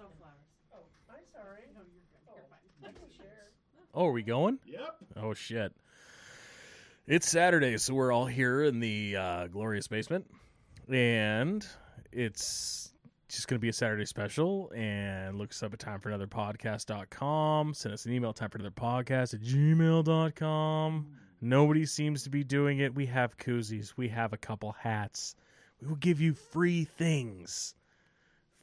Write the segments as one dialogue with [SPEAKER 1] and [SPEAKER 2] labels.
[SPEAKER 1] Oh, I'm sorry. Oh. No, you're good. You're fine. I can share.
[SPEAKER 2] Oh, are we going?
[SPEAKER 3] Yep.
[SPEAKER 2] Oh shit. It's Saturday, so we're all here in the uh, glorious basement, and it's just going to be a Saturday special. And look us up at time for another podcast.com. Send us an email, time for another podcast at gmail.com. Nobody seems to be doing it. We have koozies, we have a couple hats. We will give you free things.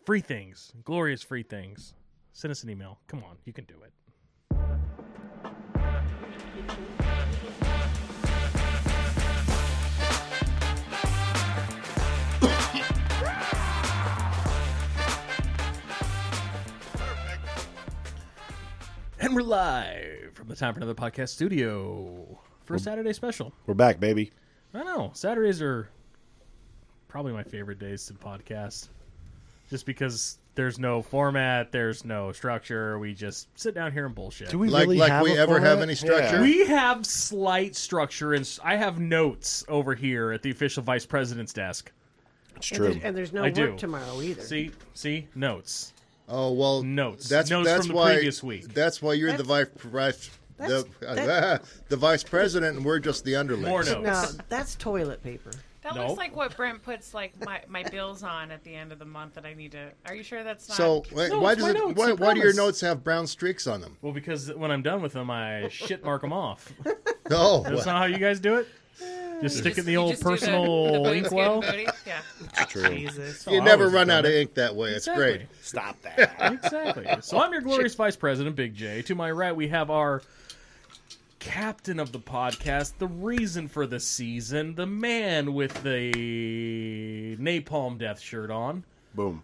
[SPEAKER 2] Free things. Glorious free things. Send us an email. Come on, you can do it. And we're live from the Time for Another Podcast studio for a Saturday special.
[SPEAKER 3] We're back, baby.
[SPEAKER 2] I know. Saturdays are probably my favorite days to podcast. Just because there's no format, there's no structure. We just sit down here and bullshit.
[SPEAKER 4] Do we
[SPEAKER 5] like
[SPEAKER 4] really
[SPEAKER 5] like
[SPEAKER 4] have
[SPEAKER 5] we
[SPEAKER 4] a
[SPEAKER 5] ever have
[SPEAKER 4] format?
[SPEAKER 5] any structure?
[SPEAKER 2] We have slight structure, and s- I have notes over here at the official vice president's desk.
[SPEAKER 3] It's
[SPEAKER 1] And there's, and there's no
[SPEAKER 2] I
[SPEAKER 1] work
[SPEAKER 2] do.
[SPEAKER 1] tomorrow either.
[SPEAKER 2] See, see, notes.
[SPEAKER 5] Oh well,
[SPEAKER 2] Notes.
[SPEAKER 5] That's
[SPEAKER 2] Notes
[SPEAKER 5] that's
[SPEAKER 2] from the
[SPEAKER 5] why
[SPEAKER 2] previous week.
[SPEAKER 5] that's why you're the vice vice the, uh, the vice president, and we're just the underlings.
[SPEAKER 2] More notes.
[SPEAKER 1] No, that's toilet paper.
[SPEAKER 6] That
[SPEAKER 2] No.
[SPEAKER 6] looks like what Brent puts like my, my bills on at the end of the month that I need to. Are you sure that's not?
[SPEAKER 5] So why,
[SPEAKER 2] No,
[SPEAKER 5] why
[SPEAKER 2] it's
[SPEAKER 5] does
[SPEAKER 2] my
[SPEAKER 5] it?
[SPEAKER 2] notes, I
[SPEAKER 5] why, why do your
[SPEAKER 2] promise.
[SPEAKER 5] notes have brown streaks on them?
[SPEAKER 2] Well, because when I'm done with them, I shit mark them off. That's
[SPEAKER 5] Oh, well,
[SPEAKER 2] not how you guys do it. Just stick in the
[SPEAKER 6] You
[SPEAKER 2] old
[SPEAKER 6] just do the- the
[SPEAKER 2] personal
[SPEAKER 6] booty skin
[SPEAKER 2] inkwell.
[SPEAKER 6] booty? Yeah.
[SPEAKER 1] Jesus.
[SPEAKER 5] you
[SPEAKER 2] I
[SPEAKER 5] never
[SPEAKER 2] always
[SPEAKER 5] run
[SPEAKER 2] done
[SPEAKER 5] out of
[SPEAKER 2] it.
[SPEAKER 5] ink that way. It's
[SPEAKER 2] Exactly.
[SPEAKER 5] great.
[SPEAKER 4] Stop that.
[SPEAKER 2] Exactly. So I'm your glorious vice president, Big J. To my right, we have our captain of the podcast, the reason for the season, the man with the napalm death shirt on,
[SPEAKER 4] Boom.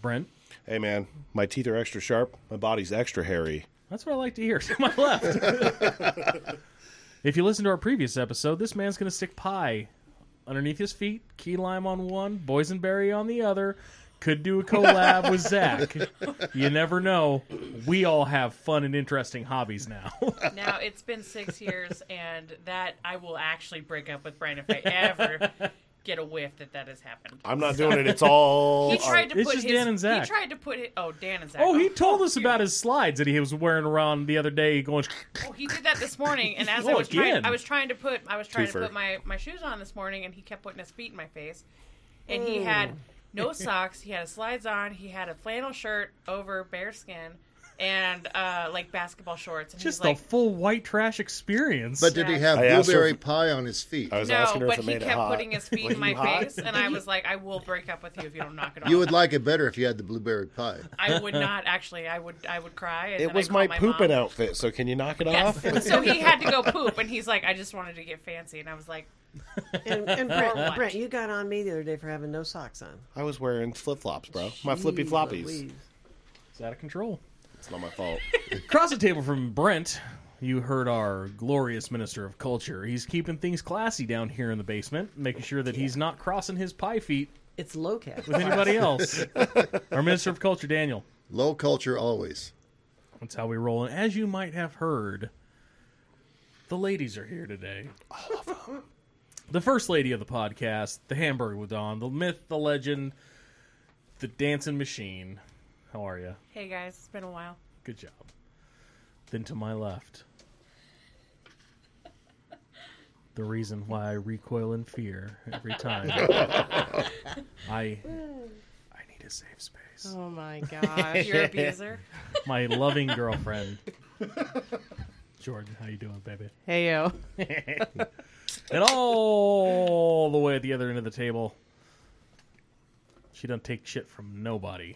[SPEAKER 2] Brent.
[SPEAKER 4] Hey man, my teeth are extra sharp. My body's extra hairy.
[SPEAKER 2] That's what I like to hear. To my left. if you listen to our previous episode, this man's going to stick pie underneath his feet, key lime on one, boysenberry on the other. Could do a collab with Zach. You never know. We all have fun and interesting hobbies now.
[SPEAKER 6] Now it's been six years, and that I will actually break up with Brent if I ever get a whiff that that has happened.
[SPEAKER 4] I'm not doing it. It's all.
[SPEAKER 6] He tried to
[SPEAKER 2] It's
[SPEAKER 6] put
[SPEAKER 2] just
[SPEAKER 6] his.
[SPEAKER 2] Dan and Zach.
[SPEAKER 6] He tried to put it. Oh, Dan and Zach.
[SPEAKER 2] oh, he told us about his slides that he was wearing around the other day, going.
[SPEAKER 6] Well, he did that this morning, and as I
[SPEAKER 2] Oh,
[SPEAKER 6] was
[SPEAKER 2] again.
[SPEAKER 6] trying, I was trying to put, I was trying to
[SPEAKER 4] Twofer.
[SPEAKER 6] put my my shoes on this morning, and he kept putting his feet in my face, and he had no socks, he had his slides on, he had a flannel shirt over bare skin, and uh, like basketball shorts, and
[SPEAKER 2] Just
[SPEAKER 6] he's like,
[SPEAKER 2] the full white trash experience.
[SPEAKER 5] But did he
[SPEAKER 6] Yeah.
[SPEAKER 5] have
[SPEAKER 4] I asked her
[SPEAKER 5] blueberry
[SPEAKER 4] if-
[SPEAKER 5] pie on his feet?
[SPEAKER 4] I was
[SPEAKER 6] no,
[SPEAKER 4] asking her if
[SPEAKER 6] but
[SPEAKER 4] it
[SPEAKER 6] he
[SPEAKER 4] made
[SPEAKER 6] kept
[SPEAKER 4] it hot.
[SPEAKER 6] putting his feet
[SPEAKER 4] Like,
[SPEAKER 6] in my
[SPEAKER 4] you hot?
[SPEAKER 6] face, and I was like, I will break up with you if you don't knock it off.
[SPEAKER 5] You would like it better if you had the blueberry pie.
[SPEAKER 6] I would not actually. I would. I would cry. And
[SPEAKER 4] It
[SPEAKER 6] then I'd
[SPEAKER 4] was
[SPEAKER 6] call
[SPEAKER 4] my,
[SPEAKER 6] my
[SPEAKER 4] pooping
[SPEAKER 6] mom.
[SPEAKER 4] outfit. So can you knock it off?
[SPEAKER 6] Yes. so he had to go poop, and he's like, I just wanted to get fancy, and I was like,
[SPEAKER 1] And, and Brent,
[SPEAKER 6] what?
[SPEAKER 1] Brent, you got on me the other day for having no socks on.
[SPEAKER 4] I was wearing flip flops, bro. My flippy
[SPEAKER 1] Jeez
[SPEAKER 4] floppies.
[SPEAKER 1] Louise.
[SPEAKER 2] it's out of control.
[SPEAKER 4] It's not my fault.
[SPEAKER 2] Across the table from Brent, you heard our glorious minister of culture. He's keeping things classy down here in the basement, making sure that he's not crossing his pie feet
[SPEAKER 1] It's low cat.
[SPEAKER 2] with anybody else. our minister of culture, Daniel.
[SPEAKER 5] Low culture always.
[SPEAKER 2] That's how we roll. And as you might have heard, the ladies are here today. The first lady of the podcast, the hamburger with Don, the myth, the legend, the dancing machine. How are you?
[SPEAKER 6] Hey guys, it's been a while.
[SPEAKER 2] Good job. Then to my left, the reason why I recoil in fear every time. I I need a safe space.
[SPEAKER 7] Oh my gosh.
[SPEAKER 6] You're abuser.
[SPEAKER 2] My loving girlfriend, Jordan. How you doing, baby?
[SPEAKER 7] hey yo.
[SPEAKER 2] And all the way at the other end of the table, she doesn't take shit from nobody.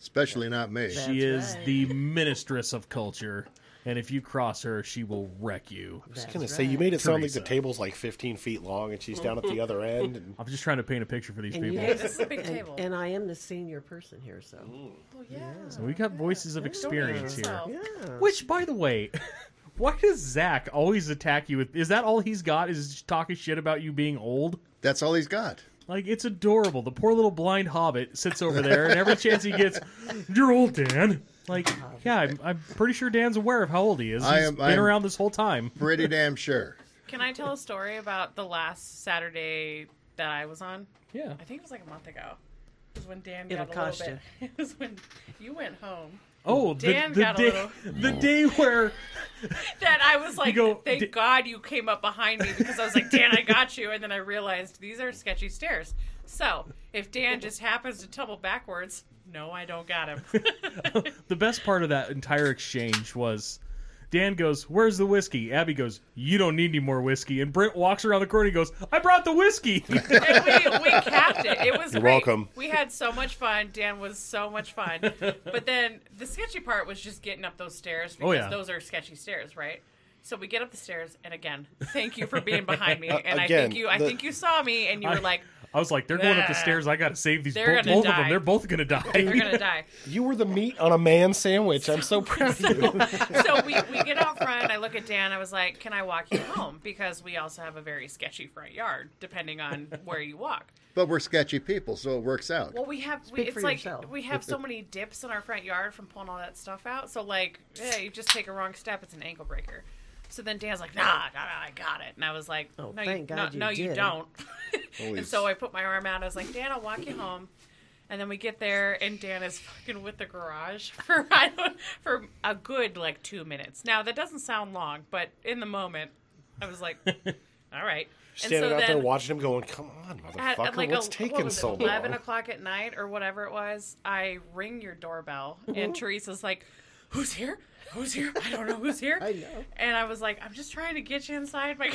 [SPEAKER 5] Especially not me.
[SPEAKER 2] She is the ministress of culture, and if you cross her, she will wreck you.
[SPEAKER 4] I was gonna say you made it sound like the
[SPEAKER 2] Teresa.
[SPEAKER 4] table's like 15 feet long, and she's down at the other end. And
[SPEAKER 2] I'm just trying to paint a picture for these
[SPEAKER 1] And
[SPEAKER 2] people.
[SPEAKER 1] you
[SPEAKER 6] Hey, this is a big
[SPEAKER 1] And,
[SPEAKER 6] table.
[SPEAKER 1] and I am the senior person here, so
[SPEAKER 2] So we got voices of experience
[SPEAKER 6] Don't
[SPEAKER 2] here.
[SPEAKER 6] hurt yourself.
[SPEAKER 2] Which, by the way, why does Zach always attack you with? Is that all he's got? Is talking shit about you being old?
[SPEAKER 5] That's all he's got.
[SPEAKER 2] Like it's adorable. The poor little blind hobbit sits over there, and every chance he gets, "You're old, Dan." Like, yeah, I'm, I'm pretty sure Dan's aware of how old he is. He's
[SPEAKER 5] I am-
[SPEAKER 2] been
[SPEAKER 5] I am-
[SPEAKER 2] around this whole time.
[SPEAKER 5] Pretty damn sure.
[SPEAKER 6] Can I tell a story about the last Saturday that I was on?
[SPEAKER 2] Yeah,
[SPEAKER 6] I think it was like a month ago. It was when Dan
[SPEAKER 3] It'll
[SPEAKER 6] got a
[SPEAKER 3] cost
[SPEAKER 6] little bit. It was when you went home.
[SPEAKER 2] Oh, the,
[SPEAKER 6] Dan
[SPEAKER 2] the
[SPEAKER 6] got a
[SPEAKER 2] day, the day where
[SPEAKER 6] That I was like,
[SPEAKER 2] go,
[SPEAKER 6] thank
[SPEAKER 2] "Da-
[SPEAKER 6] God you came up behind me because I was like, Dan, I got you. And then I realized these are sketchy stairs. So if Dan just happens to tumble backwards, no, I don't got him.
[SPEAKER 2] the best part of that entire exchange was Dan goes, Where's the whiskey? Abby goes, You don't need any more whiskey. And Brent walks around the corner and goes, I brought the whiskey.
[SPEAKER 6] and we, we capped it. It was
[SPEAKER 4] You're
[SPEAKER 6] great.
[SPEAKER 4] welcome.
[SPEAKER 6] We had so much fun. Dan was so much fun. But then the sketchy part was just getting up those stairs because
[SPEAKER 2] Oh, yeah.
[SPEAKER 6] those are sketchy stairs, right? So we get up the stairs, and again, thank you for being behind me. And I
[SPEAKER 4] Uh, again,
[SPEAKER 6] think you, I
[SPEAKER 4] the-
[SPEAKER 6] think you saw me, and you
[SPEAKER 2] I-
[SPEAKER 6] were like,
[SPEAKER 2] I was like, They're going up the
[SPEAKER 6] Nah.
[SPEAKER 2] stairs. I got to save these
[SPEAKER 6] They're
[SPEAKER 2] bo-
[SPEAKER 6] gonna
[SPEAKER 2] both of
[SPEAKER 6] die.
[SPEAKER 2] them. They're both going to
[SPEAKER 6] "They're
[SPEAKER 2] die.
[SPEAKER 6] gonna die."
[SPEAKER 7] You were the meat on a man sandwich. I'm so proud of you.
[SPEAKER 6] so we, we get out front. I look at Dan. I was like, "Can I walk you home?" Because we also have a very sketchy front yard, depending on where you walk.
[SPEAKER 5] But we're sketchy people, so it works out.
[SPEAKER 6] Well, we have we,
[SPEAKER 3] Speak
[SPEAKER 6] it's
[SPEAKER 3] for
[SPEAKER 6] like
[SPEAKER 3] yourself.
[SPEAKER 6] we have so many dips in our front yard from pulling all that stuff out. So like, yeah, you just take a wrong step, it's an ankle breaker. So then Dan's like, nah, nah, nah, I got it, and I was like,
[SPEAKER 3] Oh,
[SPEAKER 6] no,
[SPEAKER 3] thank
[SPEAKER 6] you,
[SPEAKER 3] God you
[SPEAKER 6] no, no, you
[SPEAKER 3] did.
[SPEAKER 6] don't.
[SPEAKER 5] Holy
[SPEAKER 6] and so I put my arm out. I was like, Dan, I'll walk you home. And then we get there, and Dan is fucking with the garage for I don't, for a good like two minutes. Now that doesn't sound long, but in the moment, I was like, all right. And
[SPEAKER 7] Standing
[SPEAKER 6] so
[SPEAKER 7] out there
[SPEAKER 6] then-
[SPEAKER 7] watching him going, come on,
[SPEAKER 6] at,
[SPEAKER 7] motherfucker,
[SPEAKER 6] at like
[SPEAKER 7] what's
[SPEAKER 6] a,
[SPEAKER 7] taking
[SPEAKER 6] what was
[SPEAKER 7] so
[SPEAKER 6] it, 11
[SPEAKER 7] long?
[SPEAKER 6] o'clock at night or whatever it was i ring your doorbell and teresa's like who's here who's here i don't know who's here i
[SPEAKER 3] know.
[SPEAKER 6] and i was like i'm just trying to get you inside my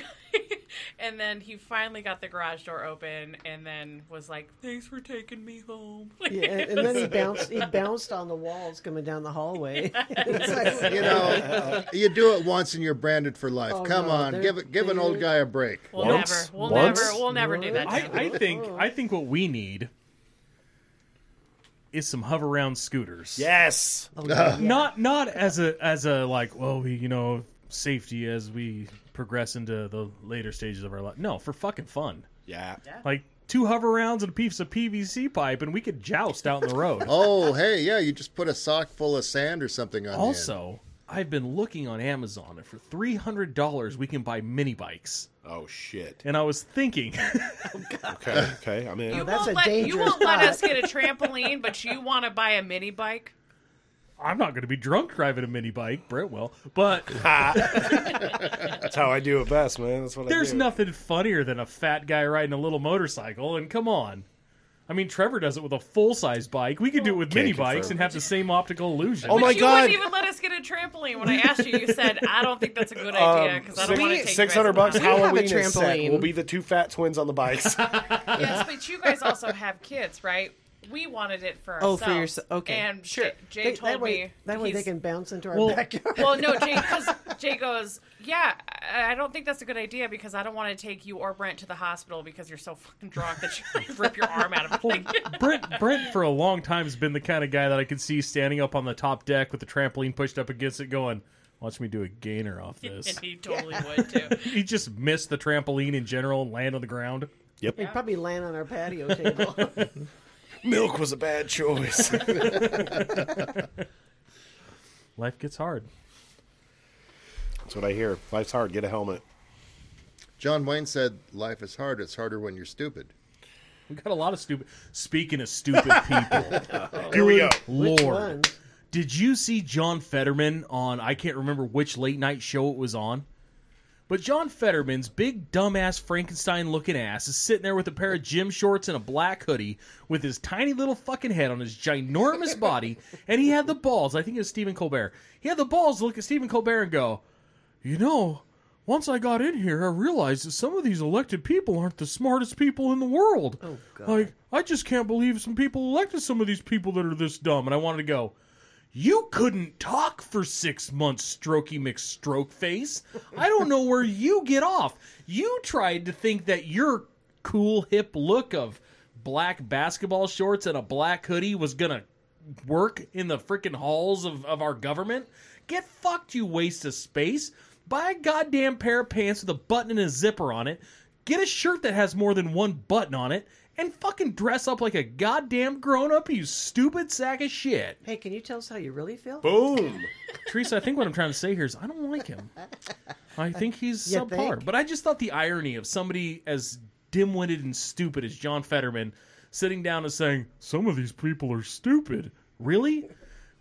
[SPEAKER 6] and then he finally got the garage door open and then was like thanks for taking me home
[SPEAKER 3] Yeah, and, and then he bounced. He bounced on the walls coming down the hallway. It's like,
[SPEAKER 5] you know, uh, you do it once and you're branded for life.
[SPEAKER 3] Oh,
[SPEAKER 5] Come
[SPEAKER 3] no,
[SPEAKER 5] on,
[SPEAKER 3] they're-
[SPEAKER 5] give it, give an
[SPEAKER 3] they-
[SPEAKER 5] old guy a break.
[SPEAKER 6] we'll
[SPEAKER 7] Once?
[SPEAKER 6] never we'll
[SPEAKER 7] Once?
[SPEAKER 6] never we'll never do that
[SPEAKER 2] I,
[SPEAKER 6] to him.
[SPEAKER 2] I think I think what we need is some hover around scooters.
[SPEAKER 7] Yes.
[SPEAKER 2] Not not as a as a like, well, we you know, safety as we progress into the later stages of our life. No, for fucking fun.
[SPEAKER 7] Yeah.
[SPEAKER 2] Like two hover rounds and a piece of PVC pipe and we could joust out in the road.
[SPEAKER 5] Oh, hey, yeah, you just put a sock full of sand or something on. the end.
[SPEAKER 2] Also, I've been looking on Amazon, and for three hundred dollars, we can buy mini bikes.
[SPEAKER 7] Oh, shit.
[SPEAKER 2] And I was thinking,
[SPEAKER 7] Okay, okay, I'm in.
[SPEAKER 3] Oh, that's
[SPEAKER 6] won't
[SPEAKER 3] a
[SPEAKER 6] let, you
[SPEAKER 3] dangerous
[SPEAKER 6] won't let
[SPEAKER 3] thought.
[SPEAKER 6] us get a trampoline but you want to buy a mini bike
[SPEAKER 2] I'm not going to be drunk driving a mini bike. Brent will, but
[SPEAKER 7] That's how I do it best, man. That's what I
[SPEAKER 2] there's
[SPEAKER 7] do.
[SPEAKER 2] nothing funnier than a fat guy riding a little motorcycle. And come on, I mean, Trevor does it with a full size bike. We could do it with mini bikes and have the same optical illusion.
[SPEAKER 7] Oh my
[SPEAKER 6] you
[SPEAKER 7] God.
[SPEAKER 6] wouldn't even let us get a trampoline. When I asked you, you said, "I don't think that's a good idea because I don't want to take you
[SPEAKER 7] Um, Six hundred
[SPEAKER 6] guys along."
[SPEAKER 7] bucks.
[SPEAKER 3] have a
[SPEAKER 7] Halloween is set.
[SPEAKER 3] trampoline.
[SPEAKER 7] We'll be the two fat twins on the bikes.
[SPEAKER 6] Yes, but you guys also have kids, right? We wanted it for
[SPEAKER 3] Oh,
[SPEAKER 6] ourselves.
[SPEAKER 3] for yourse- okay.
[SPEAKER 6] And
[SPEAKER 3] Sure.
[SPEAKER 6] Jay, Jay
[SPEAKER 3] they-
[SPEAKER 6] told
[SPEAKER 3] that way,
[SPEAKER 6] me
[SPEAKER 3] that way they
[SPEAKER 6] he's-
[SPEAKER 3] can bounce into our
[SPEAKER 2] Well-
[SPEAKER 3] backyard.
[SPEAKER 6] Well, no, Jay, because Jay goes, yeah, I I don't think that's a good idea because I don't want to take you or Brent to the hospital because you're so fucking drunk that you rip your arm out of a thing.
[SPEAKER 2] Brent, Brent, for a long time has been the kind of guy that I could see standing up on the top deck with the trampoline pushed up against it, going, "Watch me do a gainer off
[SPEAKER 6] and
[SPEAKER 2] this."
[SPEAKER 6] he totally would too.
[SPEAKER 2] he just missed the trampoline in general and land on the ground.
[SPEAKER 7] yep.
[SPEAKER 3] We'd probably land on our patio table.
[SPEAKER 7] Milk was a bad choice.
[SPEAKER 2] Life gets hard.
[SPEAKER 7] That's what I hear. Life's hard. Get a helmet.
[SPEAKER 5] John Wayne said, "Life is hard. It's harder when you're stupid."
[SPEAKER 2] We got a lot of stupid. Speaking of stupid people,
[SPEAKER 7] Oh, Here we go.
[SPEAKER 3] Which
[SPEAKER 2] Lord,
[SPEAKER 3] one?
[SPEAKER 2] did you see John Fetterman on? I can't remember which late night show it was on, but John Fetterman's big dumbass Frankenstein looking ass is sitting there with a pair of gym shorts and a black hoodie, with his tiny little fucking head on his ginormous body, and he had the balls. I think it was Stephen Colbert. He had the balls to look at Stephen Colbert and go, you know. Once I got in here, I realized that some of these elected people aren't the smartest people in the world. Oh,
[SPEAKER 3] God.
[SPEAKER 2] Like, I just can't believe some people elected some of these people that are this dumb. And I wanted to go, you couldn't talk for six months, Strokey McStroke face. I don't know where you get off. You tried to think that your cool, hip look of black basketball shorts and a black hoodie was going to work in the freaking halls of, of our government. Get fucked, you waste of space. Buy a goddamn pair of pants with a button and a zipper on it. Get a shirt that has more than one button on it. And fucking dress up like a goddamn grown up, you stupid sack of shit.
[SPEAKER 3] Hey, can you tell us how you really feel?
[SPEAKER 7] Boom.
[SPEAKER 2] Teresa, I think what I'm trying to say here is I don't like him. I think he's
[SPEAKER 3] You
[SPEAKER 2] subpar.
[SPEAKER 3] think?
[SPEAKER 2] But I just thought the irony of somebody as dim-witted and stupid as John Fetterman sitting down and saying, Some of these people are stupid. Really?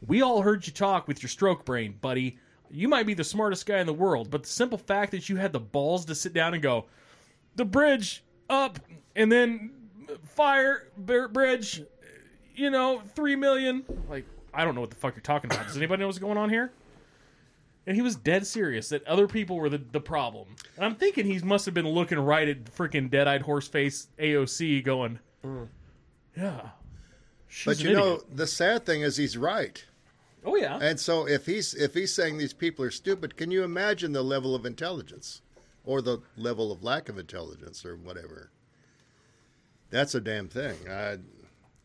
[SPEAKER 2] We all heard you talk with your stroke brain, buddy. You might be the smartest guy in the world, but the simple fact that you had the balls to sit down and go, The bridge up, and then fire, br- bridge, you know, three million. Like, I don't know what the fuck you're talking about. Does anybody know what's going on here? And he was dead serious that other people were the, the problem. And I'm thinking he must have been looking right at freaking dead eyed horse face AOC going, yeah. She's
[SPEAKER 5] Mm. But
[SPEAKER 2] an
[SPEAKER 5] you know,
[SPEAKER 2] idiot."
[SPEAKER 5] the sad thing is he's right.
[SPEAKER 2] oh yeah.
[SPEAKER 5] And so if he's if he's saying these people are stupid, can you imagine the level of intelligence or the level of lack of intelligence or whatever? That's a damn thing. I,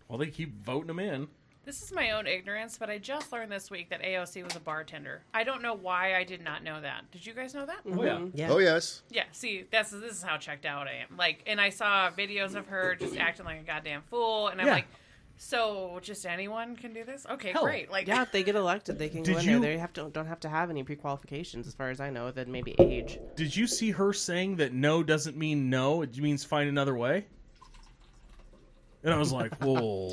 [SPEAKER 2] well, they keep voting him in.
[SPEAKER 6] This is my own ignorance, but I just learned this week that AOC was a bartender. I don't know why I did not know that. Did you guys know that?
[SPEAKER 3] Mm-hmm.
[SPEAKER 2] Oh yeah.
[SPEAKER 3] Yeah.
[SPEAKER 5] Oh yes.
[SPEAKER 6] Yeah, see, that's this is how checked out I am. Like, and I saw videos of her just acting like a goddamn fool, and I'm
[SPEAKER 2] Yeah.
[SPEAKER 6] like, so just anyone can do this? Okay,
[SPEAKER 2] Hell,
[SPEAKER 6] great. Like,
[SPEAKER 8] Yeah, if they get elected, they can
[SPEAKER 2] Did
[SPEAKER 8] go in
[SPEAKER 2] you-
[SPEAKER 8] there. They have to don't have to have any pre-qualifications, as far as I know, than maybe age.
[SPEAKER 2] Did you see her saying that no doesn't mean no? It means find another way. And I was like, whoa,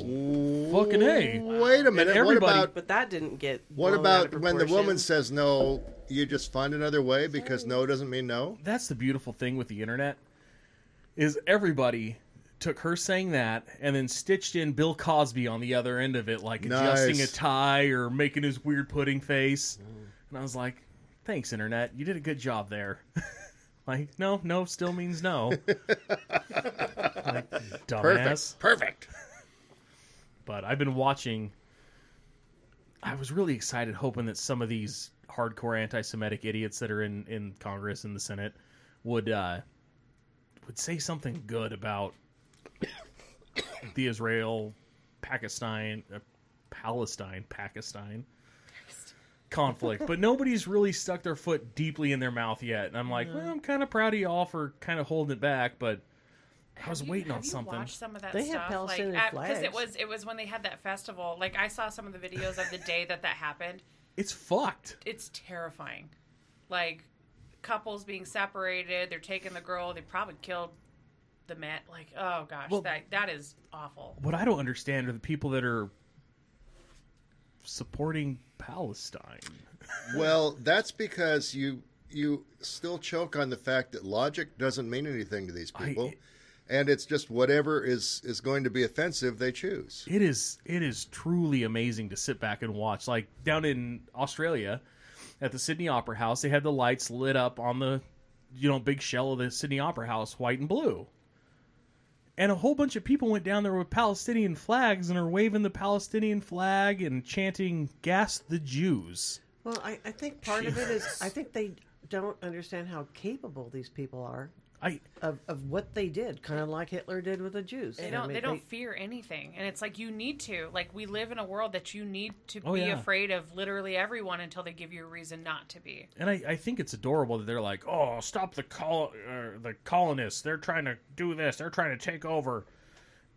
[SPEAKER 2] fucking hey.
[SPEAKER 5] Wait a minute. What
[SPEAKER 2] everybody-
[SPEAKER 5] about
[SPEAKER 8] But that didn't get.
[SPEAKER 5] what
[SPEAKER 8] blown out of
[SPEAKER 5] about when the woman
[SPEAKER 8] proportion.
[SPEAKER 5] says no? You just find another way because no doesn't mean no.
[SPEAKER 2] that's the beautiful thing with the internet is everybody took her saying that and then stitched in Bill Cosby on the other end of it, like
[SPEAKER 5] Nice. Mm.
[SPEAKER 2] adjusting a tie or making his weird pudding face. And I was like, "Thanks, internet. You did a good job there." like, no, no, still means no. like, dumbass.
[SPEAKER 5] Perfect. Perfect.
[SPEAKER 2] But I've been watching. I was really excited, hoping that some of these hardcore anti-Semitic idiots that are in in Congress and the Senate would uh, would say something good about the Israel Pakistan uh, Palestine Pakistan conflict, but nobody's really stuck their foot deeply in their mouth yet. And I'm like, well, I'm kind of proud of y'all for kind of holding it back, but I was
[SPEAKER 6] Have you-
[SPEAKER 2] waiting on
[SPEAKER 6] have you
[SPEAKER 2] something.
[SPEAKER 6] watched some of that
[SPEAKER 3] They have
[SPEAKER 6] stuff,
[SPEAKER 3] Palestinian
[SPEAKER 6] because it
[SPEAKER 3] flags.
[SPEAKER 6] was it was when they had that festival. Like, I saw some of the videos of the day that that happened.
[SPEAKER 2] It's fucked.
[SPEAKER 6] It's terrifying. Like, couples being separated. They're taking the girl. They probably killed the man. Like, oh gosh,
[SPEAKER 2] Well-
[SPEAKER 6] that that is awful.
[SPEAKER 2] what I don't understand are the people that are supporting Palestine.
[SPEAKER 5] Well, that's because you you still choke on the fact that logic doesn't mean anything to these people, and it's just whatever is is going to be offensive they choose.
[SPEAKER 2] It is it is truly amazing to sit back and watch. Like down in Australia at the Sydney Opera House, they had the lights lit up on the you know big shell of the Sydney Opera House, white and blue. And a whole bunch of people went down there with Palestinian flags and are waving the Palestinian flag and chanting "Gas the Jews."
[SPEAKER 3] Well, I, I think part of it is I think they don't understand how capable these people are
[SPEAKER 2] I
[SPEAKER 3] of, of what they did, kind of like Hitler did with the Jews.
[SPEAKER 6] They
[SPEAKER 3] And I
[SPEAKER 6] don't.
[SPEAKER 3] mean,
[SPEAKER 6] they don't fear anything, and it's like you need to. Like we live in a world that you need to
[SPEAKER 2] Oh,
[SPEAKER 6] be
[SPEAKER 2] yeah.
[SPEAKER 6] afraid of literally everyone until they give you a reason not to be.
[SPEAKER 2] And I, I think it's adorable that they're like, oh, stop the col- uh, the colonists. They're trying to do this. They're trying to take over.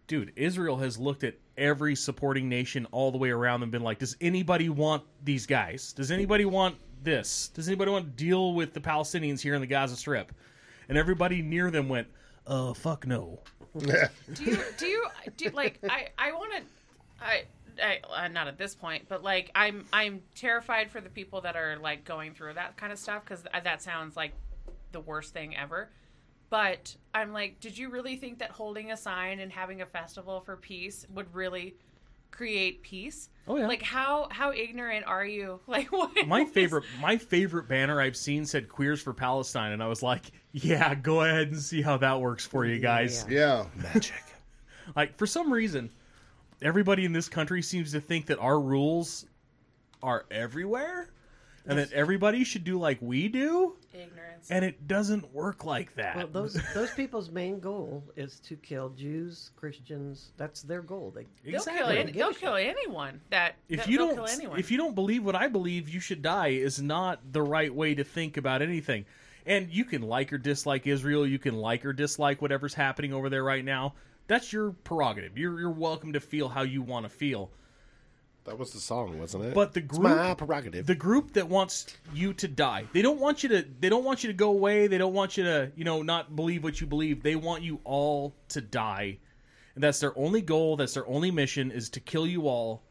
[SPEAKER 2] Dude, Israel has looked at every supporting nation all the way around and been like, does anybody want these guys? Does anybody want this? Does anybody want to deal with the Palestinians here in the Gaza Strip? And everybody near them went, uh, fuck no.
[SPEAKER 6] do you do you do like I I want to I. I, uh, not at this point, but like I'm, I'm terrified for the people that are like going through that kind of stuff because that sounds like the worst thing ever. But I'm like, did you really think that holding a sign and having a festival for peace would really create peace?
[SPEAKER 2] Oh, yeah.
[SPEAKER 6] Like how how ignorant are you? Like what?
[SPEAKER 2] My favorite, my favorite banner I've seen said "Queers for Palestine," and I was like, "Yeah, go ahead and see how that works for you guys."
[SPEAKER 5] Yeah,
[SPEAKER 2] Like for some reason, everybody in this country seems to think that our rules are everywhere, and that everybody should do like we do,
[SPEAKER 6] ignorance.
[SPEAKER 2] and it doesn't work like that.
[SPEAKER 3] Well, those those people's main goal is to kill Jews, Christians. That's their goal. They
[SPEAKER 6] They'll kill.
[SPEAKER 2] Exactly.
[SPEAKER 6] Any, they'll kill anyone. That
[SPEAKER 2] if
[SPEAKER 6] that-
[SPEAKER 2] you
[SPEAKER 6] they'll
[SPEAKER 2] don't,
[SPEAKER 6] kill anyone.
[SPEAKER 2] if you don't believe what I believe, you should die is not the right way to think about anything. And you can like or dislike Israel. You can like or dislike whatever's happening over there right now. That's your prerogative. You're you're welcome to feel how you want to feel.
[SPEAKER 7] That was the song, wasn't it?
[SPEAKER 2] But the
[SPEAKER 7] It's
[SPEAKER 2] group,
[SPEAKER 7] my prerogative.
[SPEAKER 2] the group that wants you to die, they don't want you to. They don't want you to go away. They don't want you to, you know, not believe what you believe. They want you all to die, and that's their only goal. That's their only mission is to kill you all.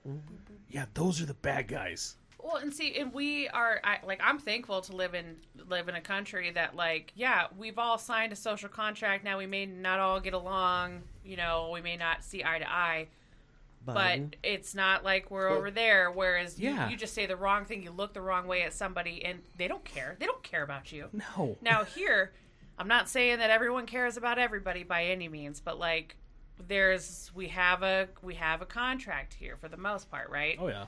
[SPEAKER 2] Yeah, those are the bad guys.
[SPEAKER 6] Well, and see, and we are I, like I'm thankful to live in live in a country that like yeah we've all signed a social contract. Now we may not all get along, you know, we may not see eye to eye, but
[SPEAKER 3] Biden.
[SPEAKER 6] it's not like we're over there. Whereas you-
[SPEAKER 2] Um, Yeah.
[SPEAKER 6] you, just say the wrong thing, you look the wrong way at somebody, and they don't care. They don't care about you.
[SPEAKER 2] No.
[SPEAKER 6] Now here, I'm not saying that everyone cares about everybody by any means, but like there's we have a we have a contract here for the most part, right?
[SPEAKER 2] Oh yeah.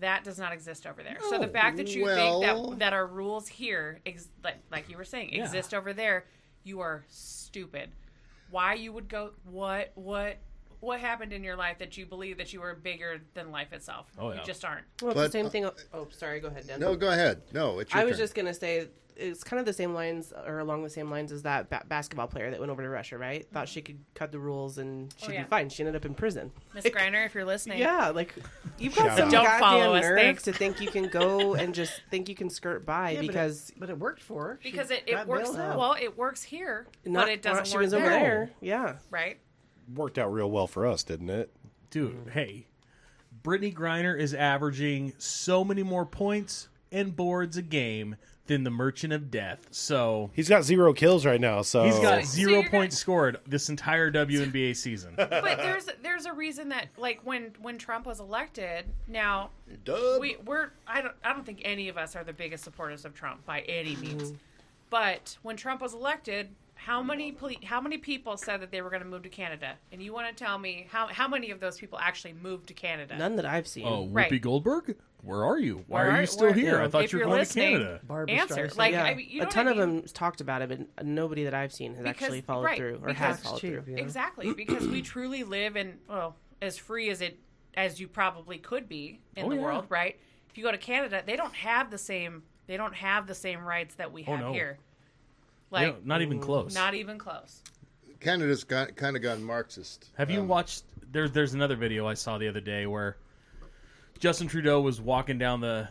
[SPEAKER 6] that does not exist over there. So
[SPEAKER 2] No.
[SPEAKER 6] the fact that you think
[SPEAKER 5] Well-
[SPEAKER 6] that that our rules here, ex- like like you were saying,
[SPEAKER 2] Yeah.
[SPEAKER 6] exist over there, you are stupid. Why you would go? What what what happened in your life that you believe that you are bigger than life itself?
[SPEAKER 2] Oh, yeah.
[SPEAKER 6] You just aren't.
[SPEAKER 8] Well, it's
[SPEAKER 5] But,
[SPEAKER 8] the same
[SPEAKER 5] uh,
[SPEAKER 8] thing. Oh, sorry. Go ahead, Dan.
[SPEAKER 5] No, go ahead. No, it's your
[SPEAKER 8] I was
[SPEAKER 5] turn.
[SPEAKER 8] just gonna say it's kind of the same lines or along the same lines as that ba- basketball player that went over to Russia, right? Thought she could cut the rules and she'd
[SPEAKER 6] Oh, yeah.
[SPEAKER 8] be fine. She ended up in prison.
[SPEAKER 6] Miss Griner, if you're listening,
[SPEAKER 8] Yeah, like you've got
[SPEAKER 7] out.
[SPEAKER 8] some
[SPEAKER 6] Don't follow
[SPEAKER 8] goddamn
[SPEAKER 6] us,
[SPEAKER 8] nerve
[SPEAKER 6] thanks.
[SPEAKER 8] to think you can go and just think you can skirt by
[SPEAKER 3] Yeah, but it-
[SPEAKER 8] because
[SPEAKER 3] but it, worked for her. She
[SPEAKER 6] because it,
[SPEAKER 3] got
[SPEAKER 6] it works
[SPEAKER 3] bailed out.
[SPEAKER 6] well. It works here,
[SPEAKER 8] not
[SPEAKER 6] but it doesn't
[SPEAKER 8] she
[SPEAKER 6] work
[SPEAKER 8] was over
[SPEAKER 6] there,
[SPEAKER 8] there. Yeah,
[SPEAKER 6] right?
[SPEAKER 7] Worked out real well for us, didn't it?
[SPEAKER 2] Dude, hey. Brittany Griner is averaging so many more points and boards a game than the Merchant of Death. So
[SPEAKER 7] He's got zero kills right now, so
[SPEAKER 2] he's got
[SPEAKER 6] So- Oh. so
[SPEAKER 2] zero
[SPEAKER 6] you're gonna-
[SPEAKER 2] points scored this entire WNBA season.
[SPEAKER 6] But there's there's a reason that like when when Trump was elected, now
[SPEAKER 5] Dub.
[SPEAKER 6] we, we're I don't I don't think any of us are the biggest supporters of Trump by any
[SPEAKER 8] Mm-hmm.
[SPEAKER 6] means. But when Trump was elected, how many ple- how many people said that they were going to move to Canada? And you want to tell me how how many of those people actually moved to Canada?
[SPEAKER 8] none that I've seen.
[SPEAKER 2] Oh, Whoopi
[SPEAKER 6] Right.
[SPEAKER 2] Goldberg, where are you? Why
[SPEAKER 6] Where
[SPEAKER 2] are
[SPEAKER 6] are-
[SPEAKER 2] you still
[SPEAKER 6] where-
[SPEAKER 2] here? I
[SPEAKER 8] yeah.
[SPEAKER 2] thought
[SPEAKER 6] If
[SPEAKER 2] you were
[SPEAKER 6] you're
[SPEAKER 2] going
[SPEAKER 6] listening,
[SPEAKER 2] to Canada.
[SPEAKER 3] Barbra
[SPEAKER 6] Answer
[SPEAKER 3] Streisand.
[SPEAKER 6] like
[SPEAKER 8] yeah,
[SPEAKER 6] I mean, you know
[SPEAKER 8] a ton
[SPEAKER 6] what I
[SPEAKER 8] of
[SPEAKER 6] mean?
[SPEAKER 8] them talked about it, but nobody that I've seen has
[SPEAKER 6] Because-
[SPEAKER 8] actually followed
[SPEAKER 6] right,
[SPEAKER 8] through or
[SPEAKER 6] because-
[SPEAKER 8] has followed
[SPEAKER 3] cheap,
[SPEAKER 8] through.
[SPEAKER 3] yeah.
[SPEAKER 6] Exactly, because we truly live in well, as free as it as you probably could be in
[SPEAKER 2] Oh,
[SPEAKER 6] the
[SPEAKER 2] yeah.
[SPEAKER 6] world, right? If you go to Canada, they don't have the same they don't have the same rights that we
[SPEAKER 2] Oh,
[SPEAKER 6] have
[SPEAKER 2] no.
[SPEAKER 6] here.
[SPEAKER 2] Yeah,
[SPEAKER 6] Like
[SPEAKER 2] not even close.
[SPEAKER 6] not even close.
[SPEAKER 5] Canada's got, kind of gone
[SPEAKER 6] e-
[SPEAKER 5] Marxist.
[SPEAKER 2] Have
[SPEAKER 6] Oh.
[SPEAKER 2] you watched? There's there's another video I saw the other day where Justin Trudeau was walking down the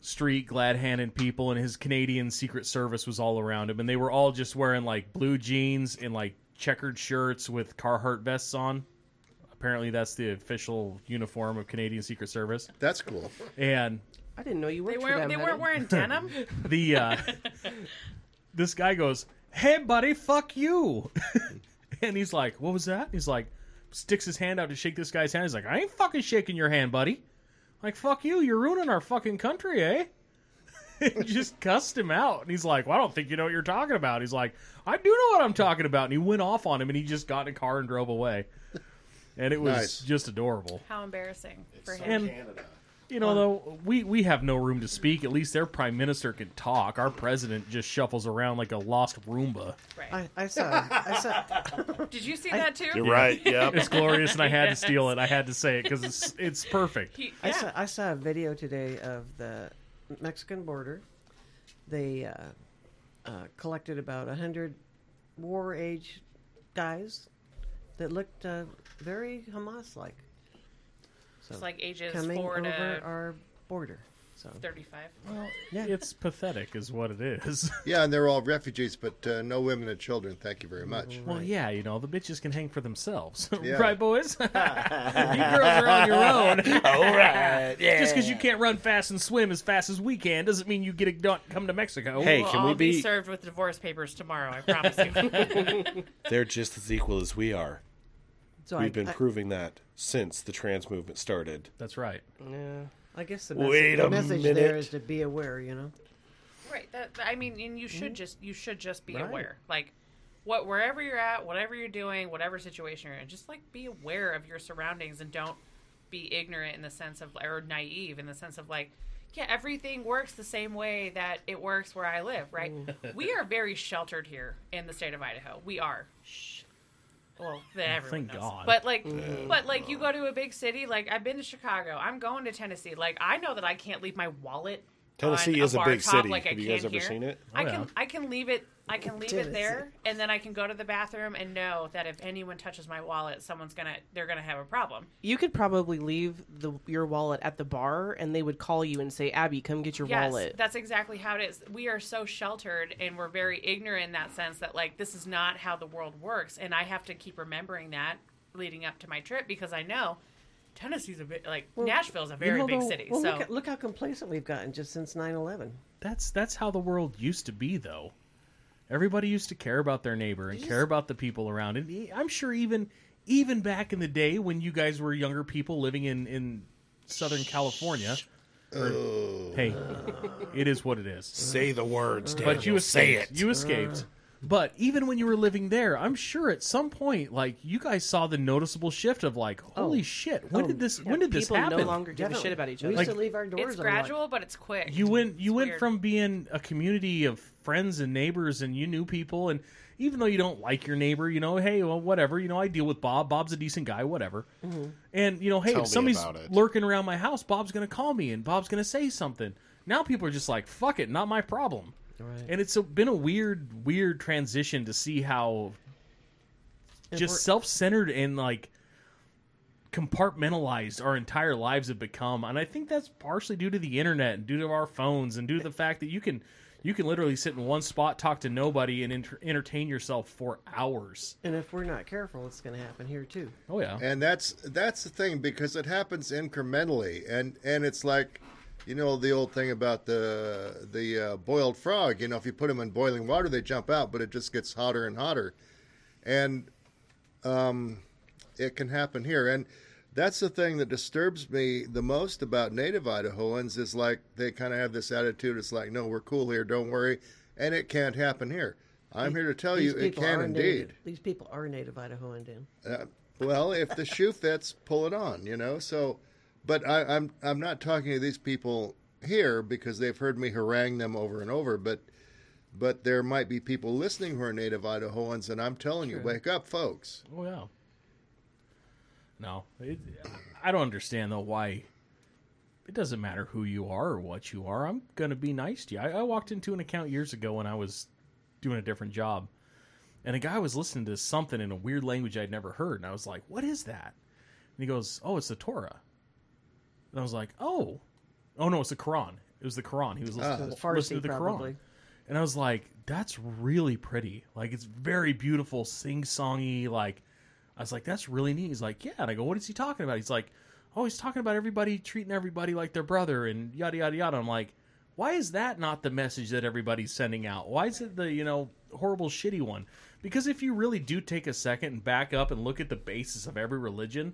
[SPEAKER 2] street, glad handing people, and his Canadian Secret Service was all around him, and they were all just wearing like blue jeans and like checkered shirts with Carhartt vests on. Apparently, that's the official uniform of Canadian Secret Service,
[SPEAKER 5] That's cool.
[SPEAKER 2] and
[SPEAKER 8] I didn't know you
[SPEAKER 6] They
[SPEAKER 8] worked for
[SPEAKER 6] weren't
[SPEAKER 8] them.
[SPEAKER 6] they
[SPEAKER 8] honey.
[SPEAKER 6] weren't wearing denim.
[SPEAKER 2] the uh, this guy goes, "Hey, buddy, fuck you," and he's like, "What was that?" He's like, sticks his hand out to shake this guy's hand. He's like, "I ain't fucking shaking your hand, buddy." Like, fuck you, you're ruining our fucking country, eh? And just cussed him out, and he's like, "Well, I don't think you know what you're talking about." He's like, "I do know what I'm talking about," and he went off on him, and he just got in a car and drove away. And it was
[SPEAKER 5] Nice.
[SPEAKER 2] just adorable.
[SPEAKER 6] How embarrassing for him.
[SPEAKER 2] And you know, though we we have no room to speak. At least their prime minister can talk. Our president just shuffles around like a lost Roomba.
[SPEAKER 3] I, I saw. I saw.
[SPEAKER 6] Did you see that too?
[SPEAKER 7] You're right. Yep.
[SPEAKER 2] It's glorious, and I had to steal it. I had to say it because it's it's perfect.
[SPEAKER 6] He-
[SPEAKER 3] I
[SPEAKER 6] yeah.
[SPEAKER 3] saw, I saw a video today of the Mexican border. They uh, uh, collected about 100 war age guys that looked uh, very Hamas like. So
[SPEAKER 6] It's like ages
[SPEAKER 3] coming
[SPEAKER 6] four
[SPEAKER 3] over
[SPEAKER 6] to
[SPEAKER 3] our border. So
[SPEAKER 6] thirty-five.
[SPEAKER 3] yeah,
[SPEAKER 2] It's pathetic, is what it is.
[SPEAKER 5] Yeah, and they're all refugees, but uh, no women and children. Thank you very much.
[SPEAKER 2] Well, yeah, you know the bitches can hang for themselves,
[SPEAKER 5] Yeah.
[SPEAKER 2] right, boys? you girls are on your own.
[SPEAKER 7] All right. Yeah.
[SPEAKER 2] Just because you can't run fast and swim as fast as we can doesn't mean you get to don't come to Mexico.
[SPEAKER 7] Hey,
[SPEAKER 6] We'll
[SPEAKER 7] can
[SPEAKER 6] all
[SPEAKER 7] we
[SPEAKER 6] be...
[SPEAKER 7] be?
[SPEAKER 6] served with divorce papers tomorrow? I promise you.
[SPEAKER 7] They're just as equal as we are.
[SPEAKER 3] so I,
[SPEAKER 7] We've been
[SPEAKER 3] I,
[SPEAKER 7] proving that since the trans movement started.
[SPEAKER 2] that's right.
[SPEAKER 8] Yeah.
[SPEAKER 3] I guess the message,
[SPEAKER 7] Wait
[SPEAKER 3] the
[SPEAKER 7] a
[SPEAKER 3] message there
[SPEAKER 7] minute.
[SPEAKER 3] is to be aware, you know.
[SPEAKER 6] Right. That, I mean, and you
[SPEAKER 2] Mm-hmm.
[SPEAKER 6] should just you should just be aware, like what wherever you're at, whatever you're doing, whatever situation you're in, just like be aware of your surroundings and don't be ignorant in the sense of or naive in the sense of like, yeah, everything works the same way that it works where I live. Right. we are very sheltered here in the state of Idaho. We are. Shh. Well, that everyone
[SPEAKER 2] Oh, thank
[SPEAKER 6] knows.
[SPEAKER 2] God.
[SPEAKER 6] But like, but like, you go to a big city. Like, I've been to Chicago. I'm going to Tennessee. Like, I know that I can't leave my wallet
[SPEAKER 7] Tennessee
[SPEAKER 6] on
[SPEAKER 7] is a
[SPEAKER 6] bar
[SPEAKER 7] big
[SPEAKER 6] top
[SPEAKER 7] city.
[SPEAKER 6] like I
[SPEAKER 7] Have you guys
[SPEAKER 6] can
[SPEAKER 7] ever
[SPEAKER 6] here.
[SPEAKER 7] seen it?
[SPEAKER 6] I
[SPEAKER 2] Oh,
[SPEAKER 6] can
[SPEAKER 2] yeah.
[SPEAKER 6] I can leave it I can leave
[SPEAKER 3] Tennessee.
[SPEAKER 6] it there and then I can go to the bathroom and know that if anyone touches my wallet someone's going to they're going to have a problem.
[SPEAKER 8] You could probably leave the your wallet at the bar, and they would call you and say, "Abby, come get your
[SPEAKER 6] Yes,
[SPEAKER 8] wallet."
[SPEAKER 6] that's exactly how it is. We are so sheltered and we're very ignorant in that sense that like this is not how the world works and I have to keep remembering that leading up to my trip because I know Tennessee's a bit like Nashville's a very
[SPEAKER 3] You know,
[SPEAKER 6] big
[SPEAKER 3] though-
[SPEAKER 6] city.
[SPEAKER 3] well,
[SPEAKER 6] so
[SPEAKER 3] look, at- look how complacent we've gotten just since 9-11.
[SPEAKER 2] That's that's how the world used to be, though. Everybody used to care about their neighbor and care about the people around. And e- I'm sure even even back in the day when you guys were younger people living in in Southern California. or- hey, it is what it is.
[SPEAKER 7] Say the words, Daniel.
[SPEAKER 2] But you
[SPEAKER 7] say
[SPEAKER 2] escaped.
[SPEAKER 7] it.
[SPEAKER 2] You escaped. But even when you were living there, I'm sure at some point, like you guys saw the noticeable shift of like, holy shit, when
[SPEAKER 3] Oh,
[SPEAKER 2] did this? when did this
[SPEAKER 8] People
[SPEAKER 2] happen?
[SPEAKER 8] no longer give a
[SPEAKER 3] Definitely.
[SPEAKER 8] shit about each
[SPEAKER 3] We
[SPEAKER 8] other.
[SPEAKER 3] used to leave our doors
[SPEAKER 6] it's gradual, but it's quick.
[SPEAKER 2] you went you
[SPEAKER 6] It's
[SPEAKER 2] went
[SPEAKER 6] weird.
[SPEAKER 2] from being a community of friends and neighbors and you knew people and even though you don't like your neighbor you know hey well whatever you know i deal with bob bob's a decent guy whatever
[SPEAKER 6] Mm-hmm.
[SPEAKER 2] and you know hey
[SPEAKER 9] Tell
[SPEAKER 2] if
[SPEAKER 9] me
[SPEAKER 2] somebody's
[SPEAKER 9] about it.
[SPEAKER 2] lurking around my house bob's gonna call me and bob's gonna say something now people are just like fuck it not my problem
[SPEAKER 3] Right.
[SPEAKER 2] and it's a, been a weird weird transition to see how just self-centered and like compartmentalized our entire lives have become and i think that's partially due to the internet and due to our phones and due to the fact that you can you can literally sit in one spot talk to nobody and enter entertain yourself for hours
[SPEAKER 3] And if we're not careful, it's going to happen here too.
[SPEAKER 2] oh yeah
[SPEAKER 5] and that's that's the thing because it happens incrementally and and it's like you know the old thing about the the uh, boiled frog you know if you put them in boiling water they jump out but it just gets hotter and hotter and um it can happen here and that's the thing that disturbs me the most about native idahoans is like they kind of have this attitude it's like no we're cool here don't worry and it can't happen here i'm here to tell you it
[SPEAKER 3] people
[SPEAKER 5] can
[SPEAKER 3] are
[SPEAKER 5] indeed
[SPEAKER 3] Native, these people are native Idahoan, Dan.
[SPEAKER 5] uh, well, if the shoe fits, pull it on, you know. So, but I, I'm I'm not talking to these people here because they've heard me harangue them over and over. But but there might be people listening who are native Idahoans, and I'm telling you, wake up, folks.
[SPEAKER 2] oh yeah no it, i don't understand though why it doesn't matter who you are or what you are i'm gonna be nice to you i, I walked into an account years ago when i was doing a different job and a guy was listening to something in a weird language I'd never heard, and I was like, "What is that?" And he goes, "Oh, it's the Torah." And I was like, "Oh, oh no, it's the Quran. It was the Quran. He was
[SPEAKER 3] So
[SPEAKER 2] listening,
[SPEAKER 3] it's Ah, Farsi,
[SPEAKER 2] listening to the
[SPEAKER 3] probably.
[SPEAKER 2] Quran." And I was like, "That's really pretty. Like, it's very beautiful, sing-songy. Like, I was like, that's really neat." He's like, "Yeah." And I go, "What is he talking about?" He's like, "Oh, he's talking about everybody treating everybody like their brother and yada yada yada." I'm like. Why is that not the message that everybody's sending out? Why is it the, you know, horrible shitty one? Because if you really do take a second and back up and look at the basis of every religion,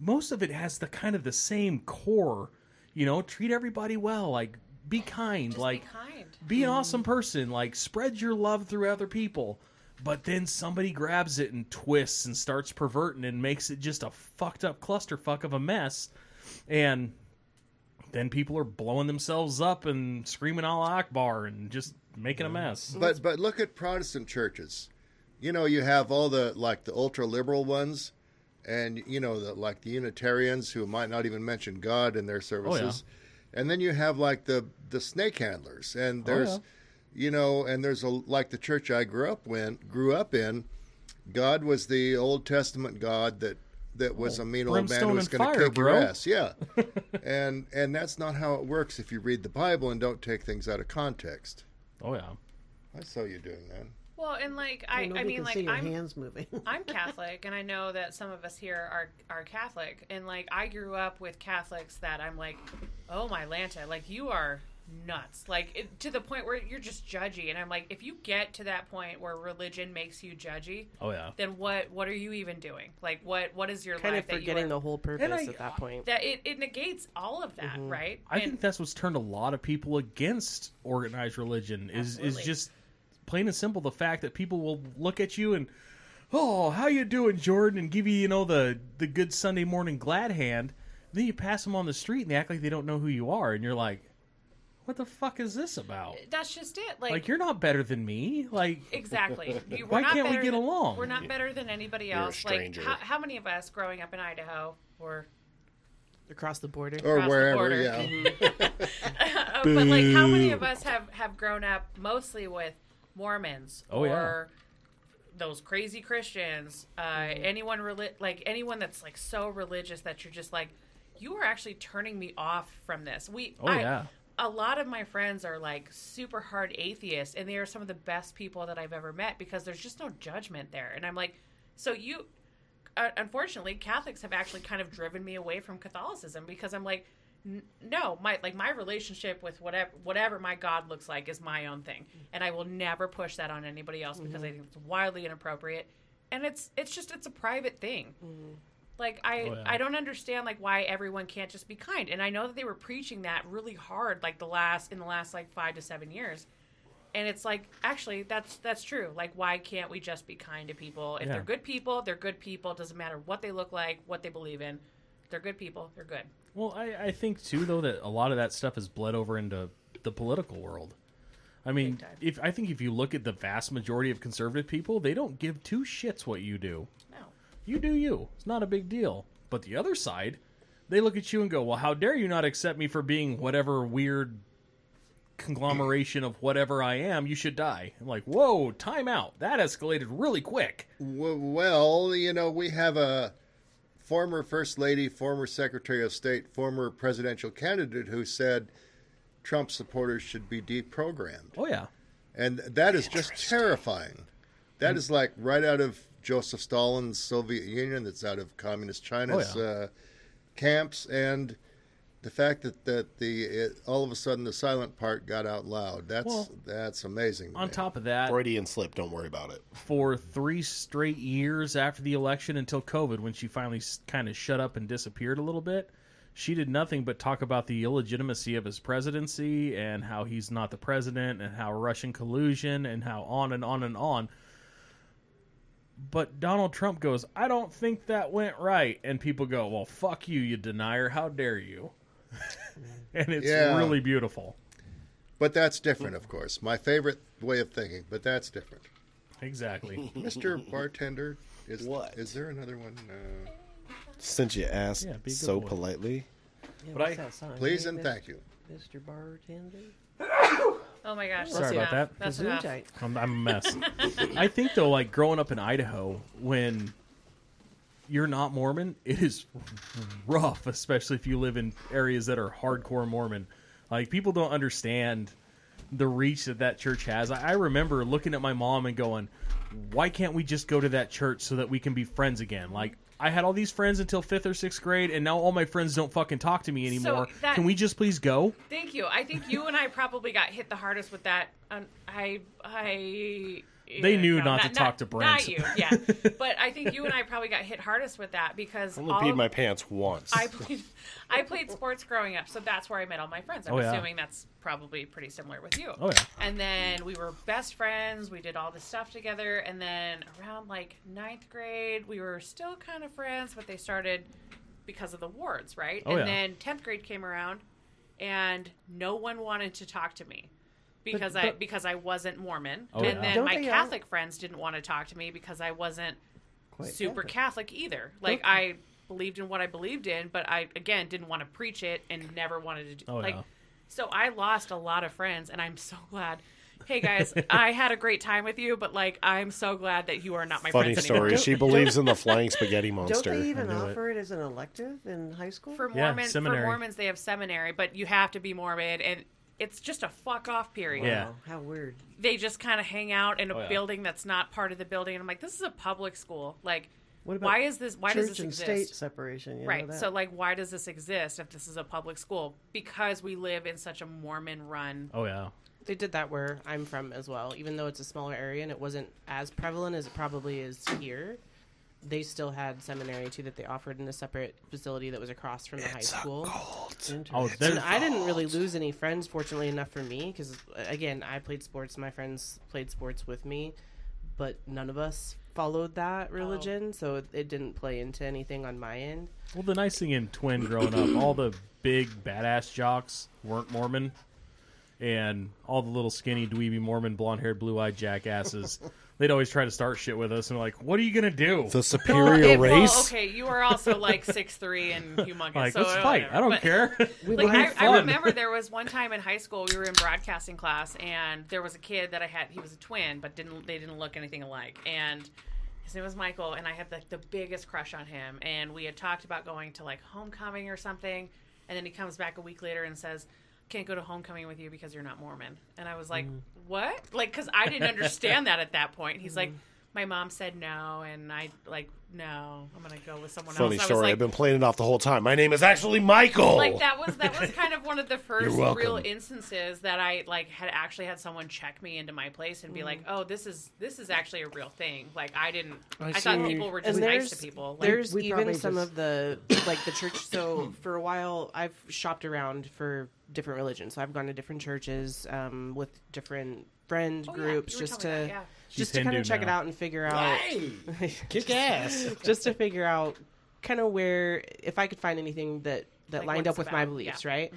[SPEAKER 2] most of it has the kind of the same core, you know, treat everybody well, like be kind, like
[SPEAKER 6] be kind.
[SPEAKER 2] be an awesome person, like spread your love through other people. But then somebody grabs it and twists and starts perverting and makes it just a fucked up clusterfuck of a mess. And then people are blowing themselves up and screaming Allah Akbar and just making a mess.
[SPEAKER 5] But but look at Protestant churches. You know, you have all the like the ultra liberal ones, and you know the like the Unitarians who might not even mention God
[SPEAKER 2] Oh,
[SPEAKER 5] in their services, and then you have like the the snake handlers,
[SPEAKER 2] Oh,
[SPEAKER 5] and there's, you know, and there's a like the church I grew up when grew up in. God was the Old Testament God that that was a mean old man
[SPEAKER 2] Oh, brimstone
[SPEAKER 5] who was
[SPEAKER 2] and
[SPEAKER 5] going to
[SPEAKER 2] fire,
[SPEAKER 5] kick your
[SPEAKER 2] bro.
[SPEAKER 5] ass. Yeah, and and that's not how it works if you read the Bible and don't take things out of context.
[SPEAKER 2] Oh yeah.
[SPEAKER 5] I saw you doing that.
[SPEAKER 6] Well, and like I, I
[SPEAKER 3] Nobody
[SPEAKER 6] mean,
[SPEAKER 3] can
[SPEAKER 6] like
[SPEAKER 3] see your
[SPEAKER 6] I'm
[SPEAKER 3] hands moving.
[SPEAKER 6] I'm Catholic, and I know that some of us here are are Catholic, and like I grew up with Catholics that I'm like, oh my lanta, like you are nuts, like it, to the point where you're just judgy, and I'm like, if you get to that point where religion makes you judgy,
[SPEAKER 2] Oh yeah.
[SPEAKER 6] then what what are you even doing? Like what what is your
[SPEAKER 8] kind of
[SPEAKER 6] life that you
[SPEAKER 8] forgetting
[SPEAKER 6] are,
[SPEAKER 8] the whole purpose
[SPEAKER 2] I-
[SPEAKER 8] at that point.
[SPEAKER 6] that it, it negates all of
[SPEAKER 8] Mm-hmm.
[SPEAKER 6] that, right?
[SPEAKER 2] I
[SPEAKER 6] and
[SPEAKER 2] think that's what's turned a lot of people against organized religion is
[SPEAKER 6] Absolutely.
[SPEAKER 2] is just plain and simple the fact that people will look at you and oh how you doing Jordan and give you you know the the good Sunday morning glad hand then you pass them on the street and they act like they don't know who you are and you're like what the fuck is this about
[SPEAKER 6] that's just it. Like,
[SPEAKER 2] like you're not better than me like
[SPEAKER 6] Exactly. You-
[SPEAKER 2] Why
[SPEAKER 6] we're not
[SPEAKER 2] can't we
[SPEAKER 6] better
[SPEAKER 2] get
[SPEAKER 6] than-
[SPEAKER 2] along?
[SPEAKER 6] We're not better than anybody else. Like
[SPEAKER 9] stranger.
[SPEAKER 6] how, how many of us growing up in Idaho were
[SPEAKER 8] Across the border.
[SPEAKER 5] or
[SPEAKER 6] across the
[SPEAKER 5] wherever.
[SPEAKER 6] border.
[SPEAKER 5] yeah,
[SPEAKER 2] Mm-hmm.
[SPEAKER 6] Uh, but like how many of us have have grown up mostly with Mormons
[SPEAKER 2] Oh, yeah.
[SPEAKER 6] or those crazy Christians, uh,
[SPEAKER 2] Mm-hmm.
[SPEAKER 6] anyone reli- like anyone that's like so religious that you're just like you are actually turning me off from this. We
[SPEAKER 2] Oh,
[SPEAKER 6] I-
[SPEAKER 2] yeah.
[SPEAKER 6] A lot of my friends are like super hard atheists, and they are some of the best people that I've ever met because there's just no judgment there. And I'm like, so you uh, unfortunately, Catholics have actually kind of driven me away from Catholicism because I'm like, "N- no, my like my relationship with whatever whatever my God looks like is my own thing, and I will never push that on anybody else because I think it's wildly inappropriate, and it's it's just it's a private thing. Like I
[SPEAKER 2] Oh, yeah.
[SPEAKER 6] I don't understand like why everyone can't just be kind, and I know that they were preaching that really hard like the last in the last like five to seven years. And it's like, actually, that's that's true. Like, why can't we just be kind to people? If
[SPEAKER 2] Yeah.
[SPEAKER 6] they're good people, they're good people. Doesn't matter what they look like, what they believe in. They're good people. They're good.
[SPEAKER 2] Well, I, I think too though that a lot of that stuff has bled over into the political world. I mean,
[SPEAKER 6] time.
[SPEAKER 2] if I think if you look at the vast majority of conservative people, they don't give two shits what you do.
[SPEAKER 6] No,
[SPEAKER 2] You do you. It's not a big deal. But the other side, they look at you and go, "Well, how dare you not accept me for being whatever weird conglomeration of whatever I am? You should die." I'm like, "Whoa, time out. That escalated really quick."
[SPEAKER 5] W- well, you know, we have a former First Lady, former Secretary of State, former presidential candidate who said Trump supporters should be deprogrammed.
[SPEAKER 2] Oh yeah.
[SPEAKER 5] And that is just terrifying.
[SPEAKER 2] Mm-hmm.
[SPEAKER 5] That is like right out of Joseph Stalin's Soviet Union, that's out of Communist China's
[SPEAKER 2] Oh, yeah.
[SPEAKER 5] uh, camps. And the fact that, that the it, all of a sudden the silent part got out loud, that's,
[SPEAKER 2] Well,
[SPEAKER 5] that's amazing. to
[SPEAKER 2] On
[SPEAKER 5] me.
[SPEAKER 2] top of that,
[SPEAKER 4] Freudian slip. Don't worry about it.
[SPEAKER 2] for three straight years after the election until COVID, when she finally kind of shut up and disappeared a little bit. She did nothing but talk about the illegitimacy of his presidency and how he's not the president and how Russian collusion and how on and on and on. But Donald Trump goes, I don't think that went right. And people go, Well, fuck you, you denier. How dare you? and it's
[SPEAKER 5] Yeah.
[SPEAKER 2] really beautiful.
[SPEAKER 5] But that's different, of course. My favorite way of thinking, but that's different.
[SPEAKER 2] Exactly.
[SPEAKER 5] Mr.
[SPEAKER 2] Mm-hmm.
[SPEAKER 5] Bartender, is
[SPEAKER 4] What?
[SPEAKER 5] is there another one? Uh,
[SPEAKER 4] Since you asked
[SPEAKER 2] Yeah, be a good
[SPEAKER 4] so
[SPEAKER 2] boy.
[SPEAKER 4] politely,
[SPEAKER 3] Yeah,
[SPEAKER 2] But
[SPEAKER 3] what's
[SPEAKER 2] I-
[SPEAKER 3] that song?
[SPEAKER 5] please
[SPEAKER 3] Hey,
[SPEAKER 5] and
[SPEAKER 3] Mis-
[SPEAKER 5] thank you.
[SPEAKER 3] Mr. Bartender.
[SPEAKER 6] Oh my gosh.
[SPEAKER 2] Sorry
[SPEAKER 6] that's
[SPEAKER 2] about
[SPEAKER 6] enough.
[SPEAKER 2] that.
[SPEAKER 6] That's enough.
[SPEAKER 3] Gesundheit.
[SPEAKER 2] I'm, I'm a mess. I think though, like growing up in Idaho, when you're not Mormon, it is rough, especially if you live in areas that are hardcore Mormon. Like people don't understand the reach that that church has. I, I remember looking at my mom and going, "Why can't we just go to that church so that we can be friends again?" Like. I had all these friends until fifth or sixth grade, and now all my friends don't fucking talk to me anymore.
[SPEAKER 6] that-
[SPEAKER 2] Can we just please go?
[SPEAKER 6] Thank you. I think you and I probably got hit the hardest with that. Um, I, I.
[SPEAKER 2] They knew
[SPEAKER 6] no,
[SPEAKER 2] not to talk to Brent.
[SPEAKER 6] Not you, yeah. but I think you and I probably got hit hardest with that because
[SPEAKER 7] I only
[SPEAKER 6] all
[SPEAKER 7] peed
[SPEAKER 6] of-
[SPEAKER 7] my pants once.
[SPEAKER 6] I played, I played sports growing up, so that's where I met all my friends. I'm
[SPEAKER 2] Oh, yeah.
[SPEAKER 6] assuming that's probably pretty similar with you.
[SPEAKER 2] Oh, yeah.
[SPEAKER 6] And then we were best friends. We did all this stuff together. And then around like ninth grade, we were still kind of friends, but they started because of the wards, right?
[SPEAKER 2] Oh,
[SPEAKER 6] and
[SPEAKER 2] yeah.
[SPEAKER 6] then tenth grade came around, and no one wanted to talk to me. Because I
[SPEAKER 3] but-
[SPEAKER 6] because I wasn't Mormon,
[SPEAKER 2] Oh,
[SPEAKER 6] and
[SPEAKER 2] yeah.
[SPEAKER 6] then
[SPEAKER 3] Don't
[SPEAKER 6] my
[SPEAKER 3] they uh, all-
[SPEAKER 6] Catholic friends didn't want to talk to me because I wasn't
[SPEAKER 3] Quite
[SPEAKER 6] super
[SPEAKER 3] Catholic.
[SPEAKER 6] Catholic. either. Like I believed in what I believed in, but I again didn't want to preach it and never wanted to do
[SPEAKER 2] Oh,
[SPEAKER 6] like
[SPEAKER 2] yeah.
[SPEAKER 6] so I lost a lot of friends and I'm so glad. Hey guys, I had a great time with you, but like I'm so glad that you are not my
[SPEAKER 7] Funny
[SPEAKER 6] friends
[SPEAKER 7] story.
[SPEAKER 6] anymore.
[SPEAKER 7] She believes in the flying spaghetti
[SPEAKER 3] Don't
[SPEAKER 7] monster.
[SPEAKER 3] they even
[SPEAKER 2] I knew it.
[SPEAKER 3] offer it. as an elective in high school?
[SPEAKER 6] For
[SPEAKER 2] Yeah,
[SPEAKER 6] Mormons for
[SPEAKER 2] seminary.
[SPEAKER 6] Mormons they have seminary, but you have to be Mormon and it's just a fuck off period.
[SPEAKER 2] Yeah.
[SPEAKER 3] Wow, how weird.
[SPEAKER 6] They just kind of hang out in a
[SPEAKER 2] Oh, yeah.
[SPEAKER 6] building that's not part of the building. And I'm like, this is a public school. Like,
[SPEAKER 3] What about
[SPEAKER 6] why is this? Why
[SPEAKER 3] Church
[SPEAKER 6] does this
[SPEAKER 3] and
[SPEAKER 6] exist?
[SPEAKER 3] state separation. You know
[SPEAKER 6] Right.
[SPEAKER 3] that.
[SPEAKER 6] So, like, why does this exist if this is a public school? Because we live in such a Mormon run.
[SPEAKER 2] Oh yeah,
[SPEAKER 8] They did that where I'm from as well. Even though it's a smaller area and it wasn't as prevalent as it probably is here, they still had seminary too that they offered in a separate facility that was across from the high school.
[SPEAKER 2] oh,
[SPEAKER 8] And
[SPEAKER 2] there's,
[SPEAKER 8] I didn't really lose any friends, fortunately enough for me, because again, I played sports. My friends played sports with me, but none of us followed
[SPEAKER 6] Oh.
[SPEAKER 8] that religion, so it, it didn't play into anything on my end.
[SPEAKER 2] Well, the nice thing in Twin growing up, all the big badass jocks weren't Mormon, and all the little skinny dweeby Mormon blonde haired blue eyed jackasses, they'd always try to start shit with us and they're like, "What are you gonna do?"
[SPEAKER 7] the superior
[SPEAKER 6] It- well,
[SPEAKER 7] race.
[SPEAKER 6] okay, you are also like six three and humongous.
[SPEAKER 2] like,
[SPEAKER 6] so
[SPEAKER 2] let's fight.
[SPEAKER 6] whatever.
[SPEAKER 2] I don't
[SPEAKER 6] But-
[SPEAKER 2] care.
[SPEAKER 6] Like, I, I
[SPEAKER 2] fun.
[SPEAKER 6] remember there was one time in high school we were in broadcasting class and there was a kid that I had. He was a twin, but didn't they didn't look anything alike. And his name was Michael, and I had like the biggest crush on him. And we had talked about going to like homecoming or something. And then he comes back a week later and says, "Can't go to homecoming with
[SPEAKER 7] Mm.
[SPEAKER 6] you because you're not Mormon." And I was like, "What?" Like, because I didn't understand that at that point. He's like, my mom said no, and I like no, I'm gonna go with someone
[SPEAKER 7] Funny
[SPEAKER 6] else. I
[SPEAKER 7] story.
[SPEAKER 6] was like,
[SPEAKER 7] I've been playing it off the whole time. My name is actually Michael.
[SPEAKER 6] like that was that was kind of one of the first
[SPEAKER 7] Oh. welcome.
[SPEAKER 6] real instances that I like had actually had someone check me into my place
[SPEAKER 8] Mm.
[SPEAKER 6] and be like, "Oh, this is this is actually a real thing." Like I didn't I, thought
[SPEAKER 2] see.
[SPEAKER 6] people were just
[SPEAKER 8] And
[SPEAKER 6] nice to
[SPEAKER 8] there's-
[SPEAKER 6] people. Like,
[SPEAKER 8] There's
[SPEAKER 3] we
[SPEAKER 8] even
[SPEAKER 3] probably
[SPEAKER 8] some
[SPEAKER 3] just-
[SPEAKER 8] of the like the church. So for a while, I've shopped around for different religions. So I've gone to different churches um, with different friend
[SPEAKER 6] Oh, yeah,
[SPEAKER 8] groups
[SPEAKER 6] you were
[SPEAKER 8] just to
[SPEAKER 6] telling me that,
[SPEAKER 2] She's
[SPEAKER 8] just to kind
[SPEAKER 2] Hindu
[SPEAKER 8] of check it
[SPEAKER 2] now.
[SPEAKER 8] out and figure out
[SPEAKER 7] kick ass.
[SPEAKER 8] just to figure out kind of where if I could find anything that that
[SPEAKER 6] Like,
[SPEAKER 8] lined
[SPEAKER 6] what
[SPEAKER 8] up
[SPEAKER 6] it's
[SPEAKER 8] with my
[SPEAKER 6] about.
[SPEAKER 8] beliefs,
[SPEAKER 6] Yeah. Mm-hmm.
[SPEAKER 8] right?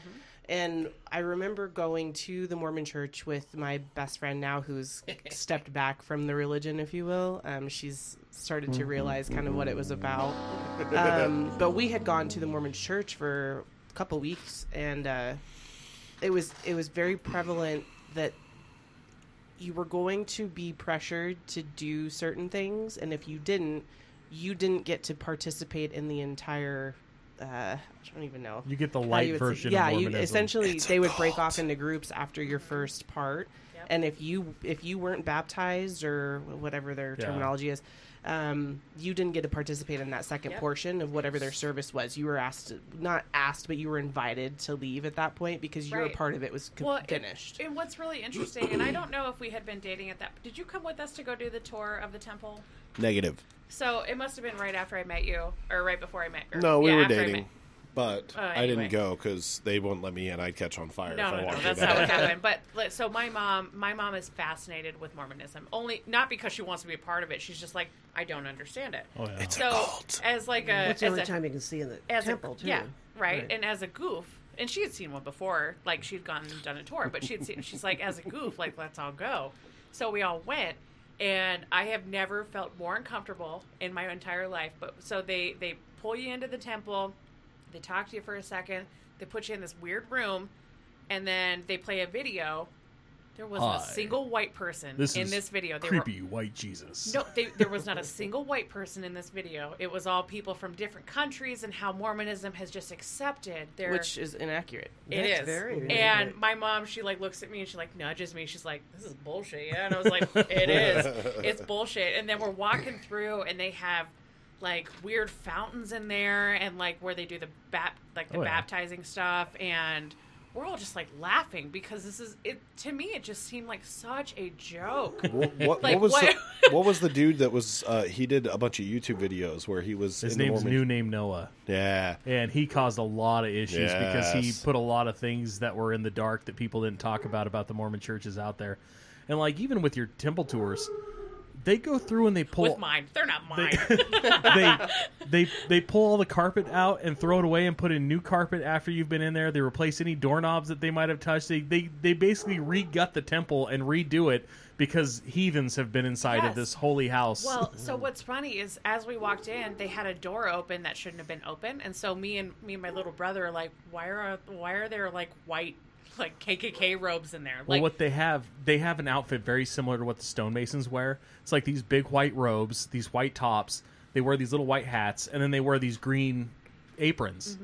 [SPEAKER 8] And I remember going to the Mormon church with my best friend now, who's stepped back from the religion, if you will. Um, she's started to realize kind of what it was about. Um, but we had gone to the Mormon church for a couple weeks, and uh, it was it was very prevalent that you were going to be pressured to do certain things, and if you didn't, you didn't get to participate in the entire. Uh, I don't even know.
[SPEAKER 2] You get the
[SPEAKER 8] how
[SPEAKER 2] light
[SPEAKER 8] you would
[SPEAKER 2] version of
[SPEAKER 8] Yeah, you
[SPEAKER 2] Mormonism.
[SPEAKER 8] essentially they would break off into groups after your first part, and if you if you weren't baptized or whatever their
[SPEAKER 2] Yeah.
[SPEAKER 8] terminology is, um, you didn't get to participate in that second
[SPEAKER 6] Yep.
[SPEAKER 8] portion of whatever their service was. You were asked, to, not asked, but you were invited to leave at that point because your
[SPEAKER 6] Right.
[SPEAKER 8] part of it was co-
[SPEAKER 6] Well, it-
[SPEAKER 8] finished.
[SPEAKER 6] And what's really interesting, and I don't know if we had been dating at that. Did you come with us to go do the tour of the temple?
[SPEAKER 4] Negative.
[SPEAKER 6] So it must have been right after I met you, or right before I met. Or,
[SPEAKER 7] No, we
[SPEAKER 6] yeah,
[SPEAKER 7] were
[SPEAKER 6] after I
[SPEAKER 7] dating,
[SPEAKER 6] met-
[SPEAKER 7] but
[SPEAKER 6] Uh,
[SPEAKER 7] I didn't
[SPEAKER 6] anyway.
[SPEAKER 7] go because they wouldn't let me in. I'd catch on fire
[SPEAKER 6] No,
[SPEAKER 7] if I
[SPEAKER 6] no, no,
[SPEAKER 7] walked in
[SPEAKER 6] that's
[SPEAKER 7] there.
[SPEAKER 6] not what happened. But like, so my mom, my mom is fascinated with Mormonism. Only not because she wants to be a part of it. She's just like, I don't understand it.
[SPEAKER 2] Oh, yeah. It's
[SPEAKER 7] a
[SPEAKER 6] so
[SPEAKER 7] cult.
[SPEAKER 6] as like a
[SPEAKER 3] That's the
[SPEAKER 6] as
[SPEAKER 3] only
[SPEAKER 6] a-
[SPEAKER 3] time you can see in the
[SPEAKER 6] as
[SPEAKER 3] temple,
[SPEAKER 6] a,
[SPEAKER 3] too.
[SPEAKER 6] Yeah, right? And as a goof, and she had seen one before, like she'd gone and done a tour, but she had seen. She's like, as a goof, like let's all go. So we all went, and I have never felt more uncomfortable in my entire life. But so they they pull you into the temple, they talk to you for a second, they put you in this weird room, and then they play a video. There wasn't
[SPEAKER 2] Hi.
[SPEAKER 6] a single white person
[SPEAKER 2] This
[SPEAKER 6] in
[SPEAKER 2] is
[SPEAKER 6] this video. They were
[SPEAKER 2] creepy white Jesus.
[SPEAKER 6] no, they, there was not a single white person in this video. It was all people from different countries and how Mormonism has just accepted their.
[SPEAKER 8] which is inaccurate.
[SPEAKER 6] it
[SPEAKER 3] That's
[SPEAKER 6] is.
[SPEAKER 3] very
[SPEAKER 6] and
[SPEAKER 3] inaccurate.
[SPEAKER 6] my mom, she like looks at me and she like nudges me. She's like, "This is bullshit." Yeah, and I was like, "It is. It's bullshit." And then we're walking through, and they have like weird fountains in there, and like where they do the bap like the
[SPEAKER 2] Oh, yeah.
[SPEAKER 6] baptizing stuff, and we're all just like laughing because this is it. To me, it just seemed like such a joke.
[SPEAKER 7] What, what,
[SPEAKER 6] Like,
[SPEAKER 7] what was
[SPEAKER 6] what-
[SPEAKER 7] The, what was the dude that was? Uh, he did a bunch of YouTube videos where he was.
[SPEAKER 2] His
[SPEAKER 7] in the
[SPEAKER 2] name's
[SPEAKER 7] Mormon-
[SPEAKER 2] new name Noah.
[SPEAKER 7] Yeah,
[SPEAKER 2] And he caused a lot of issues because
[SPEAKER 7] Yes.
[SPEAKER 2] he put a lot of things that were in the dark that people didn't talk about about the Mormon churches out there. And like even with your temple tours, they go through and they pull
[SPEAKER 6] With mine, they're not mine.
[SPEAKER 2] they they they pull all the carpet out and throw it away and put in new carpet after you've been in there. They replace any doorknobs that they might have touched. They they, they basically re-gut the temple and redo it because heathens have been inside
[SPEAKER 6] Yes.
[SPEAKER 2] of this holy house.
[SPEAKER 6] Well,
[SPEAKER 7] Mm-hmm.
[SPEAKER 6] so what's funny is as we walked in, they had a door open that shouldn't have been open, and so me and me and my little brother are like, why are why are there like white like KKK robes in there?
[SPEAKER 2] Well,
[SPEAKER 6] Like
[SPEAKER 2] what they have, they have an outfit very similar to what the stonemasons wear. It's like these big white robes, these white tops. They wear these little white hats, and then they wear these green aprons,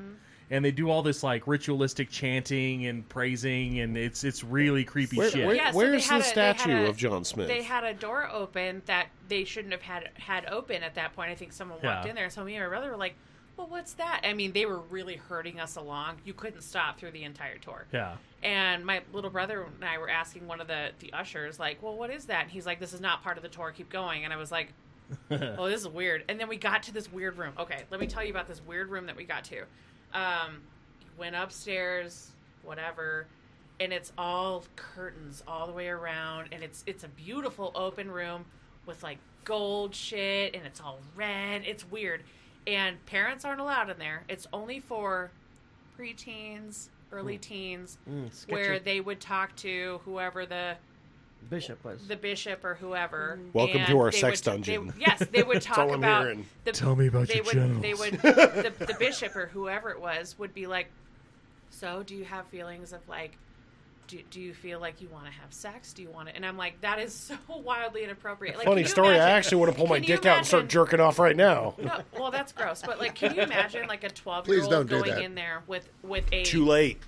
[SPEAKER 2] and they do all this like ritualistic chanting and praising, and it's it's really creepy
[SPEAKER 7] Where-
[SPEAKER 2] shit.
[SPEAKER 7] where-
[SPEAKER 6] Yeah, so they
[SPEAKER 7] where's
[SPEAKER 6] had
[SPEAKER 7] the
[SPEAKER 6] a- they had
[SPEAKER 7] statue
[SPEAKER 6] a-
[SPEAKER 7] of John Smith?
[SPEAKER 6] they had a door open that they shouldn't have had had open at that point. I think someone walked
[SPEAKER 2] Yeah.
[SPEAKER 6] in there, so me and my brother were like, well, what's that? I mean, they were really hurting us along. You couldn't stop through the entire tour.
[SPEAKER 2] yeah,
[SPEAKER 6] And my little brother and I were asking one of the, the ushers, like, well, what is that? And he's like, this is not part of the tour. Keep going. And I was like, oh, this is weird. And then we got to this weird room. Okay, let me tell you about this weird room that we got to. Um, went upstairs, whatever, and it's all curtains all the way around, and it's it's a beautiful open room with like gold shit, and it's all red. It's weird, and parents aren't allowed in there. It's only for preteens, early
[SPEAKER 7] Hmm.
[SPEAKER 6] teens,
[SPEAKER 3] sketchy.
[SPEAKER 6] where they would talk to whoever the
[SPEAKER 3] Bishop was.
[SPEAKER 6] the bishop or whoever.
[SPEAKER 7] Welcome
[SPEAKER 6] and
[SPEAKER 7] to our
[SPEAKER 6] they would-
[SPEAKER 7] sex dungeon.
[SPEAKER 6] they- yes, they would talk
[SPEAKER 7] all I'm
[SPEAKER 6] about.
[SPEAKER 7] hearing.
[SPEAKER 6] The,
[SPEAKER 2] Tell me about
[SPEAKER 6] they
[SPEAKER 2] your
[SPEAKER 6] would,
[SPEAKER 2] genitals.
[SPEAKER 6] They would the, the bishop or whoever it was would be like, "So, do you have feelings of like?" Do, do you feel like you want to have sex? Do you want to? And I'm like, that is so wildly inappropriate. Like,
[SPEAKER 7] funny
[SPEAKER 6] can you
[SPEAKER 7] story. I
[SPEAKER 6] imagine-
[SPEAKER 7] actually want to pull my
[SPEAKER 6] can you
[SPEAKER 7] dick out and start
[SPEAKER 6] imagine-
[SPEAKER 7] jerking off right now.
[SPEAKER 6] No, well, that's gross. But like, can you imagine like a 12 year
[SPEAKER 5] don't
[SPEAKER 6] old
[SPEAKER 5] do
[SPEAKER 6] going
[SPEAKER 5] that.
[SPEAKER 6] in there with with a
[SPEAKER 7] Too late.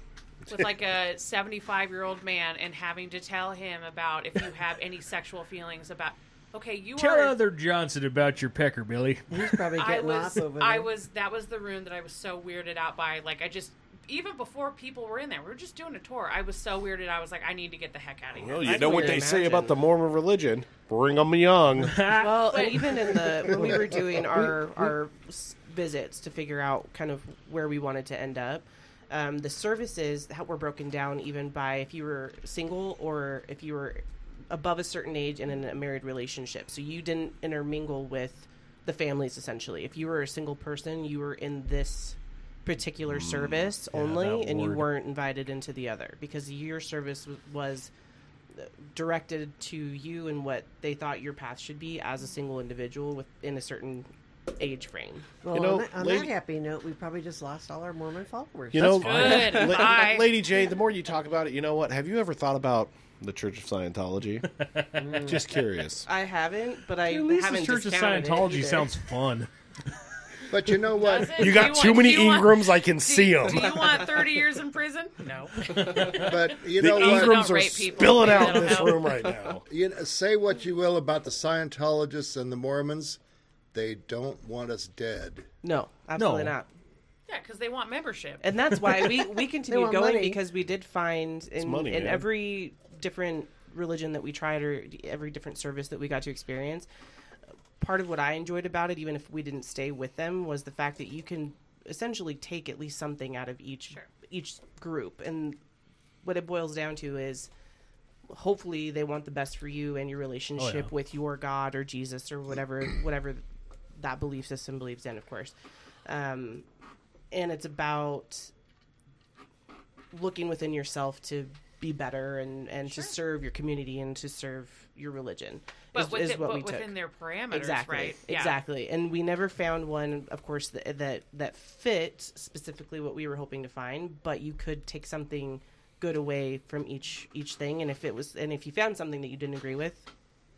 [SPEAKER 6] with like a 75 year old man and having to tell him about if you have any sexual feelings about okay, you
[SPEAKER 2] Tell
[SPEAKER 6] are.
[SPEAKER 2] Other Johnson about your pecker, Billy.
[SPEAKER 3] He's probably
[SPEAKER 6] I
[SPEAKER 3] getting
[SPEAKER 6] was,
[SPEAKER 3] off over there.
[SPEAKER 6] I was. That was the room that I was so weirded out by. Like I just, even before people were in there, we were just doing a tour. I was so weirded. out. I was like, I need to get the heck out of here.
[SPEAKER 7] Well,
[SPEAKER 8] I
[SPEAKER 7] you
[SPEAKER 8] can
[SPEAKER 7] know what
[SPEAKER 8] only
[SPEAKER 7] they say
[SPEAKER 8] imagine.
[SPEAKER 7] about the Mormon religion: bring them young.
[SPEAKER 8] Well, and even in the when we were doing our our s- visits to figure out kind of where we wanted to end up, um, the services that were broken down even by if you were single or if you were above a certain age and in a married relationship. So you didn't intermingle with the families essentially. If you were a single person, you were in this particular service only,
[SPEAKER 2] Mm, that
[SPEAKER 8] and you
[SPEAKER 2] word.
[SPEAKER 8] weren't invited into the other because your service w- was directed to you and what they thought your path should be as a single individual within a certain age frame.
[SPEAKER 3] well,
[SPEAKER 7] You know,
[SPEAKER 3] on, that, on
[SPEAKER 7] lady-
[SPEAKER 3] that happy note, we probably just lost all our Mormon followers.
[SPEAKER 7] You know,
[SPEAKER 6] That's good. Bye.
[SPEAKER 7] Lady Jane, the more you talk about it, you know what? Have you ever thought about the Church of Scientology? Just curious.
[SPEAKER 8] I haven't, but I
[SPEAKER 2] At least the
[SPEAKER 8] haven't
[SPEAKER 2] Church of
[SPEAKER 8] discounted it
[SPEAKER 2] Scientology
[SPEAKER 8] either.
[SPEAKER 2] sounds fun.
[SPEAKER 5] But you know what?
[SPEAKER 6] Does it?
[SPEAKER 7] You
[SPEAKER 6] Do
[SPEAKER 7] got too
[SPEAKER 6] want-
[SPEAKER 7] many
[SPEAKER 6] do you want-
[SPEAKER 7] Ingrams, I can
[SPEAKER 6] do-
[SPEAKER 7] see
[SPEAKER 6] Do
[SPEAKER 7] them.
[SPEAKER 6] you want 30 years in prison? No.
[SPEAKER 5] But you
[SPEAKER 7] The
[SPEAKER 5] know
[SPEAKER 6] Ingram-
[SPEAKER 5] what?
[SPEAKER 7] Ingrams
[SPEAKER 6] don't
[SPEAKER 7] are
[SPEAKER 6] rape people.
[SPEAKER 7] spilling
[SPEAKER 6] They
[SPEAKER 7] out in
[SPEAKER 6] don't
[SPEAKER 7] this
[SPEAKER 6] know.
[SPEAKER 7] room right now.
[SPEAKER 5] You know, say what you will about the Scientologists and the Mormons, they don't want us dead.
[SPEAKER 8] No, absolutely not.
[SPEAKER 6] Yeah, because they want membership.
[SPEAKER 8] And that's why we we continued
[SPEAKER 3] want
[SPEAKER 8] going
[SPEAKER 3] money.
[SPEAKER 8] because we did find in
[SPEAKER 7] money,
[SPEAKER 8] in
[SPEAKER 7] man.
[SPEAKER 8] every different religion that we tried or every different service that we got to experience. Part of what I enjoyed about it, even if we didn't stay with them, was the fact that you can essentially take at least something out of each each group, and what it boils down to is hopefully they want the best for you and your relationship
[SPEAKER 7] Oh,
[SPEAKER 8] with your God or Jesus or whatever whatever that belief system believes in, of course. Um, and it's about looking within yourself to be better and, and to serve your community and to serve your religion
[SPEAKER 6] but
[SPEAKER 8] is,
[SPEAKER 6] with
[SPEAKER 8] is
[SPEAKER 6] it-
[SPEAKER 8] what
[SPEAKER 6] but
[SPEAKER 8] we took.
[SPEAKER 6] within their parameters,
[SPEAKER 8] exactly,
[SPEAKER 6] right? Yeah.
[SPEAKER 8] exactly. And we never found one, of course, that, that that fit specifically what we were hoping to find. But you could take something good away from each each thing, and if it was, and if you found something that you didn't agree with,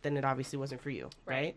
[SPEAKER 8] then it obviously wasn't for you, right?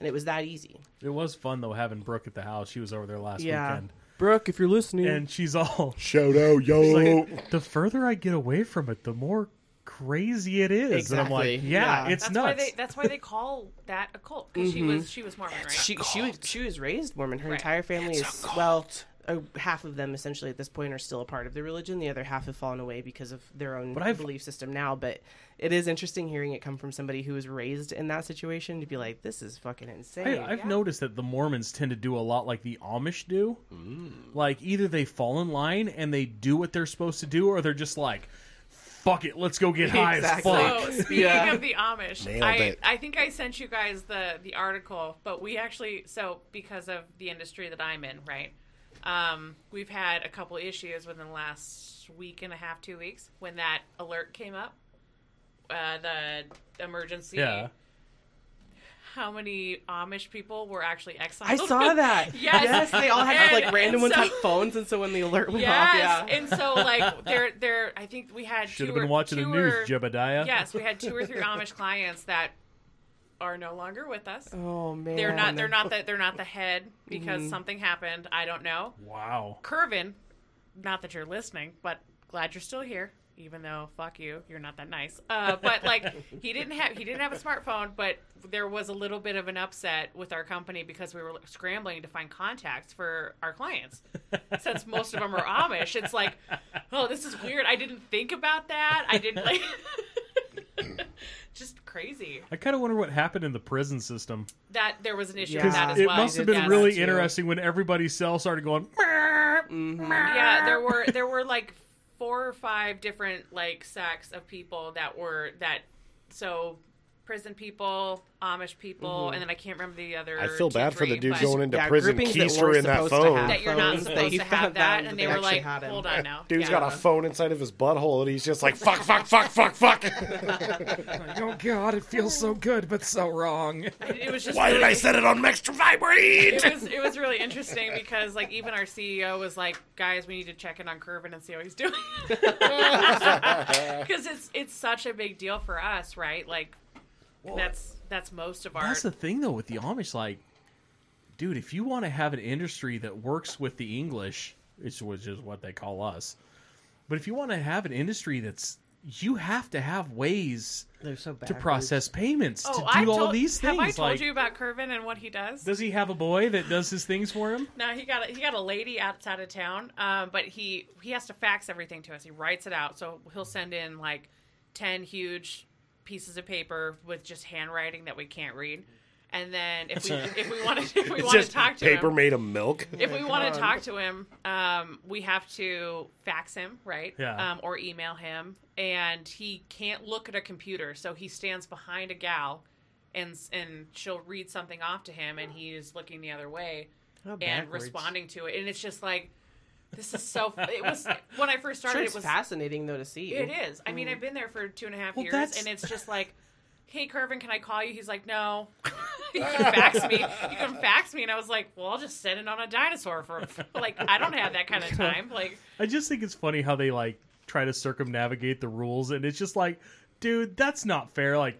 [SPEAKER 8] And it was that easy.
[SPEAKER 2] It was fun though having Brooke at the house. She was over there last weekend,
[SPEAKER 8] Brooke, if you're listening,
[SPEAKER 2] and she's all
[SPEAKER 7] Shout out, yo.
[SPEAKER 2] she's like, "The further I get away from it, the more crazy it is." And I'm like,
[SPEAKER 8] Exactly.
[SPEAKER 2] "Yeah,
[SPEAKER 8] Yeah.
[SPEAKER 2] it's
[SPEAKER 6] That's why
[SPEAKER 2] nuts."
[SPEAKER 6] they. That's why they call that a cult because
[SPEAKER 8] Mm-hmm.
[SPEAKER 6] she was she was Mormon, right?
[SPEAKER 8] she she was, she was raised Mormon. Her
[SPEAKER 6] Right.
[SPEAKER 8] entire family is well, uh, half of them essentially at this point are still a part of the religion. The other half have fallen away because of their own
[SPEAKER 2] I've-
[SPEAKER 8] belief system now. But it is interesting hearing it come from somebody who was raised in that situation to be like, "This is fucking insane."
[SPEAKER 2] I, I've noticed that the Mormons tend to do a lot like the Amish do.
[SPEAKER 8] Mm.
[SPEAKER 2] Like either they fall in line and they do what they're supposed to do, or they're just like, "Fuck it, let's go get high
[SPEAKER 8] Exactly.
[SPEAKER 2] as fuck."
[SPEAKER 6] So speaking of the Amish,
[SPEAKER 7] Nailed
[SPEAKER 6] I,
[SPEAKER 7] it.
[SPEAKER 6] I think I sent you guys the the article, but we actually so because of the industry that I'm in, right? Um, we've had a couple issues within the last week and a half, two weeks when that alert came up, uh, the emergency.
[SPEAKER 2] Yeah.
[SPEAKER 6] How many Amish people were actually exiled?
[SPEAKER 8] I saw that.
[SPEAKER 6] Yes.
[SPEAKER 8] they all had
[SPEAKER 6] And-
[SPEAKER 8] like random
[SPEAKER 6] and
[SPEAKER 8] ones
[SPEAKER 6] so-
[SPEAKER 8] had phones, and so when the alert went
[SPEAKER 6] Yes,
[SPEAKER 8] off, yeah,
[SPEAKER 6] and so like they're they're. I think we had
[SPEAKER 2] Should
[SPEAKER 6] two
[SPEAKER 2] have been
[SPEAKER 6] or-
[SPEAKER 2] watching the
[SPEAKER 6] two
[SPEAKER 2] news,
[SPEAKER 6] or-
[SPEAKER 2] Jebediah.
[SPEAKER 6] Yes, we had two or three Amish clients that are no longer with us.
[SPEAKER 8] oh man,
[SPEAKER 6] They're not. They're not the. They're not the head because something happened. I don't know.
[SPEAKER 2] Wow.
[SPEAKER 6] Curvin, not that you're listening, but glad you're still here. Even though fuck you, you're not that nice. Uh, but like he didn't have he didn't have a smartphone, but there was a little bit of an upset with our company because we were scrambling to find contacts for our clients. Since most of them are Amish, it's like, oh, this is weird. I didn't think about that. I didn't like. Just crazy
[SPEAKER 2] I kind of wonder what happened in the prison system.
[SPEAKER 6] that there was an issue with
[SPEAKER 8] Because
[SPEAKER 6] that as
[SPEAKER 2] it
[SPEAKER 6] well.
[SPEAKER 2] must have
[SPEAKER 8] did
[SPEAKER 2] been
[SPEAKER 8] that
[SPEAKER 2] really
[SPEAKER 8] too.
[SPEAKER 2] interesting when everybody's cell started going.
[SPEAKER 6] yeah there were there were like four or five different like sects of people that were that so prison people amish people and then i can't remember the other
[SPEAKER 7] Mm-hmm. I feel
[SPEAKER 6] two,
[SPEAKER 7] bad for the
[SPEAKER 6] three,
[SPEAKER 7] dude
[SPEAKER 6] but-
[SPEAKER 7] going into
[SPEAKER 8] Yeah,
[SPEAKER 7] prison,
[SPEAKER 8] groupings that
[SPEAKER 7] keister
[SPEAKER 8] weren't
[SPEAKER 7] in that
[SPEAKER 8] supposed to
[SPEAKER 7] phone.
[SPEAKER 8] have
[SPEAKER 6] that you're not
[SPEAKER 8] phones,
[SPEAKER 6] supposed
[SPEAKER 8] they
[SPEAKER 6] to have
[SPEAKER 8] found
[SPEAKER 6] that
[SPEAKER 8] out
[SPEAKER 6] and
[SPEAKER 8] that
[SPEAKER 6] they
[SPEAKER 8] they
[SPEAKER 6] were
[SPEAKER 8] actually
[SPEAKER 6] like
[SPEAKER 8] had him.
[SPEAKER 6] hold on now
[SPEAKER 7] Dude's
[SPEAKER 6] Yeah.
[SPEAKER 7] got a phone inside of his butthole, and he's just like, fuck, fuck, fuck, fuck, fuck.
[SPEAKER 2] Oh God, it feels so good, but so wrong.
[SPEAKER 6] it was just
[SPEAKER 7] Why did
[SPEAKER 6] really-
[SPEAKER 7] I set it on extra vibrate?
[SPEAKER 6] it was it was really interesting because like even our CEO was like, guys, we need to check in on Curvin and see how he's doing. Because it's it's such a big deal for us, right? Like that's that's most of our
[SPEAKER 2] That's the thing, though, with the Amish. Like, dude, if you want to have an industry that works with the English, it's- which is what they call us, but if you want to have an industry that's you have to have ways
[SPEAKER 3] They're so bad.
[SPEAKER 2] to process payments
[SPEAKER 6] Oh,
[SPEAKER 2] to
[SPEAKER 6] I
[SPEAKER 2] do all
[SPEAKER 6] told,
[SPEAKER 2] these
[SPEAKER 6] have
[SPEAKER 2] things.
[SPEAKER 6] I told
[SPEAKER 2] like,
[SPEAKER 6] you about Curvin and what he does?
[SPEAKER 2] does he have a boy that does his things for him?
[SPEAKER 6] No, he got a, he got a lady outside of town, um, but he he has to fax everything to us. He writes it out, so he'll send in like ten huge pieces of paper with just handwriting that we can't read, and then if we if we want to if we want to talk to
[SPEAKER 7] paper
[SPEAKER 6] him,
[SPEAKER 7] made of milk.
[SPEAKER 6] if we want to talk to him, um, we have to fax him, right?
[SPEAKER 2] Yeah.
[SPEAKER 6] Um, or email him, and he can't look at a computer, so he stands behind a gal, and and she'll read something off to him, and he's looking the other way
[SPEAKER 3] How
[SPEAKER 6] and
[SPEAKER 3] backwards.
[SPEAKER 6] responding to it, and it's just like this is so. It was when I first
[SPEAKER 8] Sure,
[SPEAKER 6] started.
[SPEAKER 8] it's
[SPEAKER 6] it was
[SPEAKER 8] fascinating though to see.
[SPEAKER 6] it is. I mean, I've been there for two and a half
[SPEAKER 2] mm. Well,
[SPEAKER 6] years,
[SPEAKER 2] that's-
[SPEAKER 6] and it's just like, hey, Curvin, can I call you? He's like, no. you can fax me. You can fax me, and I was like, well, I'll just send it on a dinosaur for like I don't have that kind of time. Like,
[SPEAKER 2] I just think it's funny how they like try to circumnavigate the rules, and it's just like, dude, that's not fair. Like,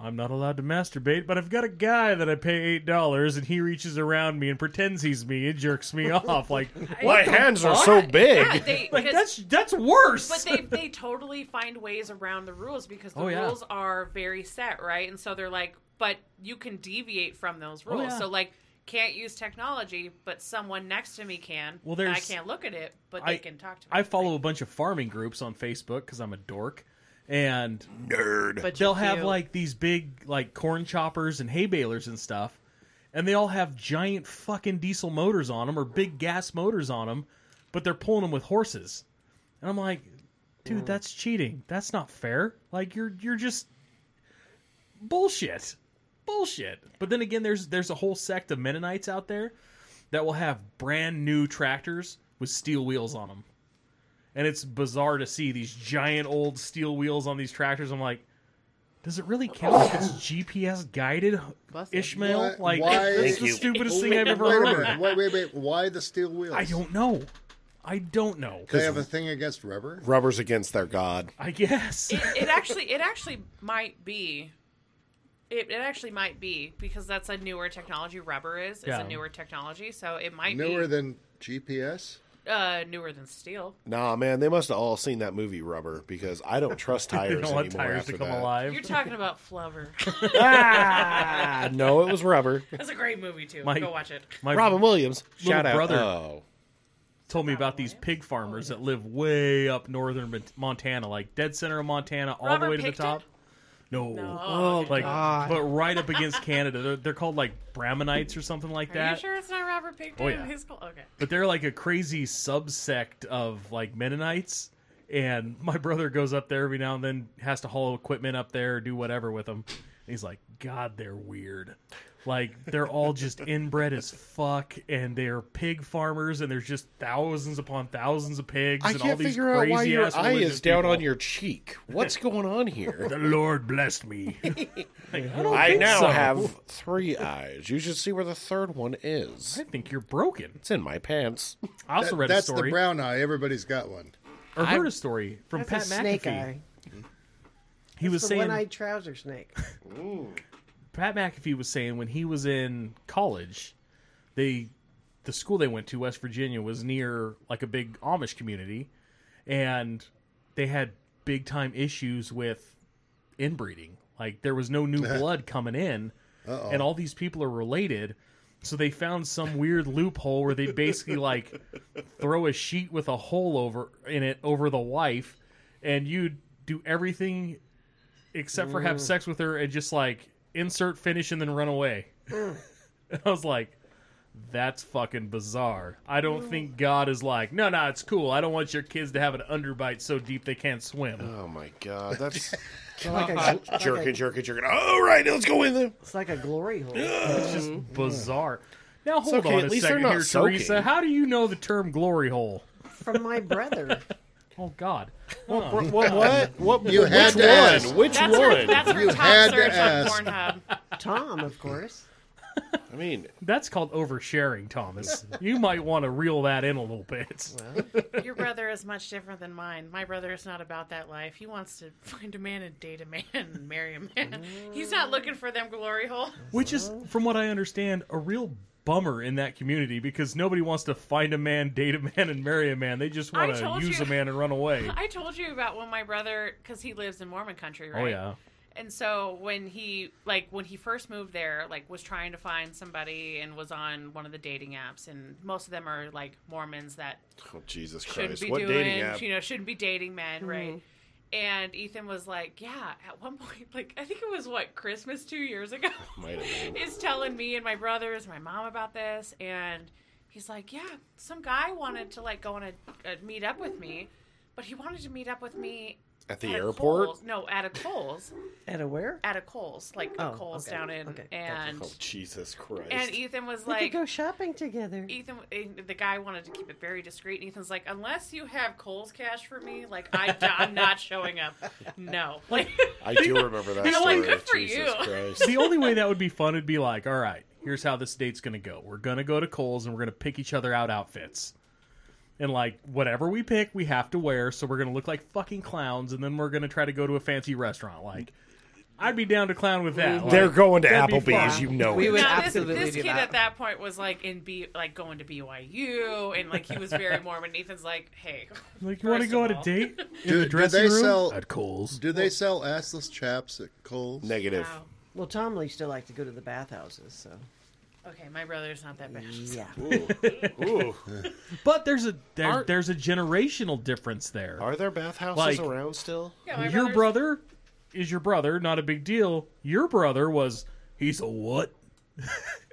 [SPEAKER 2] I'm not allowed to masturbate, but I've got a guy that I pay eight dollars, and he reaches around me and pretends he's me and jerks me off. Like,
[SPEAKER 7] My
[SPEAKER 2] what the
[SPEAKER 7] hands are
[SPEAKER 2] fuck?
[SPEAKER 7] so big.
[SPEAKER 6] yeah, they,
[SPEAKER 2] Like
[SPEAKER 6] because-
[SPEAKER 2] that's that's worse.
[SPEAKER 6] but they they totally find ways around the rules because the
[SPEAKER 2] Oh, yeah.
[SPEAKER 6] rules are very set, right? And so they're like, but you can deviate from those rules.
[SPEAKER 2] Oh, yeah.
[SPEAKER 6] So like. Can't use technology, but someone next to me can.
[SPEAKER 2] Well,
[SPEAKER 6] and I
[SPEAKER 2] there's-
[SPEAKER 6] can't look at it, but they
[SPEAKER 2] I-
[SPEAKER 6] can talk to me.
[SPEAKER 2] I follow a bunch of farming groups on Facebook because I'm a dork, and
[SPEAKER 7] Nerd.
[SPEAKER 8] But
[SPEAKER 2] they'll
[SPEAKER 8] you're
[SPEAKER 2] have
[SPEAKER 8] cute.
[SPEAKER 2] like these big like corn choppers and hay balers and stuff and they all have giant fucking diesel motors on them or big gas motors on them but they're pulling them with horses and i'm like dude that's cheating that's not fair like you're you're just bullshit bullshit but then again there's there's a whole sect of mennonites out there that will have brand new tractors with steel wheels on them and it's bizarre to see these giant old steel wheels on these tractors i'm like does it really count if it's GPS guided,
[SPEAKER 8] Busted.
[SPEAKER 2] Ishmael?
[SPEAKER 5] Why-
[SPEAKER 2] like,
[SPEAKER 5] why-
[SPEAKER 2] that's
[SPEAKER 5] Thank
[SPEAKER 2] the
[SPEAKER 7] you.
[SPEAKER 2] stupidest thing I've ever
[SPEAKER 5] Wait a
[SPEAKER 2] heard.
[SPEAKER 5] minute. Wait, wait, wait. Why the steel wheels?
[SPEAKER 2] I don't know. I don't know.
[SPEAKER 5] They have a thing against rubber.
[SPEAKER 7] Rubbers against their god.
[SPEAKER 2] I guess.
[SPEAKER 6] it, it actually it actually might be it, it actually might be because that's a newer technology rubber is it's
[SPEAKER 2] Yeah.
[SPEAKER 6] a newer technology so it might
[SPEAKER 5] Newer
[SPEAKER 6] be
[SPEAKER 5] than GPS.
[SPEAKER 6] uh, newer than steel
[SPEAKER 7] Nah, man, they must have all seen that movie Rubber because I don't trust
[SPEAKER 2] They
[SPEAKER 7] tires
[SPEAKER 2] don't want
[SPEAKER 7] anymore
[SPEAKER 2] tires
[SPEAKER 7] after
[SPEAKER 2] to come
[SPEAKER 7] that.
[SPEAKER 2] alive.
[SPEAKER 6] you're talking about flubber
[SPEAKER 7] Ah, no, it was Rubber.
[SPEAKER 6] that's a great movie too
[SPEAKER 2] My-
[SPEAKER 6] go watch it
[SPEAKER 2] My
[SPEAKER 7] Robin Williams,
[SPEAKER 2] Little
[SPEAKER 7] shout out.
[SPEAKER 2] brother.
[SPEAKER 7] Oh,
[SPEAKER 2] told me about these
[SPEAKER 6] Oh,
[SPEAKER 2] pig farmers that live way up northern Mont- Montana, like dead center of Montana, all the
[SPEAKER 6] Robert
[SPEAKER 2] way to
[SPEAKER 6] Picton?
[SPEAKER 2] the top. No.
[SPEAKER 6] oh, okay.
[SPEAKER 2] Like, but right up against Canada, they're, they're called like Brahmanites or something like
[SPEAKER 6] are you
[SPEAKER 2] that.
[SPEAKER 6] sure it's not robert pigden
[SPEAKER 2] Oh, yeah.
[SPEAKER 6] He's cool. okay
[SPEAKER 2] but they're like a crazy subsect of like Mennonites. And my brother goes up there every now and then, has to haul equipment up there, or do whatever with them. And he's like, God, they're weird. Like they're all just inbred as fuck, and they're pig farmers, and there's just thousands upon thousands of pigs.
[SPEAKER 7] I
[SPEAKER 2] and all
[SPEAKER 7] can't
[SPEAKER 2] these
[SPEAKER 7] figure out
[SPEAKER 2] crazy
[SPEAKER 7] why your
[SPEAKER 2] ass
[SPEAKER 7] eye
[SPEAKER 2] religious
[SPEAKER 7] is down
[SPEAKER 2] people.
[SPEAKER 7] on your cheek. What's going on here?
[SPEAKER 2] The Lord blessed me. Like, I, don't
[SPEAKER 7] I
[SPEAKER 2] think
[SPEAKER 7] now
[SPEAKER 2] so.
[SPEAKER 7] have three eyes. You should see where the third one is.
[SPEAKER 2] I think you're broken.
[SPEAKER 7] It's in my pants.
[SPEAKER 2] I also read a
[SPEAKER 5] That's the
[SPEAKER 2] story
[SPEAKER 5] brown eye. Everybody's got one.
[SPEAKER 2] or heard a story from
[SPEAKER 3] That's a
[SPEAKER 2] Pat
[SPEAKER 3] snake
[SPEAKER 2] McAfee.
[SPEAKER 3] eye.
[SPEAKER 2] He was
[SPEAKER 3] It's the
[SPEAKER 2] saying
[SPEAKER 3] one-eyed trouser snake.
[SPEAKER 2] Pat McAfee was saying when he was in college, they the school they went to, West Virginia, was near like a big Amish community, and they had big time issues with inbreeding. Like there was no new blood coming in, and all these people are related. So they found some weird loophole where they basically like throw a sheet with a hole over in it over the wife, and you do everything except for
[SPEAKER 7] Mm.
[SPEAKER 2] have sex with her and just like insert finish and then run away.
[SPEAKER 7] Mm.
[SPEAKER 2] and I was like, that's fucking bizarre. I
[SPEAKER 7] Mm.
[SPEAKER 2] don't think God is like, no, no, it's cool. I don't want your kids to have an underbite so deep they can't swim.
[SPEAKER 7] Oh my god, that's
[SPEAKER 3] like a, gl- like a-
[SPEAKER 7] jerking, jerking, jerking. All right, let's go in there.
[SPEAKER 3] it's like a glory hole.
[SPEAKER 2] It's just bizarre. Now hold
[SPEAKER 7] Oh. okay,
[SPEAKER 2] on
[SPEAKER 7] at
[SPEAKER 2] a
[SPEAKER 7] least they're
[SPEAKER 2] second
[SPEAKER 7] not
[SPEAKER 2] here,
[SPEAKER 7] soaking.
[SPEAKER 2] Teresa. How do you know the term glory hole?
[SPEAKER 3] From my brother.
[SPEAKER 2] Oh God.
[SPEAKER 7] What? What? what
[SPEAKER 5] You
[SPEAKER 7] which
[SPEAKER 5] had to
[SPEAKER 7] one?
[SPEAKER 5] ask.
[SPEAKER 7] Which
[SPEAKER 6] that's
[SPEAKER 7] one?
[SPEAKER 6] her, that's her
[SPEAKER 5] You
[SPEAKER 6] top
[SPEAKER 5] had to
[SPEAKER 6] search
[SPEAKER 5] ask.
[SPEAKER 6] on pornhub
[SPEAKER 3] Tom, of course.
[SPEAKER 7] I mean,
[SPEAKER 2] That's called oversharing, Thomas. You might want to reel that in a little bit.
[SPEAKER 6] your brother is much different than mine my brother is not about that life he wants to find a man and date a man and marry a man he's not looking for them glory hole
[SPEAKER 2] Which is, from what I understand, a real bummer in that community because nobody wants to find a man, date a man, and marry a man. They just
[SPEAKER 6] I
[SPEAKER 2] want to
[SPEAKER 6] told
[SPEAKER 2] use
[SPEAKER 6] you.
[SPEAKER 2] a man and run away.
[SPEAKER 6] I told you about when my brother, because he lives in Mormon country, right?
[SPEAKER 2] Oh yeah.
[SPEAKER 6] And so when he like when he first moved there, like was trying to find somebody and was on one of the dating apps, and most of them are like Mormons that
[SPEAKER 7] Oh, Jesus
[SPEAKER 6] shouldn't
[SPEAKER 7] Christ!
[SPEAKER 6] be
[SPEAKER 7] What dating
[SPEAKER 6] doing,
[SPEAKER 7] app?
[SPEAKER 6] you know, shouldn't be dating men,
[SPEAKER 3] Hmm.
[SPEAKER 6] right? And Ethan was like, "Yeah." At one point, like I think it was what Christmas two years ago,
[SPEAKER 7] Might have been.
[SPEAKER 6] is telling me and my brothers, my mom about this, and he's like, "Yeah, some guy wanted to like go on a, a meet up with me, but he wanted to meet up with me
[SPEAKER 7] At the
[SPEAKER 6] a
[SPEAKER 7] airport?
[SPEAKER 6] Kohl's- no, at a Kohl's,
[SPEAKER 3] At a where?
[SPEAKER 6] at a Kohl's, like a
[SPEAKER 3] Oh,
[SPEAKER 6] Kohl's
[SPEAKER 3] okay,
[SPEAKER 6] down in,
[SPEAKER 3] okay, gotcha.
[SPEAKER 6] and
[SPEAKER 7] Oh, Jesus Christ!
[SPEAKER 6] and Ethan was
[SPEAKER 3] we
[SPEAKER 6] like,
[SPEAKER 3] could go shopping together.
[SPEAKER 6] Ethan, the guy wanted to keep it very discreet. And Ethan's like, unless you have Kohl's cash for me, like I, am not showing up. No, like
[SPEAKER 7] I do remember that
[SPEAKER 6] You know what?
[SPEAKER 7] story.
[SPEAKER 6] Good for
[SPEAKER 7] Jesus
[SPEAKER 6] you.
[SPEAKER 7] Christ.
[SPEAKER 2] the only way that would be fun would be like, all right, here's how this date's gonna go. We're gonna go to Kohl's and we're gonna pick each other out outfits. And like whatever we pick, we have to wear, so we're gonna look like fucking clowns, and then we're gonna try to go to a fancy restaurant. Like I'd be down to clown with that.
[SPEAKER 7] They're
[SPEAKER 2] Like,
[SPEAKER 7] going to
[SPEAKER 2] that'd be
[SPEAKER 7] Applebee's,
[SPEAKER 2] fun.
[SPEAKER 7] you know
[SPEAKER 8] We
[SPEAKER 7] it.
[SPEAKER 8] would
[SPEAKER 6] now this,
[SPEAKER 8] absolutely
[SPEAKER 6] this
[SPEAKER 8] do
[SPEAKER 6] kid
[SPEAKER 8] that.
[SPEAKER 6] at that point was like in B, like going to BYU, and like he was very Mormon. Ethan's like, hey,
[SPEAKER 2] like you want to
[SPEAKER 6] first
[SPEAKER 2] go
[SPEAKER 6] of
[SPEAKER 2] on a
[SPEAKER 6] all.
[SPEAKER 2] date in
[SPEAKER 5] Do-
[SPEAKER 2] the
[SPEAKER 5] do
[SPEAKER 2] dressing
[SPEAKER 5] they
[SPEAKER 2] room
[SPEAKER 5] sell-
[SPEAKER 2] at Kohl's?
[SPEAKER 5] Do they sell assless chaps at Kohl's?
[SPEAKER 7] Negative.
[SPEAKER 6] wow.
[SPEAKER 3] Well, Tom used to like to go to the bathhouses, so
[SPEAKER 6] Okay, my brother's not that bad.
[SPEAKER 3] yeah.
[SPEAKER 7] Ooh,
[SPEAKER 2] But there's a there,
[SPEAKER 7] Are-
[SPEAKER 2] there's a generational difference there.
[SPEAKER 7] are there bathhouses
[SPEAKER 2] Like-
[SPEAKER 7] around still?
[SPEAKER 6] Yeah, my
[SPEAKER 2] your
[SPEAKER 6] brother's-
[SPEAKER 2] brother is your brother, not a big deal. Your brother was he's a what?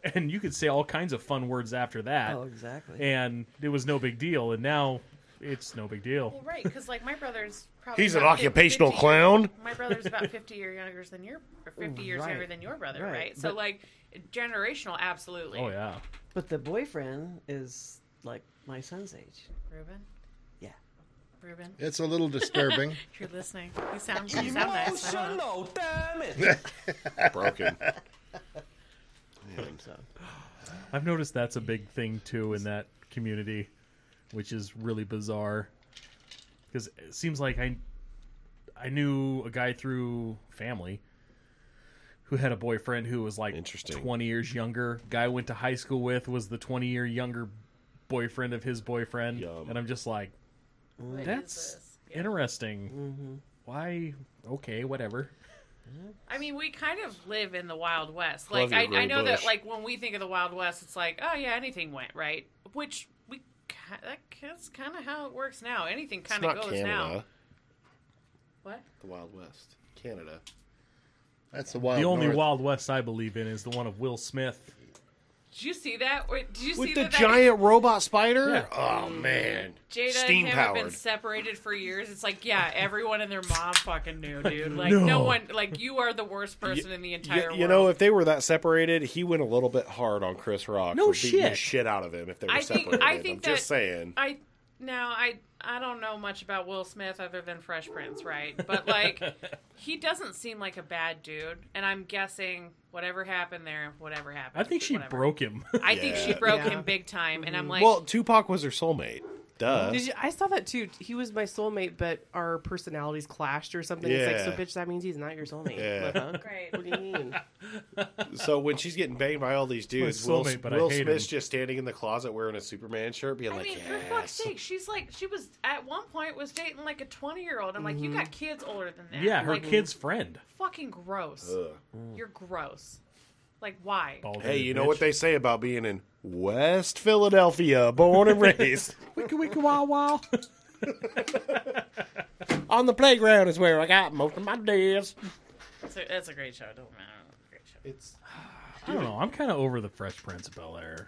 [SPEAKER 2] and you could say all kinds of fun words after that.
[SPEAKER 3] Oh, exactly.
[SPEAKER 2] And it was no big deal, and now it's no big deal.
[SPEAKER 6] Well, right, because like my brother's probably
[SPEAKER 7] He's an
[SPEAKER 6] about fif-
[SPEAKER 7] occupational
[SPEAKER 6] 50
[SPEAKER 7] clown.
[SPEAKER 6] My brother's about fifty or younger than your, or fifty years
[SPEAKER 3] Right.
[SPEAKER 6] younger than your brother,
[SPEAKER 3] Right,
[SPEAKER 6] right? So
[SPEAKER 3] but-
[SPEAKER 6] like generational, absolutely.
[SPEAKER 2] Oh yeah.
[SPEAKER 3] But the boyfriend is like my son's age.
[SPEAKER 6] Ruben,
[SPEAKER 3] Yeah.
[SPEAKER 6] Ruben,
[SPEAKER 5] It's a little disturbing.
[SPEAKER 6] if you're listening, you sound, you sound nice. I don't know.
[SPEAKER 7] Broken.
[SPEAKER 3] So
[SPEAKER 2] I've noticed that's a big thing too in that community, which is really bizarre. Because it seems like I, I knew a guy through family, who had a boyfriend who was like
[SPEAKER 7] Interesting.
[SPEAKER 2] twenty years younger. Guy I went to high school with was the twenty year younger boyfriend of his boyfriend,
[SPEAKER 7] Yum.
[SPEAKER 2] and I'm just like,
[SPEAKER 6] What is
[SPEAKER 2] that's
[SPEAKER 6] this?
[SPEAKER 2] interesting.
[SPEAKER 6] Mm-hmm.
[SPEAKER 2] Why? Okay, whatever.
[SPEAKER 6] I mean, we kind of live in the Wild West.
[SPEAKER 7] Love
[SPEAKER 6] Like
[SPEAKER 7] you,
[SPEAKER 6] I, I
[SPEAKER 7] Gray
[SPEAKER 6] know that,
[SPEAKER 7] Bush.
[SPEAKER 6] like when we think of the Wild West, it's like, oh yeah, anything went right. Which we ki- that- that's kind of how it works now. Anything
[SPEAKER 7] It's
[SPEAKER 6] kind of
[SPEAKER 7] not
[SPEAKER 6] goes
[SPEAKER 7] Canada.
[SPEAKER 6] now. What?
[SPEAKER 7] The Wild West. Canada.
[SPEAKER 5] That's the wild.
[SPEAKER 2] the only
[SPEAKER 5] north.
[SPEAKER 2] Wild West I believe in is the one of Will Smith.
[SPEAKER 6] Did you see that? Or did you see
[SPEAKER 7] With the
[SPEAKER 6] that that-
[SPEAKER 7] giant robot spider?
[SPEAKER 2] Yeah.
[SPEAKER 7] Oh, man.
[SPEAKER 6] Jada
[SPEAKER 7] Steam
[SPEAKER 6] and him have been
[SPEAKER 7] powered.
[SPEAKER 6] separated for years. It's like, yeah, everyone and their mom fucking knew, dude. Like,
[SPEAKER 2] No.
[SPEAKER 6] no, one, like, you are the worst person in the entire
[SPEAKER 7] You,
[SPEAKER 6] world.
[SPEAKER 7] you know, if they were that separated, he went a little bit hard on Chris Rock
[SPEAKER 2] No
[SPEAKER 7] for beating the
[SPEAKER 2] shit.
[SPEAKER 7] shit out of him if they were
[SPEAKER 6] I think,
[SPEAKER 7] separated.
[SPEAKER 6] I think
[SPEAKER 7] am
[SPEAKER 6] that
[SPEAKER 7] just saying.
[SPEAKER 6] I now, I, I don't know much about Will Smith other than Fresh Prince, right? But like, he doesn't seem like a bad dude, and I'm guessing whatever happened there, whatever happened.
[SPEAKER 2] I think she
[SPEAKER 6] whatever.
[SPEAKER 2] broke him.
[SPEAKER 6] I think she
[SPEAKER 7] Yeah. Mm-hmm.
[SPEAKER 6] broke
[SPEAKER 8] Yeah.
[SPEAKER 6] him big time, and I'm like,
[SPEAKER 7] well, Tupac was her soulmate. Duh.
[SPEAKER 8] Did you, I saw that too. He was my soulmate, but our personalities clashed or something. It's
[SPEAKER 7] Yeah.
[SPEAKER 8] like, so bitch, that means he's not your soulmate.
[SPEAKER 7] Yeah.
[SPEAKER 8] What the fuck?
[SPEAKER 6] Right.
[SPEAKER 8] What do you mean?
[SPEAKER 7] So when she's getting banged by all these dudes,
[SPEAKER 2] My
[SPEAKER 7] Will,
[SPEAKER 2] soulmate, but I
[SPEAKER 7] Will
[SPEAKER 2] hate
[SPEAKER 7] Smith's
[SPEAKER 2] him.
[SPEAKER 7] just standing in the closet wearing a Superman shirt, being
[SPEAKER 6] I
[SPEAKER 7] like,
[SPEAKER 6] mean, for fuck's
[SPEAKER 7] "Yes."
[SPEAKER 6] sake, she's like she was at one point was dating like a twenty year old. I'm like, you
[SPEAKER 7] Mm-hmm.
[SPEAKER 6] got kids older than that.
[SPEAKER 2] yeah, her
[SPEAKER 6] like,
[SPEAKER 2] kid's friend.
[SPEAKER 6] Fucking gross.
[SPEAKER 7] Ugh.
[SPEAKER 6] You're gross. Like why?
[SPEAKER 7] Hey, you know what they say about being in West Philadelphia, born and raised.
[SPEAKER 2] Wicka wicka wow wow.
[SPEAKER 7] On the playground is where I got most of my days.
[SPEAKER 6] That's a, that's a great show. Don't matter. Great show.
[SPEAKER 7] It's
[SPEAKER 2] I don't know. I'm kind of over the Fresh Prince of Bel Air.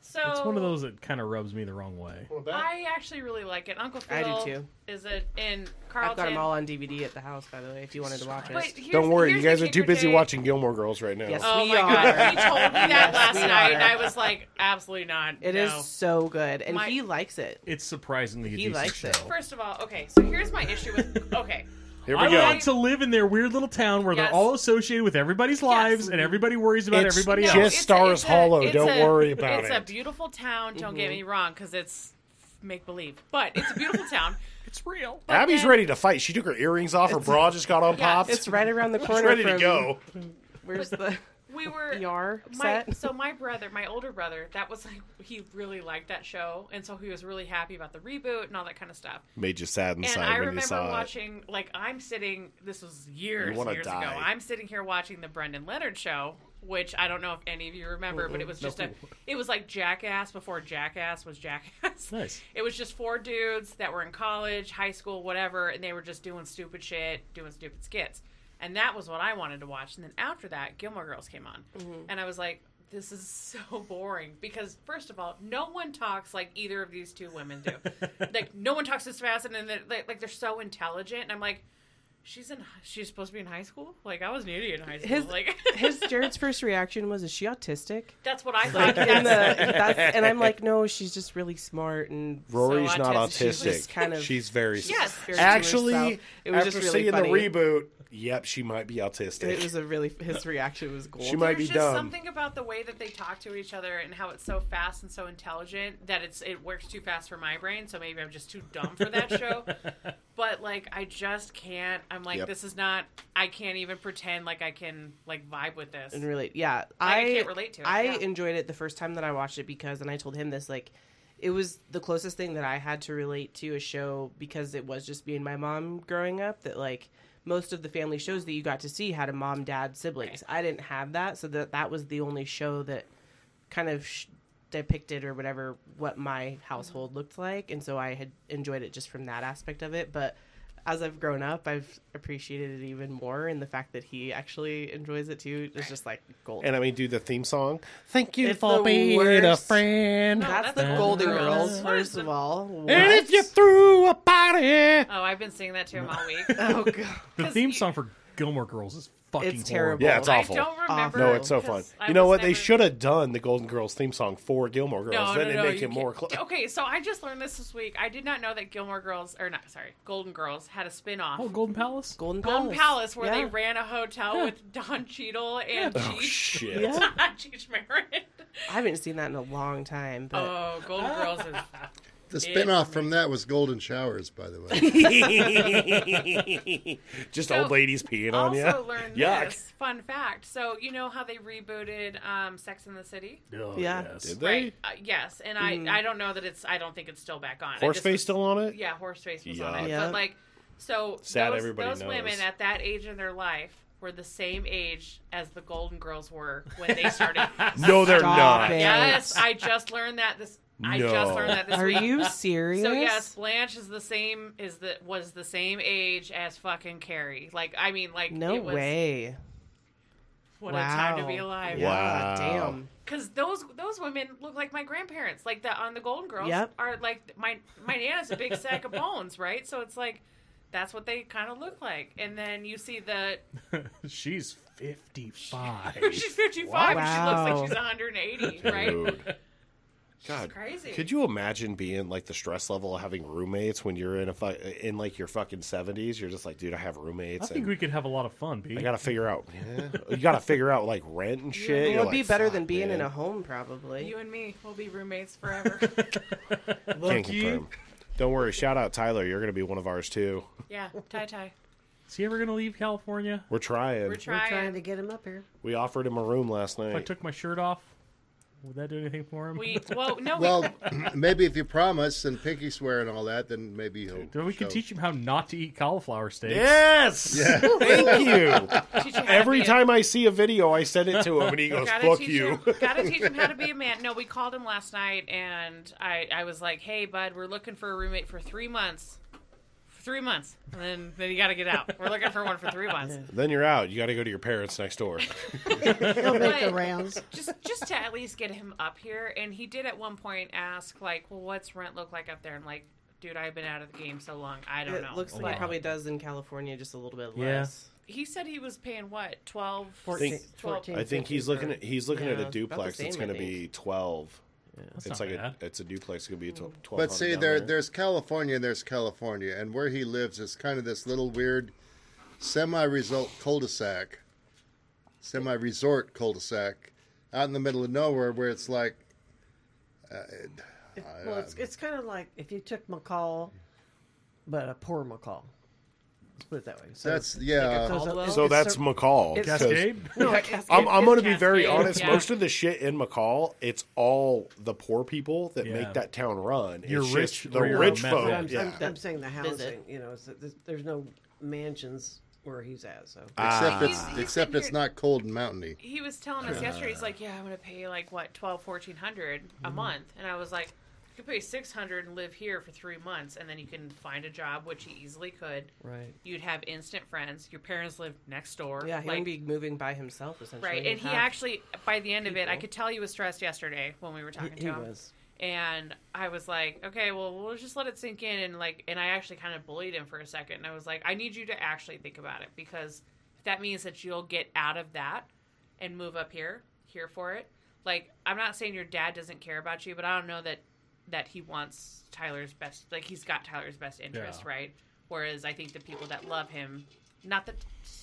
[SPEAKER 6] So
[SPEAKER 2] It's one of those that kind of rubs me the wrong way.
[SPEAKER 6] I actually really like it. Uncle Phil.
[SPEAKER 8] I do too.
[SPEAKER 6] Is it in
[SPEAKER 8] I've
[SPEAKER 6] Carlton?
[SPEAKER 8] got them all on DVD at the house, by the way, if you wanted to watch
[SPEAKER 6] But
[SPEAKER 8] it.
[SPEAKER 6] here's-
[SPEAKER 7] Don't worry, you
[SPEAKER 6] here's
[SPEAKER 7] guys
[SPEAKER 6] the
[SPEAKER 7] are too
[SPEAKER 6] kicker,
[SPEAKER 7] busy
[SPEAKER 6] Jay.
[SPEAKER 7] watching Gilmore Girls right now.
[SPEAKER 8] Yes,
[SPEAKER 6] Oh
[SPEAKER 8] we
[SPEAKER 6] my
[SPEAKER 8] are.
[SPEAKER 6] god! He told me that last
[SPEAKER 8] we
[SPEAKER 6] night, and
[SPEAKER 8] are.
[SPEAKER 6] I was like, absolutely not.
[SPEAKER 8] It
[SPEAKER 6] no.
[SPEAKER 8] is so good, and
[SPEAKER 6] My-
[SPEAKER 8] he likes it.
[SPEAKER 2] It's surprisingly a
[SPEAKER 8] He
[SPEAKER 2] decent
[SPEAKER 8] likes
[SPEAKER 2] show.
[SPEAKER 8] it.
[SPEAKER 6] First of all, okay. So here's my issue with. Okay.
[SPEAKER 7] Here we
[SPEAKER 2] I
[SPEAKER 7] go.
[SPEAKER 2] want to live in their weird little town where
[SPEAKER 6] Yes.
[SPEAKER 2] they're all associated with everybody's lives and everybody worries about
[SPEAKER 7] It's
[SPEAKER 2] everybody
[SPEAKER 7] just-
[SPEAKER 6] No,
[SPEAKER 2] else.
[SPEAKER 6] it's a-
[SPEAKER 7] Stars
[SPEAKER 6] it's a-
[SPEAKER 7] Hollow,
[SPEAKER 6] it's
[SPEAKER 7] don't
[SPEAKER 6] a-
[SPEAKER 7] worry about
[SPEAKER 6] it's
[SPEAKER 7] it.
[SPEAKER 6] a beautiful town. Don't
[SPEAKER 8] Mm-hmm.
[SPEAKER 6] get me wrong, because it's make believe, but it's a beautiful town.
[SPEAKER 2] It's real.
[SPEAKER 7] Abby's
[SPEAKER 6] then-
[SPEAKER 7] ready to fight. She took her earrings off. Her bra just got
[SPEAKER 6] Yeah,
[SPEAKER 7] unpopped.
[SPEAKER 8] It's right around the
[SPEAKER 7] She's
[SPEAKER 8] corner.
[SPEAKER 7] ready to
[SPEAKER 8] from-
[SPEAKER 7] go.
[SPEAKER 8] Where's the?
[SPEAKER 6] we were
[SPEAKER 8] ER
[SPEAKER 6] my,
[SPEAKER 8] set.
[SPEAKER 6] so my brother, my older brother, that was like he really liked that show, and so he was really happy about the reboot and all that kind of stuff.
[SPEAKER 7] Made you sad and
[SPEAKER 6] And
[SPEAKER 7] sad
[SPEAKER 6] I
[SPEAKER 7] when you
[SPEAKER 6] remember
[SPEAKER 7] saw
[SPEAKER 6] watching, like, I'm sitting, this was years,
[SPEAKER 7] wanna
[SPEAKER 6] years ago.
[SPEAKER 7] die.
[SPEAKER 6] I'm sitting here watching the Brendan Leonard show, which I don't know if any of you remember, but it was just a, it was like Jackass before Jackass was Jackass.
[SPEAKER 2] Nice.
[SPEAKER 6] It was just four dudes that were in college, high school, whatever, and they were just doing stupid shit, doing stupid skits. And that was what I wanted to watch. And then after that, Gilmore Girls came on. And I was like, this is so boring because first of all, no one talks like either of these two women do. like no one talks as fast and then they're, like, like they're so intelligent and I'm like she's in she's supposed to be in high school? Like I was an idiot in high school.
[SPEAKER 8] His-
[SPEAKER 6] like
[SPEAKER 8] His Jared's first reaction was, "Is she autistic?"
[SPEAKER 6] that's what I thought.
[SPEAKER 8] And, the,
[SPEAKER 6] That's-
[SPEAKER 8] that's, and I'm like, "No, she's just really smart and
[SPEAKER 7] it. Rory's
[SPEAKER 6] so
[SPEAKER 7] not
[SPEAKER 6] autistic.
[SPEAKER 7] autistic.
[SPEAKER 8] She's just kind of-
[SPEAKER 7] She's very
[SPEAKER 6] Yes.
[SPEAKER 8] spiritual
[SPEAKER 7] Actually,
[SPEAKER 8] herself." it was
[SPEAKER 7] after
[SPEAKER 8] just really
[SPEAKER 7] seeing
[SPEAKER 8] funny.
[SPEAKER 7] the reboot, yep, she might be autistic.
[SPEAKER 8] It was a really his reaction was gold.
[SPEAKER 7] She might be
[SPEAKER 6] There's just
[SPEAKER 7] dumb.
[SPEAKER 6] something about the way that they talk to each other and how it's so fast and so intelligent that it's it works too fast for my brain. So maybe I'm just too dumb for that show. But like, I just can't. I'm like,
[SPEAKER 7] Yep.
[SPEAKER 6] this is not. I can't even pretend like I can like vibe with this.
[SPEAKER 8] and relate. Yeah,
[SPEAKER 6] I
[SPEAKER 8] I,
[SPEAKER 6] can't relate to it,
[SPEAKER 8] I
[SPEAKER 6] yeah.
[SPEAKER 8] enjoyed it the first time that I watched it because, and I told him this like, it was the closest thing that I had to relate to a show because it was just being my mom growing up. That like most of the family shows that you got to see had a mom, dad, siblings. I didn't have that, so that that was the only show that kind of. Sh- depicted or whatever what my household looked like and so i had enjoyed it just from that aspect of it but as I've grown up, I've appreciated it even more, and the fact that he actually enjoys it too is just like gold.
[SPEAKER 7] and I mean, do the theme song. Thank you
[SPEAKER 8] It's
[SPEAKER 7] for
[SPEAKER 8] the
[SPEAKER 7] being a
[SPEAKER 8] worst.
[SPEAKER 7] friend.
[SPEAKER 6] No,
[SPEAKER 8] that's, the
[SPEAKER 6] Golden
[SPEAKER 8] Golden
[SPEAKER 6] Girls.
[SPEAKER 8] Girls,
[SPEAKER 6] What is
[SPEAKER 8] first
[SPEAKER 6] the-
[SPEAKER 8] of all.
[SPEAKER 7] And if
[SPEAKER 8] What?
[SPEAKER 7] you threw a party,
[SPEAKER 6] Oh, I've been singing that to him all week.
[SPEAKER 8] oh god,
[SPEAKER 2] The theme song for Gilmore Girls is fucking
[SPEAKER 8] it's terrible.
[SPEAKER 7] Yeah, it's
[SPEAKER 6] I
[SPEAKER 7] awful.
[SPEAKER 6] don't remember.
[SPEAKER 7] No, it's so fun.
[SPEAKER 6] because I
[SPEAKER 7] You know
[SPEAKER 6] was
[SPEAKER 7] what? They
[SPEAKER 6] never-
[SPEAKER 7] should have done the Golden Girls theme song for Gilmore Girls.
[SPEAKER 6] No, no,
[SPEAKER 7] then they
[SPEAKER 6] no,
[SPEAKER 7] make
[SPEAKER 6] you
[SPEAKER 7] it more
[SPEAKER 6] can't-
[SPEAKER 7] close.
[SPEAKER 6] Okay, so I just learned this this week. I did not know that Gilmore Girls, or not, sorry, Golden Girls had a spin off.
[SPEAKER 2] Oh, Golden Palace.
[SPEAKER 8] Golden Palace.
[SPEAKER 6] Golden Palace, where they
[SPEAKER 8] Yeah.
[SPEAKER 6] ran a hotel with Don Cheadle and
[SPEAKER 7] Oh
[SPEAKER 6] Cheech.
[SPEAKER 7] shit!
[SPEAKER 8] Yeah.
[SPEAKER 6] Cheech Marin.
[SPEAKER 8] I haven't seen that in a long time, but
[SPEAKER 6] Oh, Golden Girls is.
[SPEAKER 5] The spin off from that was Golden Showers, by the way.
[SPEAKER 7] Just
[SPEAKER 6] So,
[SPEAKER 7] old ladies peeing on you.
[SPEAKER 6] Also learned
[SPEAKER 7] Yuck.
[SPEAKER 6] this fun fact. So you know how they rebooted um, Sex in the City,
[SPEAKER 2] Oh,
[SPEAKER 8] Yeah.
[SPEAKER 2] yes.
[SPEAKER 7] Did they?
[SPEAKER 6] right? Uh, yes, and I I don't know that it's I don't think it's still back on. I just-
[SPEAKER 7] Horseface Mm. still on it?
[SPEAKER 6] Yeah, Horseface was on it,
[SPEAKER 7] Yeah.
[SPEAKER 6] but like, so
[SPEAKER 7] Sad
[SPEAKER 6] those,
[SPEAKER 7] everybody
[SPEAKER 6] those
[SPEAKER 7] knows.
[SPEAKER 6] women at that age in their life were the same age as the Golden Girls were when they started.
[SPEAKER 7] No, they're
[SPEAKER 8] Stop
[SPEAKER 7] not.
[SPEAKER 8] it.
[SPEAKER 6] Yes, I just learned that this. I just
[SPEAKER 7] No.
[SPEAKER 6] learned that this
[SPEAKER 8] are
[SPEAKER 6] week.
[SPEAKER 8] you serious?
[SPEAKER 6] So yes, Blanche is the same is the was the same age as fucking Carrie. Like I mean, like
[SPEAKER 8] No
[SPEAKER 6] it was,
[SPEAKER 8] way.
[SPEAKER 6] What a time to
[SPEAKER 8] Wow.
[SPEAKER 6] be alive.
[SPEAKER 8] Yeah,
[SPEAKER 7] Wow.
[SPEAKER 8] Damn.
[SPEAKER 6] Because those those women look like my grandparents. Like the on the Golden Girls
[SPEAKER 8] Yep.
[SPEAKER 6] are like my my nana's a big sack of bones, right? So it's like that's what they kind of look like. And then you see the
[SPEAKER 2] She's fifty-five.
[SPEAKER 6] she's fifty five and she looks
[SPEAKER 8] Wow.
[SPEAKER 6] like she's one hundred and eighty, right?
[SPEAKER 7] Dude. God,
[SPEAKER 6] crazy.
[SPEAKER 7] Could you imagine being like the stress level of having roommates when you're in a fu- in like your fucking seventies? You're just like, dude, I have roommates.
[SPEAKER 2] I think
[SPEAKER 7] and
[SPEAKER 2] we could have a lot of fun, B.
[SPEAKER 7] I gotta figure out. you gotta figure out like rent and shit.
[SPEAKER 8] It
[SPEAKER 7] You're
[SPEAKER 8] would be
[SPEAKER 7] like,
[SPEAKER 8] better
[SPEAKER 7] "Fuck,
[SPEAKER 8] than being in
[SPEAKER 7] man."
[SPEAKER 8] a home, probably.
[SPEAKER 6] You and me will be roommates forever.
[SPEAKER 7] Can't confirm. Don't worry. Shout out Tyler. You're gonna be one of ours too.
[SPEAKER 6] yeah, tie tie.
[SPEAKER 2] Is he ever gonna leave California?
[SPEAKER 7] We're trying.
[SPEAKER 6] We're
[SPEAKER 3] We're
[SPEAKER 6] trying.
[SPEAKER 3] trying to get him up here.
[SPEAKER 7] we offered him a room last
[SPEAKER 2] If I
[SPEAKER 7] night.
[SPEAKER 2] took my shirt off, would that do anything for him?
[SPEAKER 6] We well no
[SPEAKER 5] well,
[SPEAKER 6] we,
[SPEAKER 5] maybe if you promise and pinky swear and all that, then maybe he'll.
[SPEAKER 2] Then we could
[SPEAKER 5] show.
[SPEAKER 2] teach him how not to eat cauliflower steaks.
[SPEAKER 7] yes. Thank you.
[SPEAKER 6] teach you how to
[SPEAKER 7] Every
[SPEAKER 6] be a-
[SPEAKER 7] time I see a video, I send it to him, and he goes,
[SPEAKER 6] gotta
[SPEAKER 7] "Fuck
[SPEAKER 6] teach
[SPEAKER 7] you."
[SPEAKER 6] Him, gotta teach him how to be a man. No, we called him last night, and I, I was like, "Hey, bud, we're looking for a roommate for three months. For three months, and then then you gotta get out. We're looking for one for three months.
[SPEAKER 7] Then you're out. You got to go to your parents next door.
[SPEAKER 3] He'll make the
[SPEAKER 6] But-
[SPEAKER 3] rounds.
[SPEAKER 6] Just just to at least get him up here. And he did at one point ask, like, "Well, what's rent look like up there?" And like, dude, I've been out of the game so long, I don't
[SPEAKER 8] It
[SPEAKER 6] know.
[SPEAKER 8] looks like
[SPEAKER 6] But
[SPEAKER 8] it probably does in California, just a little bit
[SPEAKER 2] Yeah.
[SPEAKER 8] less.
[SPEAKER 6] he said he was paying what twelve.
[SPEAKER 3] Fourteen-
[SPEAKER 7] think-
[SPEAKER 6] Well,
[SPEAKER 3] fourteen,
[SPEAKER 7] I think
[SPEAKER 3] fifteen
[SPEAKER 7] he's looking
[SPEAKER 3] for-
[SPEAKER 7] at he's looking at
[SPEAKER 8] Yeah,
[SPEAKER 7] a
[SPEAKER 8] about the
[SPEAKER 7] duplex. that's
[SPEAKER 8] same, I
[SPEAKER 7] going to be twelve.
[SPEAKER 2] That's
[SPEAKER 7] It's
[SPEAKER 2] not
[SPEAKER 7] like a
[SPEAKER 2] bad.
[SPEAKER 7] it's a duplex. It's going to be a tw- twelve.
[SPEAKER 5] But see,
[SPEAKER 7] down
[SPEAKER 5] there, there's California and there's California, and where he lives is kind of this little weird semi-resort cul-de-sac, semi-resort cul-de-sac, out in the middle of nowhere, where it's like,
[SPEAKER 3] Well, it's, it's kind of like if you took McCall, but a poor McCall. Let's put it that way. So
[SPEAKER 5] That's uh, yeah.
[SPEAKER 3] So,
[SPEAKER 8] Caldwell?
[SPEAKER 3] it's-
[SPEAKER 7] So
[SPEAKER 3] it's
[SPEAKER 7] that's
[SPEAKER 3] sur-
[SPEAKER 7] McCall.
[SPEAKER 3] it's-
[SPEAKER 7] 'cause
[SPEAKER 2] Cascade?
[SPEAKER 7] I'm, I'm going to be
[SPEAKER 6] Cascade,
[SPEAKER 7] very honest.
[SPEAKER 6] yeah.
[SPEAKER 7] Most of the shit in McCall, it's all the poor people that
[SPEAKER 2] Yeah.
[SPEAKER 7] make that town run. It's
[SPEAKER 2] You're
[SPEAKER 7] just
[SPEAKER 2] rich
[SPEAKER 7] the
[SPEAKER 2] or you're a
[SPEAKER 7] rich
[SPEAKER 2] meth
[SPEAKER 7] folk.
[SPEAKER 3] But I'm,
[SPEAKER 2] head.
[SPEAKER 7] yeah.
[SPEAKER 3] I'm, I'm saying the housing.
[SPEAKER 8] Visit.
[SPEAKER 3] You know, it's, there's, there's no mansions where he's at. So
[SPEAKER 2] Ah.
[SPEAKER 5] Except it's
[SPEAKER 6] He's- he's
[SPEAKER 5] except
[SPEAKER 6] sitting
[SPEAKER 5] it's
[SPEAKER 6] here-
[SPEAKER 5] not cold and mountainy.
[SPEAKER 6] He was telling us yesterday. He's like, "Yeah, I'm gonna pay like what twelve, fourteen hundred a month," and I was like, "You could pay six hundred and live here for three months, and then you can find a job, which he easily could.
[SPEAKER 3] right.
[SPEAKER 6] You'd have instant friends. Your parents live next door.
[SPEAKER 8] Yeah, he
[SPEAKER 6] like,
[SPEAKER 8] would be moving by himself essentially.
[SPEAKER 6] right." And he
[SPEAKER 8] Half-
[SPEAKER 6] actually, by the end of it, I
[SPEAKER 8] people.
[SPEAKER 6] could tell he was stressed yesterday when we were talking
[SPEAKER 3] He
[SPEAKER 6] to him.
[SPEAKER 3] was.
[SPEAKER 6] and I was like, okay, well, we'll just let it sink in, and like, and I actually kind of bullied him for a second, and I was like, I need you to actually think about it because that means that you'll get out of that and move up here, here for it. Like, I'm not saying your dad doesn't care about you, but I don't know that that he wants Tyler's best. Like, he's got Tyler's best interest,
[SPEAKER 2] Yeah.
[SPEAKER 6] right? Whereas I think the people that love him, not that,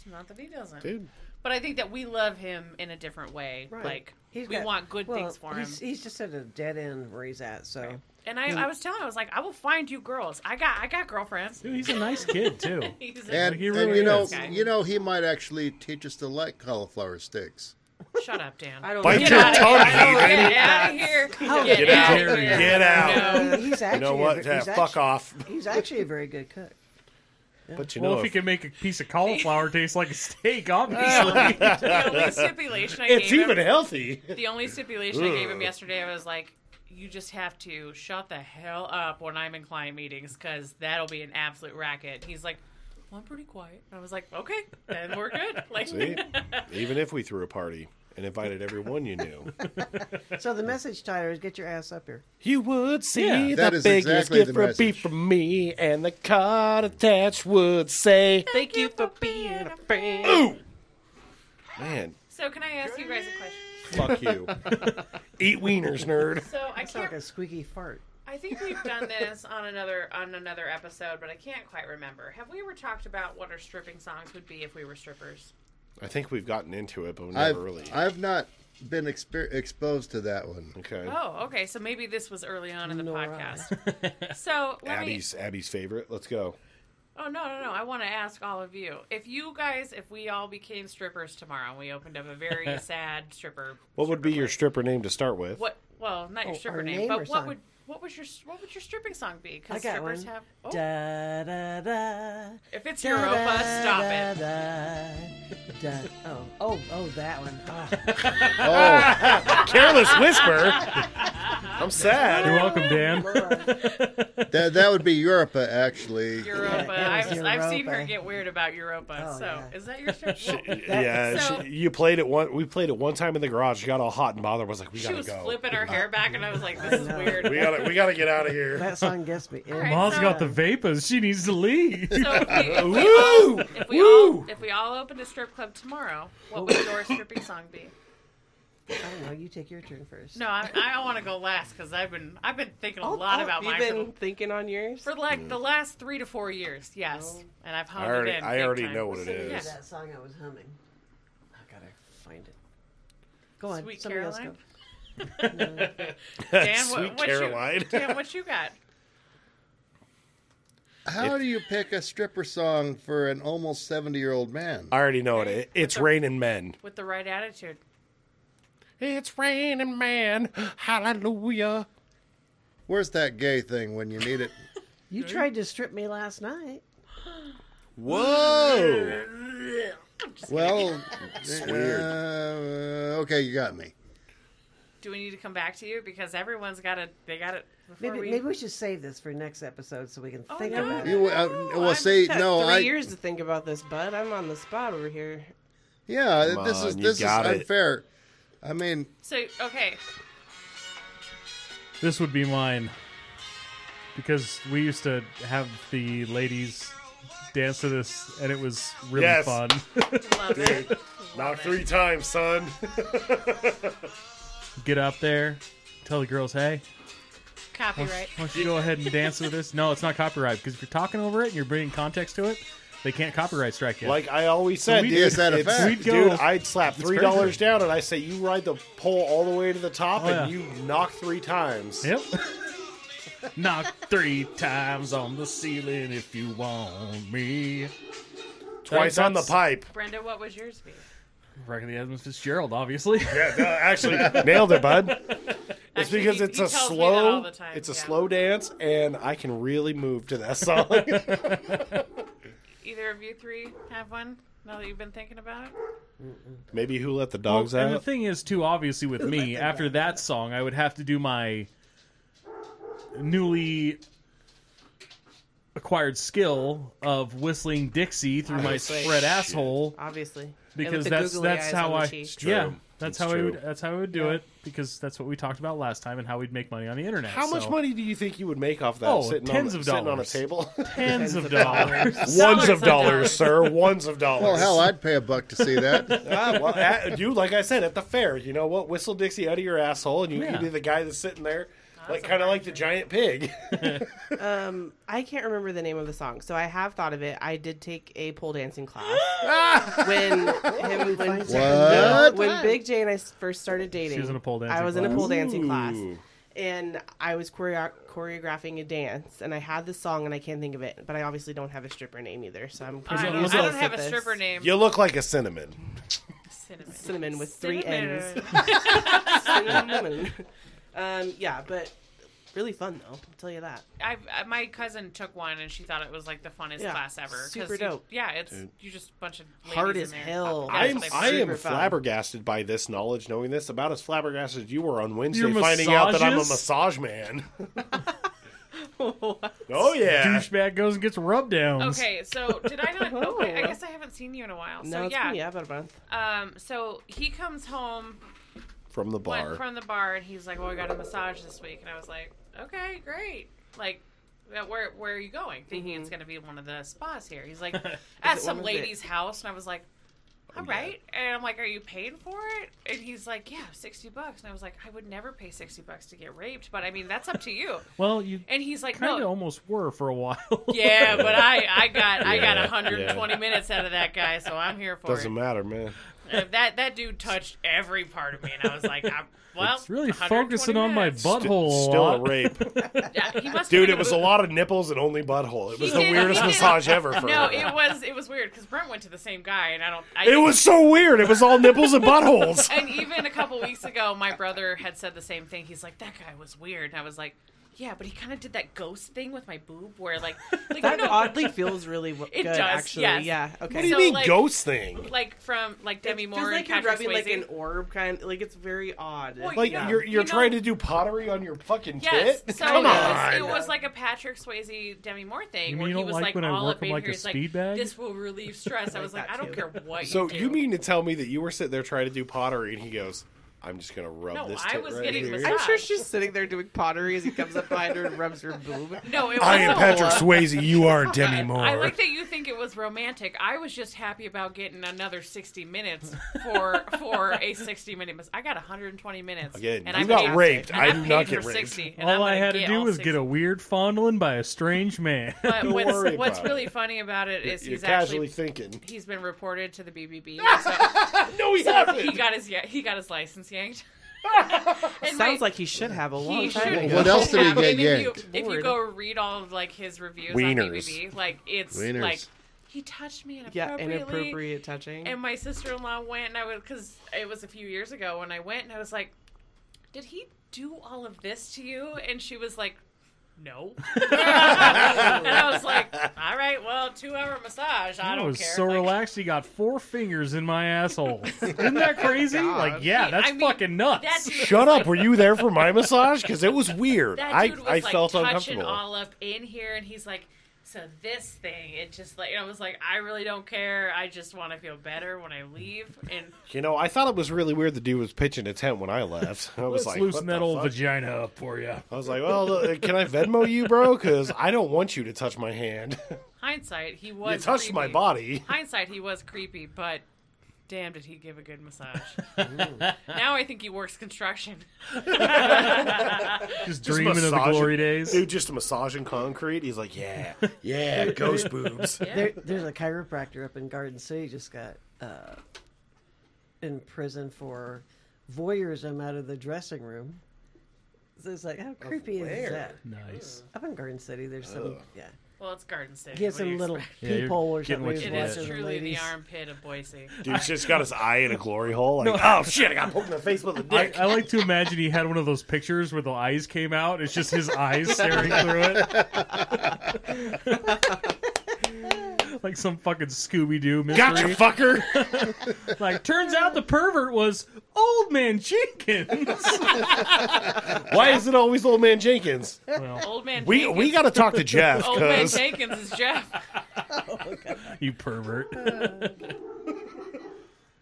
[SPEAKER 6] not that he doesn't,
[SPEAKER 7] Dude.
[SPEAKER 6] but I think that we love him in a different way.
[SPEAKER 3] Right.
[SPEAKER 6] Like,
[SPEAKER 3] He's
[SPEAKER 6] we
[SPEAKER 3] got-
[SPEAKER 6] want good
[SPEAKER 3] well,
[SPEAKER 6] things for him.
[SPEAKER 3] He's, he's just at a dead end where he's at. So
[SPEAKER 6] And
[SPEAKER 7] Hmm.
[SPEAKER 6] I, I was telling, him, I was like, I will find you girls. I got, I got girlfriends.
[SPEAKER 2] Dude, he's a nice kid too.
[SPEAKER 6] He's a-
[SPEAKER 5] And,
[SPEAKER 2] He
[SPEAKER 5] and,
[SPEAKER 2] really
[SPEAKER 5] you know,
[SPEAKER 2] is.
[SPEAKER 5] you know, he might actually teach us to like cauliflower sticks.
[SPEAKER 6] shut up, Dan.
[SPEAKER 8] I don't
[SPEAKER 7] Bite
[SPEAKER 6] Get
[SPEAKER 8] know.
[SPEAKER 7] your
[SPEAKER 6] out of
[SPEAKER 7] tongue,
[SPEAKER 6] here!
[SPEAKER 7] heathen.
[SPEAKER 6] Get out of here!
[SPEAKER 7] Get, out.
[SPEAKER 2] out.
[SPEAKER 7] Get out.
[SPEAKER 6] No.
[SPEAKER 3] He- he's
[SPEAKER 7] You
[SPEAKER 3] actually
[SPEAKER 7] know
[SPEAKER 3] a
[SPEAKER 7] what?
[SPEAKER 3] ve-
[SPEAKER 7] Yeah,
[SPEAKER 3] he's
[SPEAKER 7] fuck
[SPEAKER 3] actually,
[SPEAKER 7] off.
[SPEAKER 3] He's actually a very good cook.
[SPEAKER 7] But you
[SPEAKER 2] well,
[SPEAKER 7] know,
[SPEAKER 2] if he
[SPEAKER 7] if-
[SPEAKER 2] can make a piece of cauliflower taste like a steak, obviously.
[SPEAKER 6] The only stipulation I
[SPEAKER 7] it's
[SPEAKER 6] gave
[SPEAKER 7] even
[SPEAKER 6] him,
[SPEAKER 7] healthy.
[SPEAKER 6] the only stipulation I gave him yesterday, I was like, you just have to shut the hell up when I'm in client meetings because that'll be an absolute racket. He's like, well, I'm pretty quiet. I was like, okay, then we're good. Like,
[SPEAKER 7] See? even if we threw a party and invited everyone you knew,
[SPEAKER 3] So the message, Tyler, is get your ass up here.
[SPEAKER 7] you would see
[SPEAKER 2] Yeah.
[SPEAKER 5] That is exactly the
[SPEAKER 7] would be
[SPEAKER 5] message.
[SPEAKER 7] from me, and the card attached would say,
[SPEAKER 8] Thank you for being a friend.
[SPEAKER 7] "Man,
[SPEAKER 6] so can I ask you guys a question?
[SPEAKER 7] fuck you, eat wieners, nerd."
[SPEAKER 6] So I
[SPEAKER 3] It's like
[SPEAKER 6] can't
[SPEAKER 3] a squeaky fart.
[SPEAKER 6] I think we've done this on another on another episode, but I can't quite remember. Have we ever talked about what our stripping songs would be if we were strippers?
[SPEAKER 7] I think we've gotten into it, but we never
[SPEAKER 5] I've
[SPEAKER 7] really.
[SPEAKER 5] I've not been exper- exposed to that one.
[SPEAKER 7] okay.
[SPEAKER 6] Oh, okay. So maybe this was early on in the
[SPEAKER 3] Nor
[SPEAKER 6] podcast. so let me.
[SPEAKER 7] Abby's Abby's favorite. Let's go.
[SPEAKER 6] Oh no, no, no! I want to ask all of you if you guys, if we all became strippers tomorrow, and we opened up a very sad stripper.
[SPEAKER 7] What would be your stripper name to start with?
[SPEAKER 6] What? Well, not your
[SPEAKER 3] Oh,
[SPEAKER 6] stripper
[SPEAKER 3] our
[SPEAKER 6] name,
[SPEAKER 3] name
[SPEAKER 6] but
[SPEAKER 3] or
[SPEAKER 6] what
[SPEAKER 3] song?
[SPEAKER 6] would what was your what would your stripping song be?
[SPEAKER 3] I
[SPEAKER 6] Because
[SPEAKER 3] got
[SPEAKER 6] strippers
[SPEAKER 3] one.
[SPEAKER 6] have. Oh,
[SPEAKER 3] Da da da.
[SPEAKER 6] if it's
[SPEAKER 3] da,
[SPEAKER 6] Europa,
[SPEAKER 3] da,
[SPEAKER 6] stop
[SPEAKER 3] da,
[SPEAKER 6] it.
[SPEAKER 3] Da, da. Oh, oh, oh, that one. Oh,
[SPEAKER 5] Oh,
[SPEAKER 7] Careless Whisper. I'm sad.
[SPEAKER 2] You're welcome, Dan.
[SPEAKER 3] Lord.
[SPEAKER 5] that that would be Europa actually.
[SPEAKER 6] Europa.
[SPEAKER 3] Yeah, it
[SPEAKER 6] I've,
[SPEAKER 3] was
[SPEAKER 6] I've seen her
[SPEAKER 3] Europa.
[SPEAKER 6] get weird about Europa.
[SPEAKER 3] Oh,
[SPEAKER 6] so
[SPEAKER 3] yeah.
[SPEAKER 6] is that your stripper? Well,
[SPEAKER 7] Yeah,
[SPEAKER 6] So-
[SPEAKER 7] she, you played it one. We played it one time in the garage. She got all hot and bothered. Was like, we
[SPEAKER 6] she
[SPEAKER 7] gotta
[SPEAKER 6] was
[SPEAKER 7] go.
[SPEAKER 6] flipping her hair back, and I was like, "This is weird."
[SPEAKER 7] We gotta, we gotta get out of here.
[SPEAKER 3] that song gets me.
[SPEAKER 6] right.
[SPEAKER 2] Ma's
[SPEAKER 6] so-
[SPEAKER 2] got the vapors. She needs to leave.
[SPEAKER 6] So if we, if we,
[SPEAKER 7] Woo!
[SPEAKER 6] if we
[SPEAKER 7] Woo!
[SPEAKER 6] all if we all opened a strip club tomorrow, what would your stripping song be?
[SPEAKER 3] I don't know. You take your turn first.
[SPEAKER 6] No, I, I want to go last because I've been I've been thinking a
[SPEAKER 8] Oh,
[SPEAKER 6] lot
[SPEAKER 8] oh,
[SPEAKER 6] about
[SPEAKER 8] You've
[SPEAKER 6] mine for,
[SPEAKER 8] been
[SPEAKER 6] the-
[SPEAKER 8] thinking on yours.
[SPEAKER 6] for like the last three to four years.
[SPEAKER 3] Oh.
[SPEAKER 6] Yes, and I've honed
[SPEAKER 7] Mm. I already,
[SPEAKER 6] it in.
[SPEAKER 7] I
[SPEAKER 6] big
[SPEAKER 7] already
[SPEAKER 6] time.
[SPEAKER 7] know what it
[SPEAKER 3] Singing
[SPEAKER 7] is.
[SPEAKER 3] that song I was humming. Oh, I gotta find it. Go on,
[SPEAKER 6] Sweet
[SPEAKER 3] somebody
[SPEAKER 6] Caroline?
[SPEAKER 3] else go.
[SPEAKER 6] Dan, what,
[SPEAKER 7] Sweet
[SPEAKER 6] what
[SPEAKER 7] Caroline.
[SPEAKER 6] You, Dan, what you got?
[SPEAKER 5] How do you pick a stripper song for an almost seventy year old man?
[SPEAKER 7] I already know it. It's raining men.
[SPEAKER 6] With the right attitude.
[SPEAKER 7] It's raining man. Hallelujah.
[SPEAKER 5] Where's that gay thing when you need it?
[SPEAKER 3] You tried to strip me last night.
[SPEAKER 7] Whoa.
[SPEAKER 5] Well,
[SPEAKER 7] It's
[SPEAKER 5] uh,
[SPEAKER 7] weird.
[SPEAKER 5] okay, you got me.
[SPEAKER 6] Do we need to come back to you because everyone's got to they got it before
[SPEAKER 3] Maybe
[SPEAKER 6] we.
[SPEAKER 3] maybe we should save this for next episode so we can think
[SPEAKER 6] Oh, no.
[SPEAKER 3] about it.
[SPEAKER 5] You uh, well,
[SPEAKER 8] Oh, I've
[SPEAKER 5] see,
[SPEAKER 8] had
[SPEAKER 5] no,
[SPEAKER 8] three
[SPEAKER 5] I
[SPEAKER 8] years to think about this, bud. I'm on the spot over here.
[SPEAKER 5] yeah,
[SPEAKER 7] Come
[SPEAKER 5] this is
[SPEAKER 7] on, you
[SPEAKER 5] this is
[SPEAKER 7] got it.
[SPEAKER 5] unfair. I mean,
[SPEAKER 6] So okay,
[SPEAKER 2] This would be mine. Because we used to have the ladies dance to this, and it was really
[SPEAKER 7] Yes.
[SPEAKER 2] fun.
[SPEAKER 6] love it.
[SPEAKER 7] Knock three times, son.
[SPEAKER 2] Get up there, tell the girls, hey,
[SPEAKER 6] Copyright.
[SPEAKER 2] why don't you go ahead and dance with this? No, it's not copyright, because if you're talking over it and you're bringing context to it, they can't copyright strike you.
[SPEAKER 7] Like I always said,
[SPEAKER 2] we
[SPEAKER 7] dude,
[SPEAKER 5] is that a
[SPEAKER 7] it's-
[SPEAKER 5] fact?
[SPEAKER 2] We'd go-
[SPEAKER 7] dude, I'd slap
[SPEAKER 2] It's
[SPEAKER 7] three dollars
[SPEAKER 2] crazy.
[SPEAKER 7] down, and I say, "You ride the pole all the way to the top,
[SPEAKER 2] Oh,
[SPEAKER 7] and
[SPEAKER 2] yeah.
[SPEAKER 7] you knock three times."
[SPEAKER 2] Yep. Knock three times on the ceiling if you want me.
[SPEAKER 7] Twice on the
[SPEAKER 2] that's-
[SPEAKER 7] pipe.
[SPEAKER 6] Brenda, what was yours be?
[SPEAKER 2] Franklin Adams Fitzgerald, obviously.
[SPEAKER 7] Yeah, no, actually, nailed it, bud. It's
[SPEAKER 6] Actually,
[SPEAKER 7] because
[SPEAKER 6] he-
[SPEAKER 7] it's
[SPEAKER 6] he
[SPEAKER 7] a
[SPEAKER 6] tells me that all
[SPEAKER 7] slow,
[SPEAKER 6] the time,
[SPEAKER 7] it's a
[SPEAKER 6] yeah.
[SPEAKER 7] slow dance, and I can really move to that song.
[SPEAKER 6] Either of you three have one now that you've been thinking about it?
[SPEAKER 7] Maybe who let the dogs
[SPEAKER 2] and the
[SPEAKER 7] out?
[SPEAKER 2] thing is, too, obviously, with me, after that song, I would have to do my newly acquired skill of whistling Dixie through my
[SPEAKER 8] Obviously.
[SPEAKER 2] spread asshole
[SPEAKER 8] obviously. And with
[SPEAKER 2] because
[SPEAKER 8] the
[SPEAKER 2] that's
[SPEAKER 8] googly
[SPEAKER 2] that's
[SPEAKER 8] eyes
[SPEAKER 2] how
[SPEAKER 8] on
[SPEAKER 2] I
[SPEAKER 8] the cheek.
[SPEAKER 7] true.
[SPEAKER 2] yeah that's
[SPEAKER 7] It's
[SPEAKER 2] how I
[SPEAKER 7] true.
[SPEAKER 2] would that's how I would do
[SPEAKER 8] Yeah.
[SPEAKER 2] it because that's what we talked about last time and how we'd make money on the internet.
[SPEAKER 7] How much
[SPEAKER 2] so-
[SPEAKER 7] money do you think you would make off that?
[SPEAKER 2] Oh,
[SPEAKER 7] sitting
[SPEAKER 2] tens
[SPEAKER 7] on,
[SPEAKER 2] of
[SPEAKER 7] sitting on a
[SPEAKER 2] dollars.
[SPEAKER 7] table.
[SPEAKER 2] Tens of dollars.
[SPEAKER 7] Ones of dollars, sir. Ones of dollars.
[SPEAKER 5] Well, oh, hell, I'd pay a buck to see that.
[SPEAKER 7] Ah, well, at, you like I said at the fair, you know what? Whistle Dixie out of your asshole, and you
[SPEAKER 2] Yeah.
[SPEAKER 7] can be the guy that's sitting there, like kind of like the giant pig.
[SPEAKER 8] Um, I can't remember the name of the song, so I have thought of it. I did take a pole dancing class when him when
[SPEAKER 5] What?
[SPEAKER 8] when Big J and I first started dating.
[SPEAKER 2] She was in a pole
[SPEAKER 8] I
[SPEAKER 2] dancing
[SPEAKER 8] was in a
[SPEAKER 2] class.
[SPEAKER 8] pole dancing class,
[SPEAKER 7] Ooh.
[SPEAKER 8] and I was choreo- choreographing a dance, and I had this song, and I can't think of it, but I obviously don't have a stripper name either, so I'm
[SPEAKER 6] I
[SPEAKER 8] pretty
[SPEAKER 6] don't, I
[SPEAKER 8] useless
[SPEAKER 6] don't have
[SPEAKER 8] at
[SPEAKER 6] a
[SPEAKER 8] this.
[SPEAKER 6] stripper name.
[SPEAKER 7] you look like a cinnamon.
[SPEAKER 6] Cinnamon.
[SPEAKER 8] Cinnamon with three
[SPEAKER 6] Cinnamon.
[SPEAKER 8] N's. Cinnamon. um, yeah, but really fun though. I'll tell you that.
[SPEAKER 6] I've, I, my cousin took one and she thought it was like the funnest
[SPEAKER 8] Yeah,
[SPEAKER 6] class ever. 'cause
[SPEAKER 8] super
[SPEAKER 6] you-
[SPEAKER 8] dope.
[SPEAKER 6] yeah, it's you just a bunch of ladies
[SPEAKER 8] Hard
[SPEAKER 6] in
[SPEAKER 8] as
[SPEAKER 6] there.
[SPEAKER 8] hell.
[SPEAKER 6] Yeah,
[SPEAKER 7] I'm,
[SPEAKER 6] that's what
[SPEAKER 7] I
[SPEAKER 6] I-
[SPEAKER 7] am
[SPEAKER 8] Super fun.
[SPEAKER 7] flabbergasted by this knowledge, knowing this about as flabbergasted as you were on Wednesday,
[SPEAKER 2] Your
[SPEAKER 7] finding out that I'm a
[SPEAKER 2] massages?
[SPEAKER 7] massage man. oh yeah,
[SPEAKER 2] Douchebag goes and gets rub downs.
[SPEAKER 6] Okay, so did I not? Oh, wait, I guess I haven't seen you in a while.
[SPEAKER 8] No,
[SPEAKER 6] So
[SPEAKER 8] it's
[SPEAKER 6] yeah,
[SPEAKER 8] been yeah about a month.
[SPEAKER 6] Um, so he comes home
[SPEAKER 7] from the
[SPEAKER 6] went
[SPEAKER 7] bar.
[SPEAKER 6] from the bar and he's like, "Well, we got a massage this week," and I was like, "Okay, great." Like, uh, where where are you going? Thinking it's
[SPEAKER 2] Mm-hmm.
[SPEAKER 6] going to be one of the spas here. He's like, "At
[SPEAKER 8] it
[SPEAKER 6] some
[SPEAKER 8] one of the-
[SPEAKER 6] lady's house," and I was like.
[SPEAKER 2] Oh,
[SPEAKER 6] All right, and I'm like, "Are you paying for it?" And he's like, "Yeah, sixty bucks." And I was like, "I would never pay sixty bucks to get raped, but I mean, that's up to you."
[SPEAKER 2] Well, you
[SPEAKER 6] And he's like,
[SPEAKER 2] kind of
[SPEAKER 6] "No,
[SPEAKER 2] almost were for a while.
[SPEAKER 6] yeah, but I, I got, I got
[SPEAKER 7] Yeah,
[SPEAKER 6] 120
[SPEAKER 7] yeah.
[SPEAKER 6] minutes out of that guy, so I'm here for it."
[SPEAKER 7] Doesn't matter, man.
[SPEAKER 6] And that that dude touched every part of me, and I was like, I'm, "Well,
[SPEAKER 2] it's really
[SPEAKER 6] 120
[SPEAKER 2] focusing on my
[SPEAKER 6] minutes.
[SPEAKER 2] butthole. a
[SPEAKER 7] Still a
[SPEAKER 2] lot.
[SPEAKER 7] rape,
[SPEAKER 6] Yeah, he must
[SPEAKER 7] dude.
[SPEAKER 6] have
[SPEAKER 7] It was a lot of nipples and only butthole. It was
[SPEAKER 6] He
[SPEAKER 7] the
[SPEAKER 6] did-
[SPEAKER 7] weirdest
[SPEAKER 6] he did-
[SPEAKER 7] massage ever for
[SPEAKER 6] No,
[SPEAKER 7] her.
[SPEAKER 6] it was it was weird because Brent went to the same guy, and I don't. I,
[SPEAKER 7] It was so weird. It was all nipples and buttholes.
[SPEAKER 6] And even a couple weeks ago, my brother had said the same thing. He's like, "That guy was weird," and I was like, "Yeah, but he kind of did that ghost thing with my boob, where like, like you
[SPEAKER 8] That
[SPEAKER 6] know,
[SPEAKER 8] oddly feels really w-
[SPEAKER 6] It
[SPEAKER 8] good,
[SPEAKER 6] does,
[SPEAKER 8] actually.
[SPEAKER 6] yes.
[SPEAKER 8] Yeah.
[SPEAKER 7] What
[SPEAKER 8] Okay.
[SPEAKER 7] do you
[SPEAKER 6] So,
[SPEAKER 7] mean
[SPEAKER 6] like-
[SPEAKER 7] ghost thing?
[SPEAKER 6] like from like Demi
[SPEAKER 8] It
[SPEAKER 6] Moore
[SPEAKER 8] feels
[SPEAKER 6] and
[SPEAKER 8] like you're
[SPEAKER 6] Patrick
[SPEAKER 8] rubbing like
[SPEAKER 6] Swayze."
[SPEAKER 8] an orb kind. Like it's very odd.
[SPEAKER 6] Well,
[SPEAKER 7] Like
[SPEAKER 6] Yeah.
[SPEAKER 7] you're
[SPEAKER 6] You
[SPEAKER 7] you're
[SPEAKER 6] know-
[SPEAKER 7] trying to do pottery on your fucking
[SPEAKER 6] Yes,
[SPEAKER 7] tit?
[SPEAKER 6] so
[SPEAKER 7] Come
[SPEAKER 6] it,
[SPEAKER 7] on.
[SPEAKER 6] Was, it was like a Patrick Swayze Demi Moore thing
[SPEAKER 2] You mean
[SPEAKER 6] where
[SPEAKER 2] you
[SPEAKER 6] he
[SPEAKER 2] don't
[SPEAKER 6] was
[SPEAKER 2] like
[SPEAKER 6] like,
[SPEAKER 2] when I
[SPEAKER 6] all
[SPEAKER 2] work
[SPEAKER 6] up
[SPEAKER 2] them
[SPEAKER 6] in
[SPEAKER 2] like
[SPEAKER 6] here.
[SPEAKER 2] a
[SPEAKER 6] He's
[SPEAKER 2] speed
[SPEAKER 6] like,
[SPEAKER 2] bag?
[SPEAKER 6] this will relieve stress. I was like,
[SPEAKER 8] that
[SPEAKER 6] I don't
[SPEAKER 8] too.
[SPEAKER 6] care what
[SPEAKER 7] so
[SPEAKER 6] do.
[SPEAKER 7] you mean to tell me that you were sitting there trying to do pottery and he goes, "I'm just gonna rub
[SPEAKER 6] No,
[SPEAKER 7] this."
[SPEAKER 6] I
[SPEAKER 7] tit
[SPEAKER 6] was
[SPEAKER 7] right
[SPEAKER 6] getting
[SPEAKER 7] here."
[SPEAKER 6] massage.
[SPEAKER 8] I'm sure she's sitting there doing pottery as he comes up behind her and rubs her boob.
[SPEAKER 6] No, it
[SPEAKER 7] I
[SPEAKER 6] wasn't.
[SPEAKER 7] am Patrick Swayze. You are Demi Moore.
[SPEAKER 6] I like that you think it was romantic. I was just happy about getting another 60 minutes for for a 60 minute. Mas- I got 120 minutes.
[SPEAKER 7] Again,
[SPEAKER 6] and
[SPEAKER 7] you
[SPEAKER 6] I'm
[SPEAKER 7] got
[SPEAKER 6] gonna-
[SPEAKER 7] raped.
[SPEAKER 6] and
[SPEAKER 7] I
[SPEAKER 6] I'm
[SPEAKER 7] do not
[SPEAKER 6] paid
[SPEAKER 7] get
[SPEAKER 6] for
[SPEAKER 7] raped.
[SPEAKER 6] 60, and I'm
[SPEAKER 2] All I
[SPEAKER 6] gonna
[SPEAKER 2] had to
[SPEAKER 6] get
[SPEAKER 2] do
[SPEAKER 6] all
[SPEAKER 2] was
[SPEAKER 6] 60.
[SPEAKER 2] get a weird fondling by a strange man.
[SPEAKER 6] But what's,
[SPEAKER 7] worry
[SPEAKER 6] what's
[SPEAKER 7] about it.
[SPEAKER 6] really funny about it is
[SPEAKER 7] You're
[SPEAKER 6] he's actually
[SPEAKER 7] casually thinking.
[SPEAKER 6] he's been reported to the BBB.
[SPEAKER 7] No, he
[SPEAKER 6] so
[SPEAKER 7] hasn't.
[SPEAKER 6] he got his yeah, he got his license yanked. And my-
[SPEAKER 8] Sounds like he should have a long
[SPEAKER 6] he
[SPEAKER 8] time.
[SPEAKER 6] should.
[SPEAKER 8] ago.
[SPEAKER 5] What else did he
[SPEAKER 6] have.
[SPEAKER 5] get
[SPEAKER 6] And if you-
[SPEAKER 5] yanked?
[SPEAKER 6] If you
[SPEAKER 8] Lord.
[SPEAKER 6] go read all of like his reviews on
[SPEAKER 7] Wieners.
[SPEAKER 6] BBB, like it's
[SPEAKER 5] Wieners.
[SPEAKER 6] like he touched me
[SPEAKER 8] Yeah,
[SPEAKER 6] inappropriately.
[SPEAKER 8] inappropriate touching.
[SPEAKER 6] And my sister in law went, and I was because it was a few years ago when I went, and I was like, "Did he do all of this to you?" And she was like, "No." and I was like, "All right, well, two hour massage. I
[SPEAKER 2] I
[SPEAKER 6] don't
[SPEAKER 2] was
[SPEAKER 6] care."
[SPEAKER 2] so
[SPEAKER 6] Like,
[SPEAKER 2] relaxed. He got four fingers in my asshole. Isn't that crazy? like, yeah,
[SPEAKER 6] I
[SPEAKER 2] that's
[SPEAKER 6] mean,
[SPEAKER 2] fucking nuts.
[SPEAKER 6] That dude
[SPEAKER 7] Shut
[SPEAKER 6] was
[SPEAKER 7] up!
[SPEAKER 6] Like,
[SPEAKER 7] Were you there for my massage? Because it was weird.
[SPEAKER 6] that
[SPEAKER 7] I
[SPEAKER 6] dude was
[SPEAKER 7] I
[SPEAKER 6] like
[SPEAKER 7] felt
[SPEAKER 6] touching
[SPEAKER 7] uncomfortable.
[SPEAKER 6] all up in here, and he's like. So this thing, it just like I was like, I really don't care. I just want to feel better when I leave. And
[SPEAKER 7] You know, I thought it was really weird the dude was pitching a tent when I left. I
[SPEAKER 2] Let's
[SPEAKER 7] was like,
[SPEAKER 2] loosen
[SPEAKER 7] what
[SPEAKER 2] that
[SPEAKER 7] the
[SPEAKER 2] old
[SPEAKER 7] fuck?
[SPEAKER 2] vagina up for you.
[SPEAKER 7] I was like, well, uh, can I Venmo you, bro? Because I don't want you to touch my hand.
[SPEAKER 6] hindsight, he was
[SPEAKER 7] you touched my
[SPEAKER 6] creepy.
[SPEAKER 7] body.
[SPEAKER 6] hindsight, he was creepy, but damn, did he give a good massage.
[SPEAKER 2] Mm.
[SPEAKER 6] now I think he works construction.
[SPEAKER 2] Just,
[SPEAKER 7] Just
[SPEAKER 2] dreaming of the
[SPEAKER 7] massaging-
[SPEAKER 2] glory days.
[SPEAKER 7] Dude, just massaging concrete. He's like, yeah, yeah, ghost boobs.
[SPEAKER 3] There, there's a chiropractor up in Garden City just got uh, in prison for voyeurism out of the dressing room. So it's like, how creepy is that?
[SPEAKER 2] Nice.
[SPEAKER 3] Up in Garden City, there's some, yeah.
[SPEAKER 6] Well, it's Garden City.
[SPEAKER 3] Gives
[SPEAKER 6] What do
[SPEAKER 3] him
[SPEAKER 6] you
[SPEAKER 3] little
[SPEAKER 6] expect?
[SPEAKER 2] Yeah, you're
[SPEAKER 3] peephole or
[SPEAKER 2] getting
[SPEAKER 3] something.
[SPEAKER 2] what
[SPEAKER 3] he's
[SPEAKER 2] you
[SPEAKER 6] It
[SPEAKER 2] Yeah.
[SPEAKER 6] is
[SPEAKER 3] watching
[SPEAKER 6] truly the
[SPEAKER 3] ladies.
[SPEAKER 6] armpit of Boise.
[SPEAKER 7] Dude's just got his eye in a glory hole. Like, oh shit, I got poked in the face with a
[SPEAKER 2] I,
[SPEAKER 7] dick.
[SPEAKER 2] I like to imagine he had one of those pictures where the eyes came out. It's just his eyes staring through it. like some fucking Scooby Doo mystery.
[SPEAKER 7] Gotcha, fucker.
[SPEAKER 2] Like, turns out the pervert was Old Man Jenkins.
[SPEAKER 7] Why is it always old man Jenkins?
[SPEAKER 2] well,
[SPEAKER 6] Old man.
[SPEAKER 7] We
[SPEAKER 6] Jenkins.
[SPEAKER 7] we got to talk to Jeff
[SPEAKER 6] Old man
[SPEAKER 7] because
[SPEAKER 6] Jenkins is Jeff.
[SPEAKER 2] you pervert.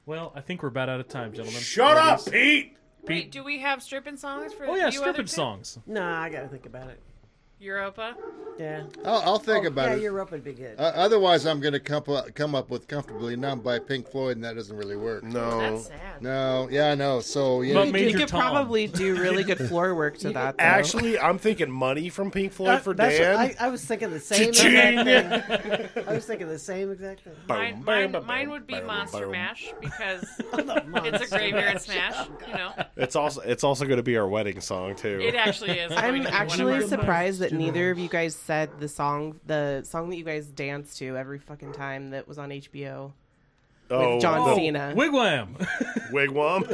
[SPEAKER 2] well, I think we're about out of time, gentlemen.
[SPEAKER 7] shut up, Pete.
[SPEAKER 6] Wait, do we have stripping songs for?
[SPEAKER 2] Oh yeah,
[SPEAKER 6] you other
[SPEAKER 2] stripping
[SPEAKER 6] two?
[SPEAKER 2] songs.
[SPEAKER 3] Nah, I gotta think about it.
[SPEAKER 6] Europa.
[SPEAKER 3] Yeah.
[SPEAKER 5] I'll, I'll think
[SPEAKER 3] Oh,
[SPEAKER 5] about
[SPEAKER 3] yeah,
[SPEAKER 5] it.
[SPEAKER 3] Europe would be good.
[SPEAKER 5] Uh, otherwise, I'm going to come up, come up with "Comfortably Numb" by Pink Floyd, and that doesn't really work.
[SPEAKER 6] That's
[SPEAKER 7] No,
[SPEAKER 6] sad.
[SPEAKER 5] No, yeah, I know. So yeah,
[SPEAKER 2] But
[SPEAKER 5] you-
[SPEAKER 2] Major
[SPEAKER 8] you could
[SPEAKER 2] Tom.
[SPEAKER 8] probably do really good floor work to that. Though.
[SPEAKER 7] actually, I'm thinking money from Pink Floyd for
[SPEAKER 3] That's what-
[SPEAKER 7] Dan.
[SPEAKER 3] I, I was thinking the same
[SPEAKER 7] Cha-ching.
[SPEAKER 3] exact thing. I was thinking the same exact thing.
[SPEAKER 6] Mine,
[SPEAKER 7] Boom,
[SPEAKER 6] mine,
[SPEAKER 7] boom,
[SPEAKER 6] mine
[SPEAKER 7] boom,
[SPEAKER 6] would be
[SPEAKER 7] boom,
[SPEAKER 6] Monster
[SPEAKER 7] boom.
[SPEAKER 6] Mash because it's a graveyard smash. You know,
[SPEAKER 7] It's also it's also going to be our wedding song too.
[SPEAKER 6] it actually is. We
[SPEAKER 8] I'm
[SPEAKER 6] need one of
[SPEAKER 8] actually
[SPEAKER 6] our-
[SPEAKER 8] surprised that neither of you guys said the song, the song that you guys dance to every fucking time that was on HBO with John
[SPEAKER 7] Oh, the
[SPEAKER 8] Cena.
[SPEAKER 2] Wigwam.
[SPEAKER 7] Wigwam.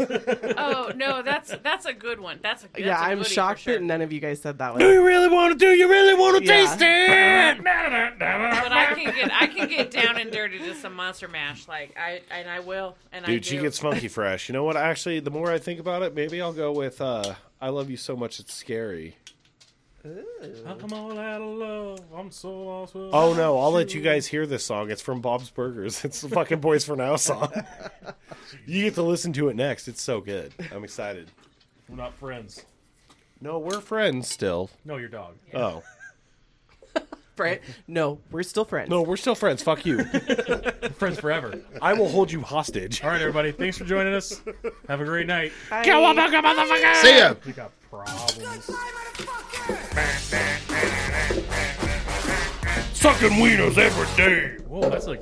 [SPEAKER 6] Oh no, that's that's a good one. That's a that's
[SPEAKER 8] yeah,
[SPEAKER 6] a
[SPEAKER 8] I'm
[SPEAKER 6] goodie for
[SPEAKER 8] shocked
[SPEAKER 6] sure.
[SPEAKER 8] that none of you guys said that
[SPEAKER 7] Do
[SPEAKER 8] one.
[SPEAKER 7] you really want to? Do you really want to
[SPEAKER 8] Yeah.
[SPEAKER 7] taste it?
[SPEAKER 6] But I can get I can get down and dirty to some Monster Mash. Like I and I will and I
[SPEAKER 7] Dude,
[SPEAKER 6] do.
[SPEAKER 7] she gets funky fresh. You know what? Actually, the more I think about it, maybe I'll go with uh, "I Love You So Much It's Scary."
[SPEAKER 2] I come all out of love. I'm so lost. With
[SPEAKER 7] Oh no, I'll let you guys hear this song. It's from Bob's Burgers. It's the fucking Boys for Now song. you get to listen to it next. It's so good. I'm excited.
[SPEAKER 2] We're not friends.
[SPEAKER 7] No, we're friends still.
[SPEAKER 2] No, your dog.
[SPEAKER 7] Oh.
[SPEAKER 8] Right? No, we're still friends.
[SPEAKER 7] No, we're still friends. Fuck you.
[SPEAKER 2] Friends forever.
[SPEAKER 7] I will hold you hostage.
[SPEAKER 2] All right, everybody. Thanks for joining us. Have a great night.
[SPEAKER 8] Bye.
[SPEAKER 5] see ya.
[SPEAKER 2] We got problems.
[SPEAKER 7] Sucking wieners every day.
[SPEAKER 2] Whoa, that's like.